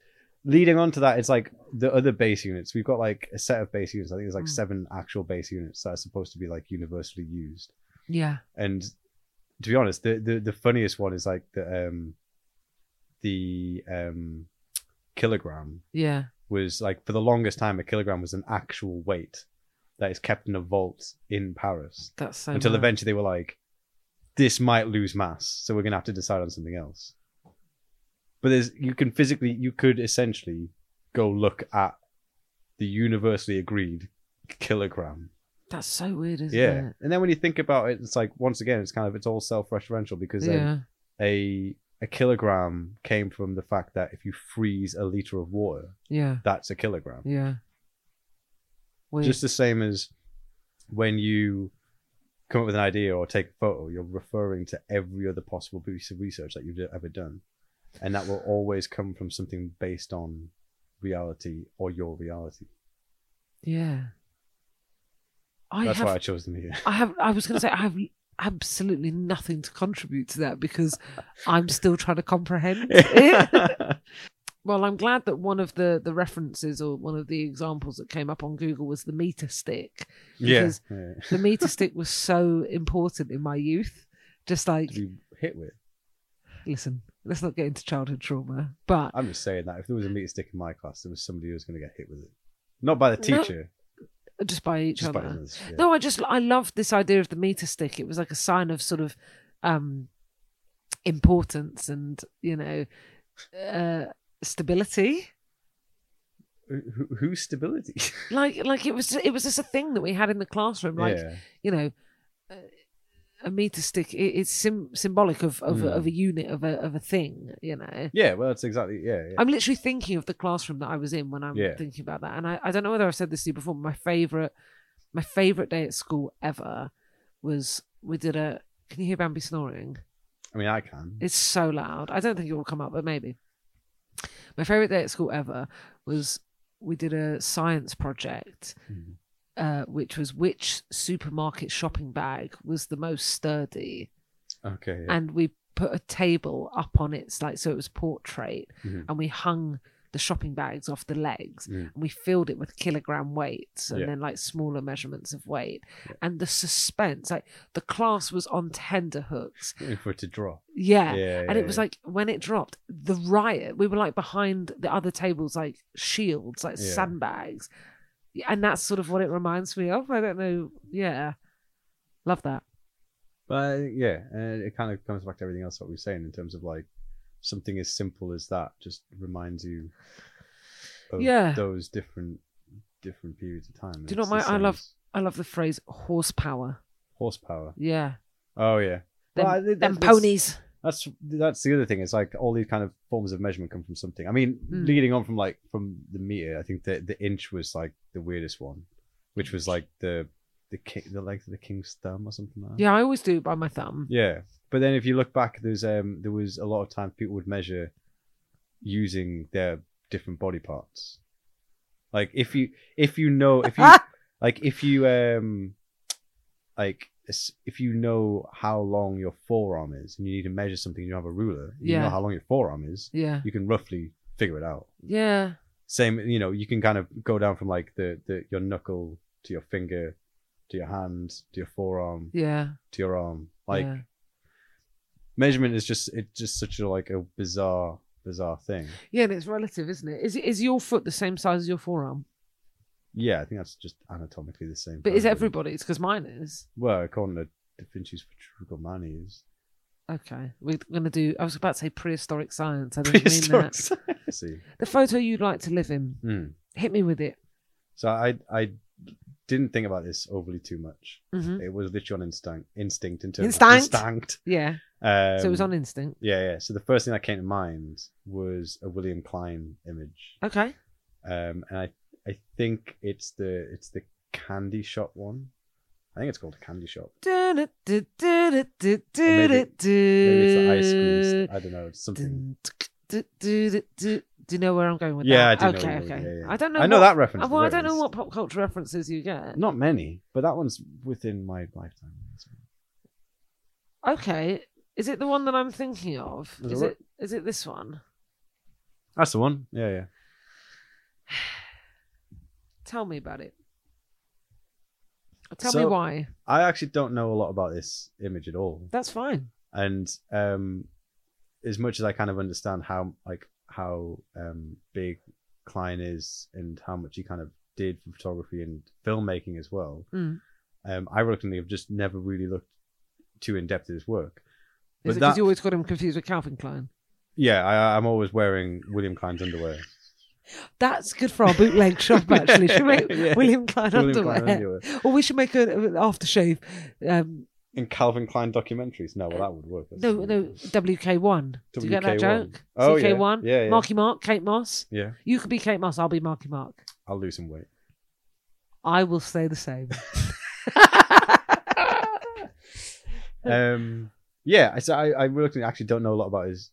[SPEAKER 2] leading on to that, it's like the other base units. We've got like a set of base units. I think there's like
[SPEAKER 1] Mm.
[SPEAKER 2] seven actual base units that are supposed to be like universally used.
[SPEAKER 1] Yeah.
[SPEAKER 2] and to be honest the the, the funniest one is like the um the um kilogram
[SPEAKER 1] Yeah.
[SPEAKER 2] was like for the longest time a kilogram was an actual weight that is kept in a vault in paris
[SPEAKER 1] That's so.
[SPEAKER 2] until
[SPEAKER 1] mad.
[SPEAKER 2] eventually they were like this might lose mass so we're gonna have to decide on something else but there's you can physically you could essentially go look at the universally agreed kilogram
[SPEAKER 1] That's so weird, isn't
[SPEAKER 2] yeah
[SPEAKER 1] it?
[SPEAKER 2] and then when you think about it it's like once again it's kind of it's all self-referential because then
[SPEAKER 1] Yeah.
[SPEAKER 2] a a kilogram came from the fact that if you freeze a liter of water
[SPEAKER 1] Yeah.
[SPEAKER 2] that's a kilogram
[SPEAKER 1] Yeah. Weird.
[SPEAKER 2] just the same as when you come up with an idea or take a photo you're referring to every other possible piece of research that you've ever done and that will always come from something based on reality or your reality
[SPEAKER 1] yeah. I
[SPEAKER 2] that's
[SPEAKER 1] have.
[SPEAKER 2] why i chose them here
[SPEAKER 1] I have. I was going to say I have absolutely nothing to contribute to that because I'm still trying to comprehend. well, I'm glad that one of the the references or one of the examples that came up on Google was the meter stick.
[SPEAKER 2] yeah,
[SPEAKER 1] Because
[SPEAKER 2] yeah.
[SPEAKER 1] The meter stick was so important in my youth. Just like
[SPEAKER 2] to be hit with
[SPEAKER 1] listen, let's not get into childhood trauma, but
[SPEAKER 2] I'm just saying that if there was a meter stick in my class, there was somebody who was going to get hit with it. Not by the
[SPEAKER 1] No,
[SPEAKER 2] teacher,
[SPEAKER 1] just by each
[SPEAKER 2] just by
[SPEAKER 1] other.
[SPEAKER 2] others. Yeah.
[SPEAKER 1] No, I just I loved this idea of the meter stick. It was like a sign of sort of um importance and you know uh stability.
[SPEAKER 2] Who- who- who's stability?
[SPEAKER 1] Like like it was it was just a thing that we had in the classroom. Like
[SPEAKER 2] yeah.
[SPEAKER 1] you know. uh, A meter stick. It, it's sim- symbolic of of, a,
[SPEAKER 2] Mm.
[SPEAKER 1] of a unit of a of a thing, you know.
[SPEAKER 2] Yeah, well, that's exactly, yeah. yeah.
[SPEAKER 1] I'm literally thinking of the classroom that I was in when I'm
[SPEAKER 2] Yeah.
[SPEAKER 1] thinking about that. And I, I don't know whether I've said this to you before, but my favorite my favorite day at school ever was we did a can you hear Bambi snoring?
[SPEAKER 2] I mean, I can.
[SPEAKER 1] It's so loud. I don't think it will come up, but maybe. My favorite day at school ever was we did a science project,
[SPEAKER 2] Mhm.
[SPEAKER 1] uh, which was which supermarket shopping bag was the most sturdy
[SPEAKER 2] Okay. yeah.
[SPEAKER 1] and we put a table up on its like so it was portrait
[SPEAKER 2] Mhm.
[SPEAKER 1] and we hung the shopping bags off the legs
[SPEAKER 2] Mm.
[SPEAKER 1] and we filled it with kilogram weights and
[SPEAKER 2] Yeah.
[SPEAKER 1] then like smaller measurements of weight and the suspense like the class was on tenterhooks
[SPEAKER 2] Waiting for it to drop.
[SPEAKER 1] yeah.
[SPEAKER 2] Yeah. yeah
[SPEAKER 1] and it was like when it dropped the riot we were like behind the other tables like shields like
[SPEAKER 2] Yeah.
[SPEAKER 1] sandbags Yeah, and that's sort of what it reminds me of i don't know yeah love that
[SPEAKER 2] But I think, yeah, and it kind of comes back to everything else that we were saying in terms of like something as simple as that just reminds you of
[SPEAKER 1] Yeah.
[SPEAKER 2] those different different periods of time.
[SPEAKER 1] Do you know
[SPEAKER 2] It's
[SPEAKER 1] what
[SPEAKER 2] the
[SPEAKER 1] my- I
[SPEAKER 2] same
[SPEAKER 1] love-
[SPEAKER 2] as
[SPEAKER 1] i love the phrase horsepower
[SPEAKER 2] horsepower.
[SPEAKER 1] yeah
[SPEAKER 2] Oh, yeah.
[SPEAKER 1] Them-
[SPEAKER 2] I think
[SPEAKER 1] them
[SPEAKER 2] that- that's-
[SPEAKER 1] ponies.
[SPEAKER 2] that's that's the other thing it's like all these kind of forms of measurement come from something i mean
[SPEAKER 1] Mm.
[SPEAKER 2] leading on from like from the meter i think the the inch was like the weirdest one which was like the the ki- the length of the king's thumb or something like that
[SPEAKER 1] Yeah, I always do it by my thumb.
[SPEAKER 2] yeah but then if you look back there's um there was a lot of times people would measure using their different body parts like if you if you know if you
[SPEAKER 1] Ah!
[SPEAKER 2] like if you um like s- if you know how long your forearm is and you need to measure something you have a ruler you
[SPEAKER 1] Yeah.
[SPEAKER 2] know how long your forearm is
[SPEAKER 1] yeah,
[SPEAKER 2] you can roughly figure it out
[SPEAKER 1] yeah.
[SPEAKER 2] same you know you can kind of go down from like the, the your knuckle to your finger to your hand to your forearm
[SPEAKER 1] Yeah.
[SPEAKER 2] to your arm like
[SPEAKER 1] yeah.
[SPEAKER 2] measurement is just it's just such a like a bizarre bizarre thing
[SPEAKER 1] Yeah, and it's relative, isn't it? Is is your foot the same size as your forearm?
[SPEAKER 2] yeah i think that's just anatomically the same
[SPEAKER 1] But is
[SPEAKER 2] thing.
[SPEAKER 1] everybody's? Because mine is.
[SPEAKER 2] well according to da vinci's Vitruvial Man, is
[SPEAKER 1] Okay, we're gonna do. I was about to say prehistoric science. I didn't mean
[SPEAKER 2] prehistoric
[SPEAKER 1] that.
[SPEAKER 2] science. see
[SPEAKER 1] The photo you'd like to live in.
[SPEAKER 2] Mm.
[SPEAKER 1] Hit me with it.
[SPEAKER 2] so i i didn't think about this overly too much
[SPEAKER 1] hmm
[SPEAKER 2] it was literally on instinct instinct in terms
[SPEAKER 1] Instinct?
[SPEAKER 2] instinct
[SPEAKER 1] Yeah.
[SPEAKER 2] um,
[SPEAKER 1] So it was on instinct.
[SPEAKER 2] yeah yeah so the first thing that came to mind was a william klein image
[SPEAKER 1] Okay.
[SPEAKER 2] um, and I I think it's the it's the candy shop one. I think it's called a candy shop.
[SPEAKER 1] Maybe it's
[SPEAKER 2] Maybe it's
[SPEAKER 1] the
[SPEAKER 2] the ice
[SPEAKER 1] Uh,
[SPEAKER 2] cream. I don't know. It's something.
[SPEAKER 1] Dun, tsk, du- du- du- du- Do you know where I'm going with
[SPEAKER 2] Yeah,
[SPEAKER 1] that?
[SPEAKER 2] I do know
[SPEAKER 1] okay,
[SPEAKER 2] where you're
[SPEAKER 1] okay.
[SPEAKER 2] going, yeah, yeah.
[SPEAKER 1] I don't know.
[SPEAKER 2] I know
[SPEAKER 1] what-
[SPEAKER 2] that reference.
[SPEAKER 1] Uh, Well, I don't
[SPEAKER 2] reference.
[SPEAKER 1] know what pop culture references you get.
[SPEAKER 2] Not many, but that one's within my lifetime.
[SPEAKER 1] Okay, is it the one that I'm thinking of?
[SPEAKER 2] Is
[SPEAKER 1] Is
[SPEAKER 2] it
[SPEAKER 1] it? Is it this one?
[SPEAKER 2] That's the one. Yeah, yeah.
[SPEAKER 1] Tell me about it. Tell me
[SPEAKER 2] So-
[SPEAKER 1] why.
[SPEAKER 2] I actually don't know a lot about this image at all,
[SPEAKER 1] That's fine.
[SPEAKER 2] and um, as much as I kind of understand how like how um big Klein is and how much he kind of did for photography and filmmaking as well,
[SPEAKER 1] Mm.
[SPEAKER 2] um, ironically, I've just never really looked too in depth at his work. But
[SPEAKER 1] Is it because
[SPEAKER 2] that-
[SPEAKER 1] you always got him confused with Calvin Klein?
[SPEAKER 2] Yeah, I, I'm always wearing William Klein's underwear.
[SPEAKER 1] That's good for our bootleg shop. Actually, should we make
[SPEAKER 2] Yeah.
[SPEAKER 1] William Klein
[SPEAKER 2] William
[SPEAKER 1] underwear?
[SPEAKER 2] Klein underwear.
[SPEAKER 1] Or we should make an aftershave. Um,
[SPEAKER 2] In Calvin Klein documentaries. No, well, that would work. That's
[SPEAKER 1] no,
[SPEAKER 2] amazing.
[SPEAKER 1] no, WK1. Do you get that
[SPEAKER 2] WK1.
[SPEAKER 1] joke?
[SPEAKER 2] Oh, yeah.
[SPEAKER 1] CK1,
[SPEAKER 2] Yeah, yeah.
[SPEAKER 1] Marky Mark, Kate Moss.
[SPEAKER 2] Yeah,
[SPEAKER 1] You could be Kate Moss, I'll be Marky Mark.
[SPEAKER 2] I'll lose some weight.
[SPEAKER 1] I will stay the same.
[SPEAKER 2] Um, yeah, I- so I, I reluctantly actually don't know a lot about his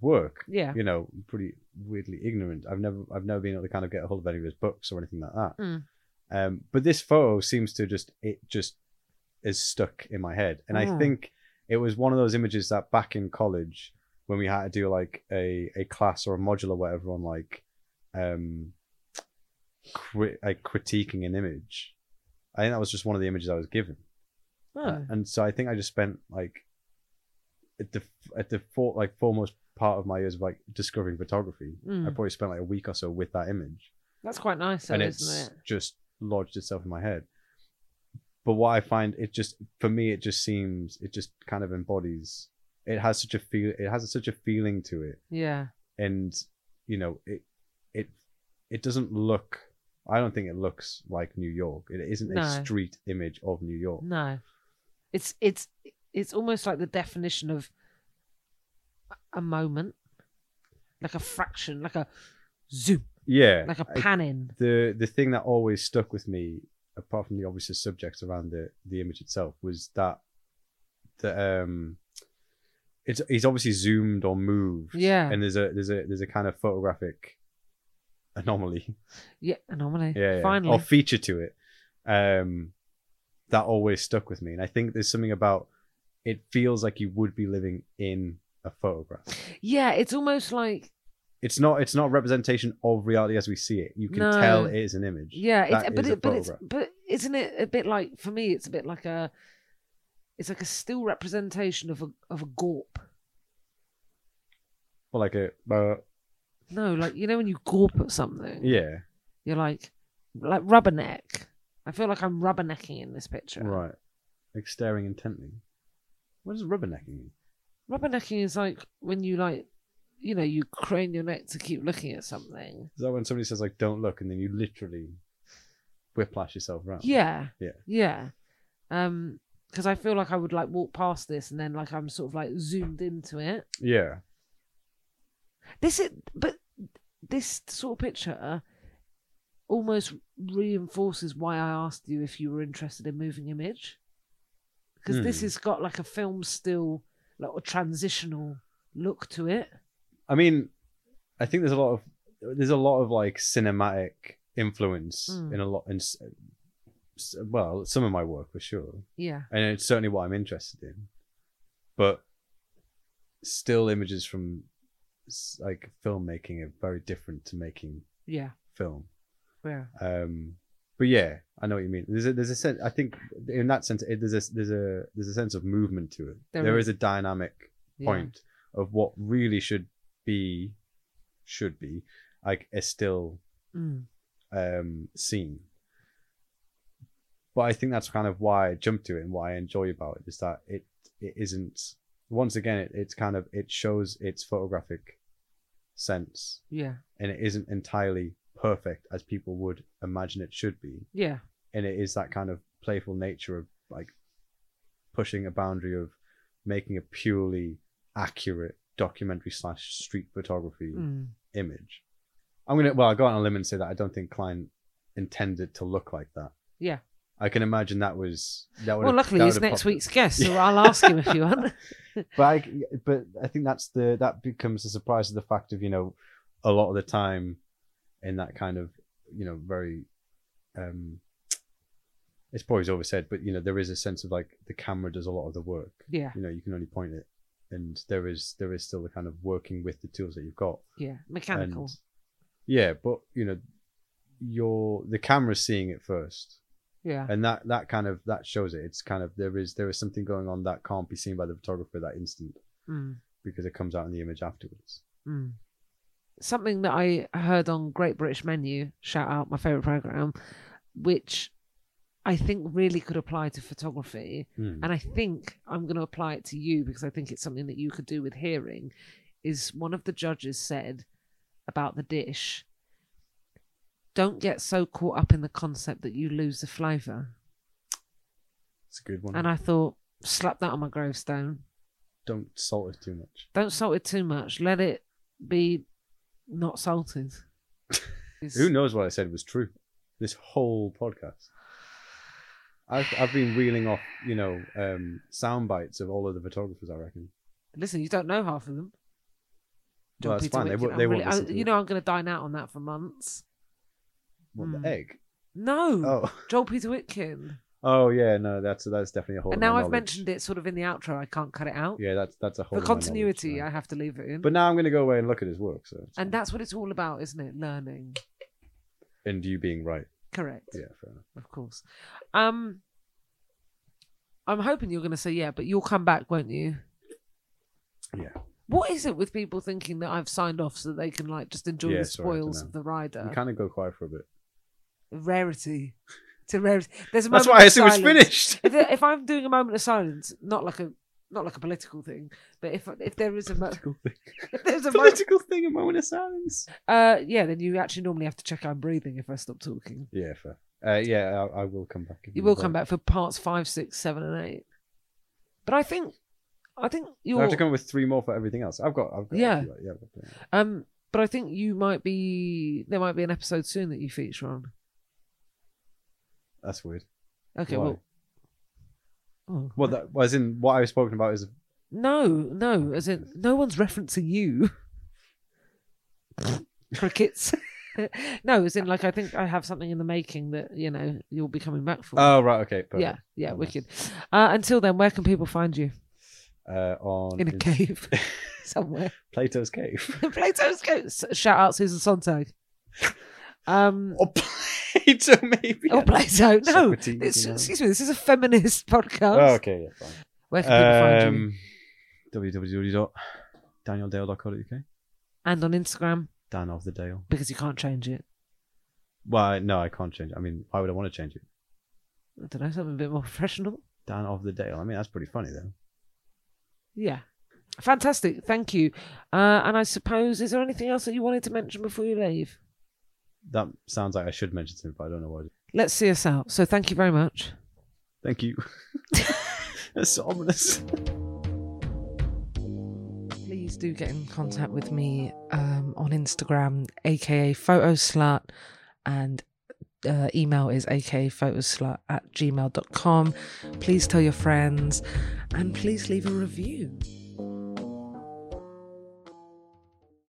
[SPEAKER 2] work.
[SPEAKER 1] yeah.
[SPEAKER 2] You know, I'm pretty weirdly ignorant. I've never, I've never been able to kind of get a hold of any of his books or anything like that.
[SPEAKER 1] Mm.
[SPEAKER 2] Um, but this photo seems to just it just is stuck in my head, and I
[SPEAKER 1] Mm.
[SPEAKER 2] think it was one of those images that back in college when we had to do like a a class or a module or whatever on like um cri- like critiquing an image. I think that was just one of the images I was given, Uh,
[SPEAKER 1] Oh.
[SPEAKER 2] and so I think I just spent like at the at the for, like foremost part of my years of like discovering photography. I
[SPEAKER 1] Mm.
[SPEAKER 2] probably spent like a week or so with that image
[SPEAKER 1] That's quite nice, though,
[SPEAKER 2] and
[SPEAKER 1] isn't
[SPEAKER 2] it's
[SPEAKER 1] it?
[SPEAKER 2] just lodged itself in my head. But what I find it just for me, it just seems it just kind of embodies. It has such a feel. It has such a feeling to it,
[SPEAKER 1] Yeah.
[SPEAKER 2] and you know, it it it doesn't look. I don't think it looks like New York. It isn't
[SPEAKER 1] No.
[SPEAKER 2] a street image of New York.
[SPEAKER 1] No. It's it's it's almost like the definition of a moment. Like a fraction, like a zoom,
[SPEAKER 2] Yeah,
[SPEAKER 1] like a
[SPEAKER 2] I-
[SPEAKER 1] pan in.
[SPEAKER 2] the the thing that always stuck with me, apart from the obvious subjects around the the image itself, was that the um, it's he's obviously zoomed or moved.
[SPEAKER 1] Yeah.
[SPEAKER 2] And there's a there's a there's a kind of photographic anomaly,
[SPEAKER 1] Yeah, anomaly.
[SPEAKER 2] yeah, yeah,
[SPEAKER 1] Finally.
[SPEAKER 2] or feature to it, um, that always stuck with me. And I think there's something about it feels like you would be living in a photograph.
[SPEAKER 1] Yeah, it's almost like
[SPEAKER 2] It's not it's not a representation of reality as we see it. You can
[SPEAKER 1] No.
[SPEAKER 2] tell it is an image.
[SPEAKER 1] Yeah, it's,
[SPEAKER 2] That
[SPEAKER 1] but
[SPEAKER 2] is a
[SPEAKER 1] it, but it's
[SPEAKER 2] photograph.
[SPEAKER 1] but isn't it a bit like for me? It's a bit like a, it's like a still representation of a of a gawp.
[SPEAKER 2] Or like a uh,
[SPEAKER 1] No, like you know when you gawp at something,
[SPEAKER 2] yeah.
[SPEAKER 1] you're like like rubberneck. I feel like I'm rubbernecking in this picture.
[SPEAKER 2] Right. Like staring intently. What does rubbernecking mean?
[SPEAKER 1] Rubbernecking is like when you like, you know, you crane your neck to keep looking at something.
[SPEAKER 2] Is that when somebody says like don't look and then you literally whiplash yourself around?
[SPEAKER 1] Yeah.
[SPEAKER 2] Oh. Yeah.
[SPEAKER 1] Yeah. Um, because I feel like I would like walk past this and then like I'm sort of like zoomed into it.
[SPEAKER 2] Yeah.
[SPEAKER 1] This is, but this sort of picture almost reinforces why I asked you if you were interested in moving image, because this
[SPEAKER 2] Hmm.
[SPEAKER 1] has got like a film still, like a transitional look to it.
[SPEAKER 2] I mean, I think there's a lot of there's a lot of like cinematic influence
[SPEAKER 1] Mm.
[SPEAKER 2] in a lot in s- s- well, some of my work for sure.
[SPEAKER 1] Yeah,
[SPEAKER 2] And it's certainly what I'm interested in. But still images from s- like filmmaking are very different to making
[SPEAKER 1] Yeah.
[SPEAKER 2] film.
[SPEAKER 1] Yeah.
[SPEAKER 2] Um, but yeah, I know what you mean. There's a, there's a sense. I think in that sense, it, there's a there's a there's a sense of movement to it.
[SPEAKER 1] There
[SPEAKER 2] there
[SPEAKER 1] is.
[SPEAKER 2] is a dynamic
[SPEAKER 1] yeah.
[SPEAKER 2] point of what really should be should be like is still
[SPEAKER 1] Mm.
[SPEAKER 2] um seen but i think that's kind of why i jump to it and why i enjoy about it is that it it isn't once again it, it's kind of it shows its photographic sense
[SPEAKER 1] Yeah.
[SPEAKER 2] and it isn't entirely perfect as people would imagine it should be
[SPEAKER 1] Yeah.
[SPEAKER 2] and it is that kind of playful nature of like pushing a boundary of making a purely accurate documentary slash street photography
[SPEAKER 1] Mm.
[SPEAKER 2] image. I'm gonna well, I go on a limb and say that I don't think Klein intended to look like that.
[SPEAKER 1] Yeah.
[SPEAKER 2] I can imagine that was that would.
[SPEAKER 1] Well, luckily
[SPEAKER 2] that
[SPEAKER 1] he's
[SPEAKER 2] would've
[SPEAKER 1] next
[SPEAKER 2] popped up.
[SPEAKER 1] week's guest, so I'll ask him if you want.
[SPEAKER 2] But I, but I think that's the that becomes the surprise of the fact of you know a lot of the time in that kind of you know very um it's probably oversaid, but you know there is a sense of like the camera does a lot of the work.
[SPEAKER 1] Yeah.
[SPEAKER 2] You know you can only point it, and there is there is still the kind of working with the tools that you've got.
[SPEAKER 1] Yeah. Mechanical.
[SPEAKER 2] And- yeah, but you know, your the camera's seeing it first,
[SPEAKER 1] yeah.
[SPEAKER 2] and that that kind of that shows it. It's kind of there is there is something going on that can't be seen by the photographer that instant
[SPEAKER 1] Mm.
[SPEAKER 2] because it comes out in the image afterwards.
[SPEAKER 1] Mm. Something that I heard on Great British Menu, shout out my favorite program, which I think really could apply to photography. And I think I'm going to apply it to you because I think it's something that you could do with hearing. Is one of the judges said about the dish, don't get so caught up in the concept that you lose the flavor.
[SPEAKER 2] It's a good one.
[SPEAKER 1] And I thought, slap that on my gravestone.
[SPEAKER 2] Don't salt it too much.
[SPEAKER 1] Don't salt it too much. Let it be not salted. It's-
[SPEAKER 2] Who knows what I said was true? This whole podcast. I've, I've been reeling off, you know, um, sound bites of all of the photographers. I reckon.
[SPEAKER 1] Listen, you don't know half of them. John
[SPEAKER 2] Well, that's
[SPEAKER 1] Peter
[SPEAKER 2] fine. They,
[SPEAKER 1] Witkin,
[SPEAKER 2] won't-
[SPEAKER 1] I'm
[SPEAKER 2] they
[SPEAKER 1] really-
[SPEAKER 2] won't listen
[SPEAKER 1] I-
[SPEAKER 2] to
[SPEAKER 1] you
[SPEAKER 2] it.
[SPEAKER 1] know, I'm going to dine out on that for months.
[SPEAKER 2] What,
[SPEAKER 1] Hmm.
[SPEAKER 2] the egg.
[SPEAKER 1] No,
[SPEAKER 2] Oh,
[SPEAKER 1] Joel Peter Whitkin.
[SPEAKER 2] oh yeah, no, that's that's definitely a whole.
[SPEAKER 1] And
[SPEAKER 2] other
[SPEAKER 1] now I've
[SPEAKER 2] knowledge.
[SPEAKER 1] mentioned it sort of in the outro. I can't cut it out.
[SPEAKER 2] Yeah, that's that's a whole
[SPEAKER 1] for
[SPEAKER 2] other knowledge,
[SPEAKER 1] continuity,
[SPEAKER 2] right.
[SPEAKER 1] I have to leave it in.
[SPEAKER 2] But now I'm going to go away and look at his work. So, it's
[SPEAKER 1] and
[SPEAKER 2] fine.
[SPEAKER 1] that's what it's all about, isn't it? Learning.
[SPEAKER 2] and you being right.
[SPEAKER 1] Correct.
[SPEAKER 2] Yeah, fair enough.
[SPEAKER 1] Of course. Um, I'm hoping you're going to say yeah, but you'll come back, won't you?
[SPEAKER 2] Yeah.
[SPEAKER 1] What is it with people thinking that I've signed off so that they can like just enjoy
[SPEAKER 2] Yeah,
[SPEAKER 1] the
[SPEAKER 2] sorry, I don't
[SPEAKER 1] spoils
[SPEAKER 2] know.
[SPEAKER 1] of the
[SPEAKER 2] You
[SPEAKER 1] rider?
[SPEAKER 2] kind of go quiet for a bit.
[SPEAKER 1] Rarity. It's a rarity. There's a
[SPEAKER 2] That's why
[SPEAKER 1] moment
[SPEAKER 2] I
[SPEAKER 1] of
[SPEAKER 2] assume it's
[SPEAKER 1] silence.
[SPEAKER 2] finished.
[SPEAKER 1] if, there- if I'm doing a moment of silence, not like a not like a political thing, but if if there is a mo-
[SPEAKER 2] Political thing.
[SPEAKER 1] if there's a moment,
[SPEAKER 2] Political thing. A moment of silence.
[SPEAKER 1] uh, yeah, then you actually normally have to check I'm breathing if I stop talking.
[SPEAKER 2] Yeah, fair. Uh, yeah, I, I will come back. if
[SPEAKER 1] You will
[SPEAKER 2] invite
[SPEAKER 1] come
[SPEAKER 2] me.
[SPEAKER 1] back for parts five, six, seven, and eight. But I think, I think
[SPEAKER 2] Do I
[SPEAKER 1] you're
[SPEAKER 2] have to come up with three more for everything else. I've got. I've got
[SPEAKER 1] Yeah.
[SPEAKER 2] I've got- yeah. I've got-
[SPEAKER 1] um. But I think you might be there. Might be an episode soon that you feature on.
[SPEAKER 2] That's weird.
[SPEAKER 1] Okay,
[SPEAKER 2] Why?
[SPEAKER 1] well. Oh,
[SPEAKER 2] Well, that was in what I was talking about is
[SPEAKER 1] No, no, as in no one's referencing you. Crickets. no, as in like I think I have something in the making that you know you'll be coming back for.
[SPEAKER 2] oh right okay perfect.
[SPEAKER 1] yeah, yeah,
[SPEAKER 2] Oh,
[SPEAKER 1] wicked. Uh, until then, where can people find you?
[SPEAKER 2] uh, on
[SPEAKER 1] In a
[SPEAKER 2] in
[SPEAKER 1] cave somewhere.
[SPEAKER 2] Plato's cave
[SPEAKER 1] Plato's goats. Shout out Susan Sontag. Um,
[SPEAKER 2] or Plato maybe
[SPEAKER 1] oh, Plato. No,
[SPEAKER 2] Socrates,
[SPEAKER 1] it's,
[SPEAKER 2] you know.
[SPEAKER 1] excuse me. This is a feminist podcast.
[SPEAKER 2] oh, okay yeah fine
[SPEAKER 1] Where can people find you?
[SPEAKER 2] um, www.danieldale.co.uk.
[SPEAKER 1] And on Instagram
[SPEAKER 2] Dan of the Dale.
[SPEAKER 1] because you can't change it.
[SPEAKER 2] Well, no, I can't change. it. I mean, why would I want to change it?
[SPEAKER 1] I don't know something a bit more professional.
[SPEAKER 2] Dan of the Dale. I mean, that's pretty funny though.
[SPEAKER 1] Yeah. Fantastic. Thank you. Uh, and I suppose, is there anything else that you wanted to mention before you leave?
[SPEAKER 2] That sounds like I should mention something, but I don't know why.
[SPEAKER 1] Let's see us out. So thank you very much.
[SPEAKER 2] Thank you. that's so ominous.
[SPEAKER 1] Please do get in contact with me um, on Instagram, aka photoslut, and uh, email is aka photoslut at gmail.com. Please tell your friends and please leave a review.